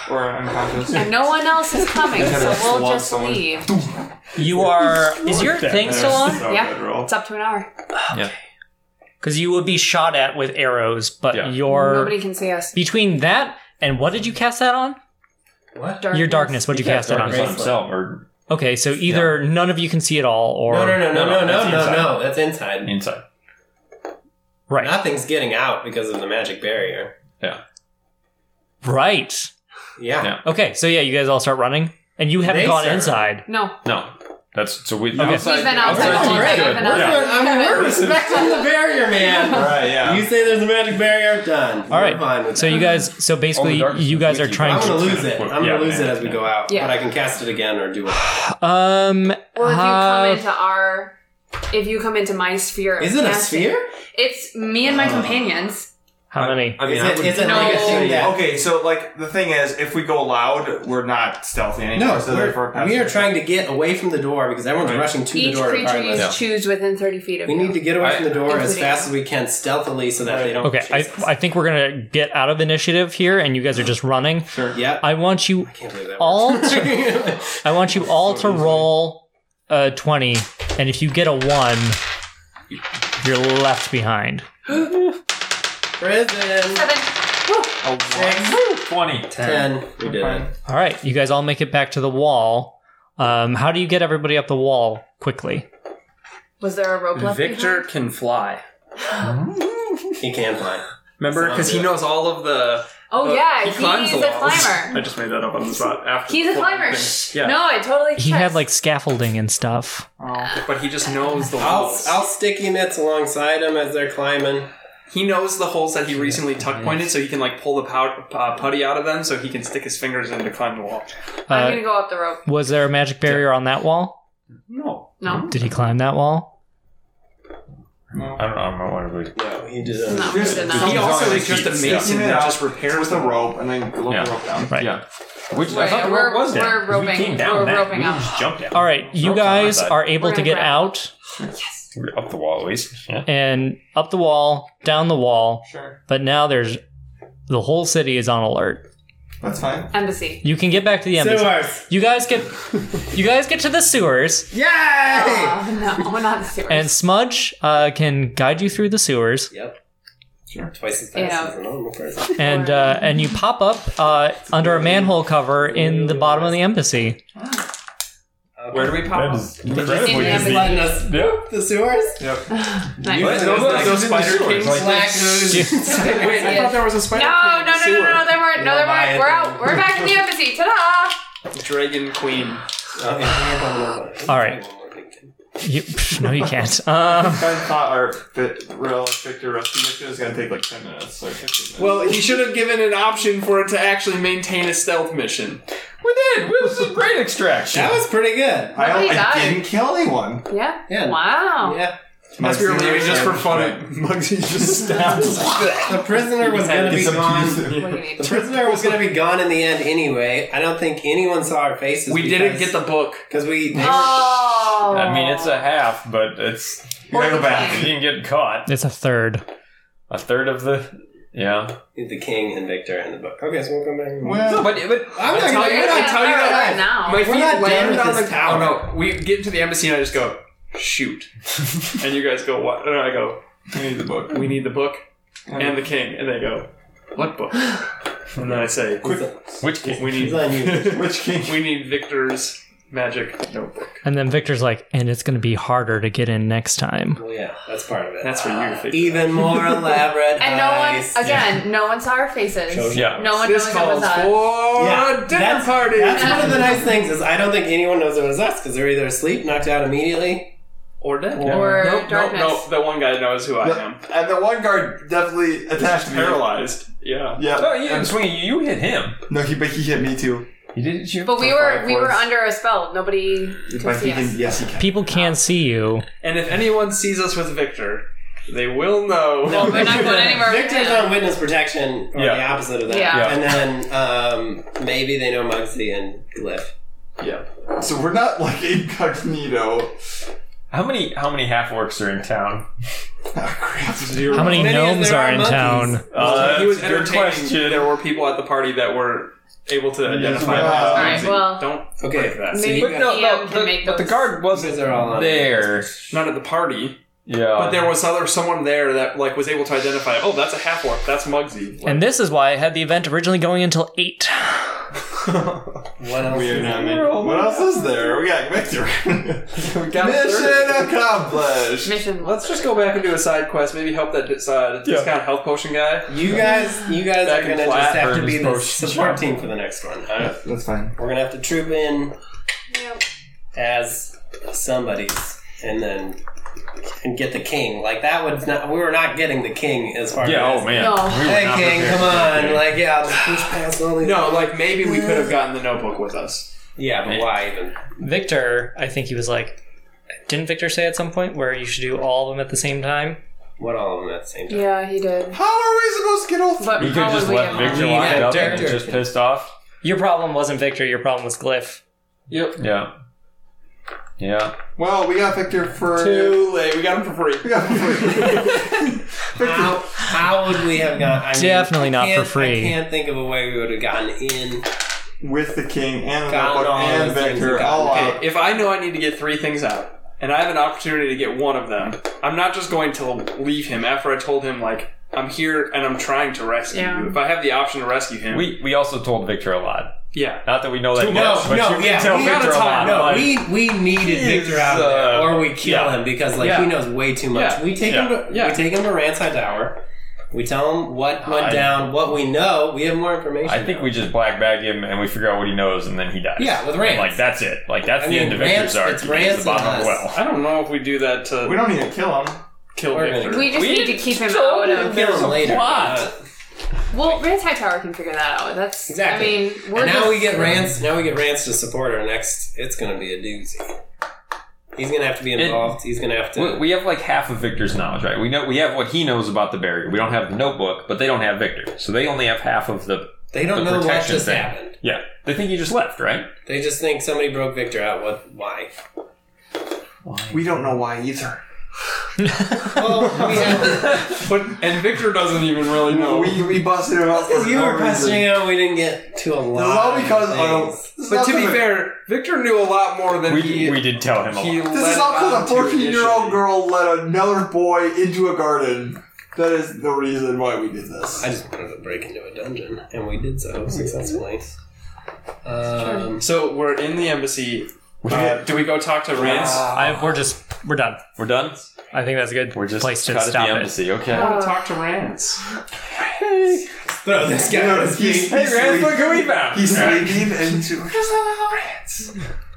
K: or unconscious.
F: And no one else is coming, so we'll
K: slug
F: just
K: someone.
F: leave.
A: you are. Is your thing still on?
K: So
F: Yeah.
K: good roll.
F: It's up to an hour.
A: Because you would be shot at with arrows, but
E: Yeah.
A: your
F: Nobody can see us.
A: between that and what did you cast that on? Your darkness. What did you cast that on?
E: Darkness on himself or
A: Okay, so either none of you can see it all, or
B: No, no, no, no, no,
E: that's
B: no, no,
E: inside.
B: no. That's inside.
E: inside.
A: right,
B: Nothing's getting out because of the magic barrier.
A: right.
B: Yeah.
E: Yeah.
A: Okay, so yeah, you guys all start running, and you haven't
B: They
A: gone
B: start-
A: inside.
F: No.
E: No, that's so we.
A: Okay.
F: We've been outside
E: outside
F: all
E: team's
F: night.
E: good.
F: We've been
E: We're
F: outside.
B: We're, I mean, we're respecting the barrier, man.
K: Right. Yeah.
B: You say there's a magic barrier, done.
A: All right.
B: We're fine with
A: So
B: that.
A: you guys, so basically,
E: darkness
A: you
E: is
A: guys are
E: with you.
A: trying
B: I'm gonna
A: to.
B: lose it. I'm
E: Yeah,
B: gonna lose
E: man.
B: it as we go out.
F: Yeah.
B: But I can cast it again or do it.
A: Um,
F: Well, if you
A: uh,
F: come into our, if you come into my sphere, of
B: Is it a
F: casting-
B: sphere? Oh.
F: It's me and my companions.
A: how many?
K: I mean,
B: Is
K: I
B: it,
K: wouldn't-
B: is it like a
F: No.
B: thing that?
K: Okay, so like the thing is, if we go loud, we're not stealthy anymore.
B: No,
K: so therefore,
B: we're,
K: passive-
B: we are trying to get away from the door because everyone's rushing to
F: Each
B: the door.
F: creature you
B: regardless.
F: choose within thirty feet of
B: We
F: you.
B: need to get away
E: I-
B: from the door as
F: Including
B: fast
F: you.
B: as we can stealthily so that they don't.
A: Okay, I,
B: chase us.
A: I think we're gonna get out of initiative here, and you guys are just running.
B: Yep.
A: I want you
B: can't believe that.
A: all. To,
B: worked.
A: I want you all to roll a twenty, and if you get a one, you're left behind.
B: Prison.
F: Seven.
B: Six.
E: Twenty.
B: Ten. We did it.
A: All right, you guys all make it back to the wall. Um, how do you get everybody up the wall quickly?
F: Was there a rope left?
D: Victor can fly.
B: He can fly.
D: Remember, because he knows all of the.
F: behind? Oh
D: the-
F: yeah,
D: he climbs
F: he's
D: the
F: a
D: walls.
F: climber.
G: I just made that up on the spot. After
F: He's a
G: the
F: climber.
G: thing. Yeah.
F: No, I totally.
A: He had
F: checked.
A: like scaffolding and stuff.
D: But he just knows the
B: I'll
D: walls.
B: I'll sticky mitts alongside him as they're climbing.
G: He knows the holes that he recently tuck pointed, so he can like pull the pow- uh, putty out of them, so he can stick his fingers in to climb the wall.
F: I'm
A: Uh,
F: gonna go up the rope.
A: was there a magic barrier on that wall?
G: No,
F: No.
A: Did he climb that wall?
E: I don't know. I don't know what it was.
B: No, he didn't.
F: No, we did
D: he
F: not.
D: also
K: only
D: is just
K: like he's
D: amazing.
K: sticking it
D: That
K: out
D: just repairs
K: with
D: the
K: the rope and then loop
E: Yeah.
K: the rope down.
A: Right.
E: Yeah. Which I
F: Right,
E: thought the
F: we're-
E: rope was down.
F: we're
E: 'cause we
F: roping-
E: came down
F: we're
E: that,
F: roping
E: we
F: up.
E: just jumped out.
A: All right, you
E: Rope's on my
A: guys
E: side.
A: are able
F: We're
A: to
F: gonna
A: get
F: grab-
A: out
E: We're up the wall at least. Yeah.
A: and up the wall, down the wall,
K: Sure.
A: but now there's the whole city is on alert.
K: That's fine.
F: Embassy.
A: You can get back to the embassy.
B: Sewers.
A: You guys get you guys get to the sewers
B: Yay!
F: Oh, no, we're not the sewers.
A: and Smudge uh, can guide you through the sewers
B: Yep. Twice as fast
F: Yeah.
B: as a normal person.
A: and uh, and you pop up uh, under a manhole cover in the bottom of the embassy.
D: Where do we pop? up?
F: In the
B: He's
F: embassy.
B: letting us the sewers.
F: Nice.
B: What? Those are- those
D: spider kings.
B: Black moves.
D: Wait, I thought there was a spider
F: No, no,
D: king.
F: no, no, no, they weren't. No, they weren't. We're
B: Leviathan.
F: out. We're back in the embassy. Ta-da!
D: Dragon queen.
A: All right. You, no, you can't. Um,
K: I thought our fit, real Victor Rusty mission was gonna take like ten minutes, like fifteen minutes.
G: Well, he should have given an option for it to actually maintain a stealth mission.
E: We did. It was a great extraction.
B: That was pretty good.
K: I,
F: nobody
K: don't- I
F: died.
K: didn't kill anyone.
F: Yeah.
B: Yeah.
F: Wow.
B: Yeah.
G: Unless we were leaving just for fun.
K: Mugsy just stabbed.
B: The prisoner was gonna be
K: It's
B: gone.
K: up to
F: What
K: you.
F: do you mean?
B: The prisoner was going to be gone in the end anyway. I don't think anyone saw our faces.
G: We didn't get the book.
B: because 'cause we. They
F: Oh.
E: I mean, it's a half, but it's
K: You gotta go back.
E: you didn't get caught.
A: it's a third.
E: A third of the yeah.
B: were the king and Victor and the book. Okay, so we'll come back.
K: Well,
D: But but
B: I'm not
G: tell
B: gonna-
G: you
B: we're
G: that.
B: not
G: Tell you
F: Right
D: that.
F: now.
G: My feet
B: not done
G: land
B: with
G: on the
B: this tower.
D: Oh no, we get into the embassy and I just go.
G: shoot. and you guys go, what? And I go,
K: We need the book.
G: we need the book and the king. And they go, what book? And then I say,
E: Which king?
G: we need,
K: Which king?
G: we need Victor's magic notebook.
A: And then Victor's like, and it's going to be harder to get in next time.
B: Well, yeah, that's part of it.
G: That's for you to figure
B: Even more elaborate.
F: And no one,
B: heist.
F: again, no one saw our faces.
E: Yeah.
F: No one
G: This
F: knows it
G: calls
F: was us.
G: for
B: Yeah,
G: a dinner
B: that's-
G: party.
B: That's one of the nice things is I don't think anyone knows it was us because they're either asleep, knocked out immediately.
G: or dead.
F: Or
G: nope, nope,
F: darkness.
G: nope. The one guy knows who I am.
K: And the one guard definitely attacked me.
G: Paralyzed. Yeah.
K: Yeah.
E: Oh, you didn't swing. at You you hit him.
K: No, he, but he hit me too.
E: You didn't shoot.
F: But we
E: for
F: were
E: five
F: we were
E: points.
F: under a spell. Nobody could
K: But he
F: see
K: can,
F: us.
K: yes, he can.
A: People can't see you.
G: And if anyone sees us with Victor, they will know.
F: We're not going anywhere. with
B: Victor's
F: him.
B: on witness protection, or the opposite of that.
F: Yeah. Yeah.
B: And then um, maybe they know Muggsy and Glyph.
G: yeah.
K: So we're not like incognito.
E: How many how many half orcs are in town?
K: Ah,
A: How many
B: Many as
A: gnomes
B: there
A: are
B: are
A: in
B: monkeys.
A: town?
G: Uh, he was
E: that's a good
G: entertaining.
E: question.
G: There were people at the party that were able to
K: wow.
G: identify. him as
K: All
F: right,
G: Lindsay.
F: well-
G: don't
B: Okay,
G: break that.
B: so you
F: Maybe-
B: guys,
F: no, PM can
E: the,
F: make
E: but the
F: those.
E: guard
B: you guys
E: wasn't
B: are all on
E: there.
G: not at the party.
E: Yeah,
G: But there was other someone there that like was able to identify. Oh, that's a half orc. That's Muggsy. Like,
A: And this is why I had the event originally going until 8.
B: What else?
K: We are not making. What else is there? We got Victor. Mission accomplished.
F: Mission.
G: let's just go back and do a side quest. Maybe help that dis- uh, discount health potion guy.
B: You guys, you guys
G: Back
B: are
G: in
B: gonna
G: flat
B: just have to
E: burns
B: be the
E: post-
B: support team for the next one. Huh?
K: That's fine.
B: We're gonna have to troop in
F: Yep.
B: as somebody's, and then and get the king. Like that would not. We were not getting the king as far
E: yeah.
B: as
E: Oh man.
F: No.
E: We were
B: Hey
E: not
B: king, come
E: prepared for that
B: on!
E: game.
B: Like yeah, I'll just push past all these.
G: No, like maybe we could have gotten the notebook with us.
B: Yeah, but why even?
A: Victor, I think he was like, didn't Victor say at some point where you should do all of them at the same time?
B: What all of them at the same time?
F: Yeah, he did.
K: How are we supposed to get all?
F: But
E: you could have just let Victor
A: Leave
E: locked
A: it
E: up
A: there.
E: and just pissed off.
A: Your problem wasn't Victor, your problem was Glyph.
E: Yeah. Yeah.
K: Well, we got Victor for
G: Too late. We got him for free.
K: We got
B: How, how would we have gotten? I mean,
A: Definitely not
B: I can't-
A: for free.
B: I can't think of a way we would have gotten in.
K: with the king and the
B: Got
K: notebook
B: all
K: and
B: those things we
K: Victor
B: got.
K: all
B: Okay.
K: out.
G: If I know I need to get three things out, and I have an opportunity to get one of them, I'm not just going to leave him after I told him like I'm here and I'm trying to rescue
F: Yeah.
G: you. If I have the option to rescue him,
E: We we also told Victor a lot.
G: yeah.
E: Not that we know that much, but you can tell
B: we,
E: Victor a lot.
B: No,
E: like,
B: we we needed
E: he's,
B: Victor out of there,
E: uh,
B: or we kill
E: yeah.
B: him because like he
G: Yeah.
B: knows way too much.
G: Yeah.
B: We take him to
G: Yeah.
B: we take him to Ranside Tower. We tell him what went
E: I-
B: down, what we know. We have more information.
E: I think
B: now.
E: we just black bag him and we figure out what he knows and then he dies.
B: Yeah, with Rance.
E: Like that's it. Like that's
B: I
E: the
B: mean,
E: end of
B: Rance-
E: Victor's arc.
B: it's
E: He gets
B: Rance
E: the bottom
B: and
E: of the
B: us.
E: well.
G: I don't know if we do that to
K: We don't need to kill him.
G: kill
B: We're
G: Victor.
B: gonna-
F: We just
E: We
F: need to
E: didn't
F: keep him out
B: We'll
F: of.
B: kill him later.
E: plot.
B: Uh,
F: Well, Rance Hightower can figure that out. That's
B: Exactly.
F: I mean, we're
B: and now
F: just-
B: we get Rance. Now we get Rance to support our next. It's going to be a doozy. He's going to have to be involved. He's going to have to.
E: We- We have like half of Victor's knowledge, right? We know we have what he knows about the barrier. We don't have the notebook, but they don't have Victor, so they only have half of the.
B: they don't
E: the
B: know what
E: protection
B: just
E: thing.
B: happened.
E: Yeah, they think he just left, right?
B: They just think somebody broke Victor out. What? Why?
K: We don't know why either.
B: Well, we have,
G: But and Victor doesn't even really know.
K: We, we busted him out.
B: because
K: for
B: you
K: no
B: were
K: reason.
B: questioning how we didn't get to a lot.
K: This is all because
B: of
K: of.
B: things.
K: this is
G: but
K: all
G: to be
K: because of-
G: fair, Victor knew a lot more than
E: We
G: he.
E: we did tell him a
G: he
E: lot.
K: This
G: Uh,
K: is all because a 14 year old girl led another boy into a garden. That is the reason why we did this.
B: I just wanted to break into a dungeon, and we did so successfully. Um,
G: So we're in the embassy. Uh, do we go talk to
B: Ah.
G: Rance?
A: I, we're just, we're done.
E: We're done.
A: I think that's a good
E: We're just
A: place to
E: cut at
A: stop
E: the
A: it.
E: embassy. Okay.
F: Oh,
G: I want to talk to Rance.
B: throw this guy.
K: He's, he's,
E: Hey, Rance,
K: sleep-
E: look who we found.
K: he's sleeping into.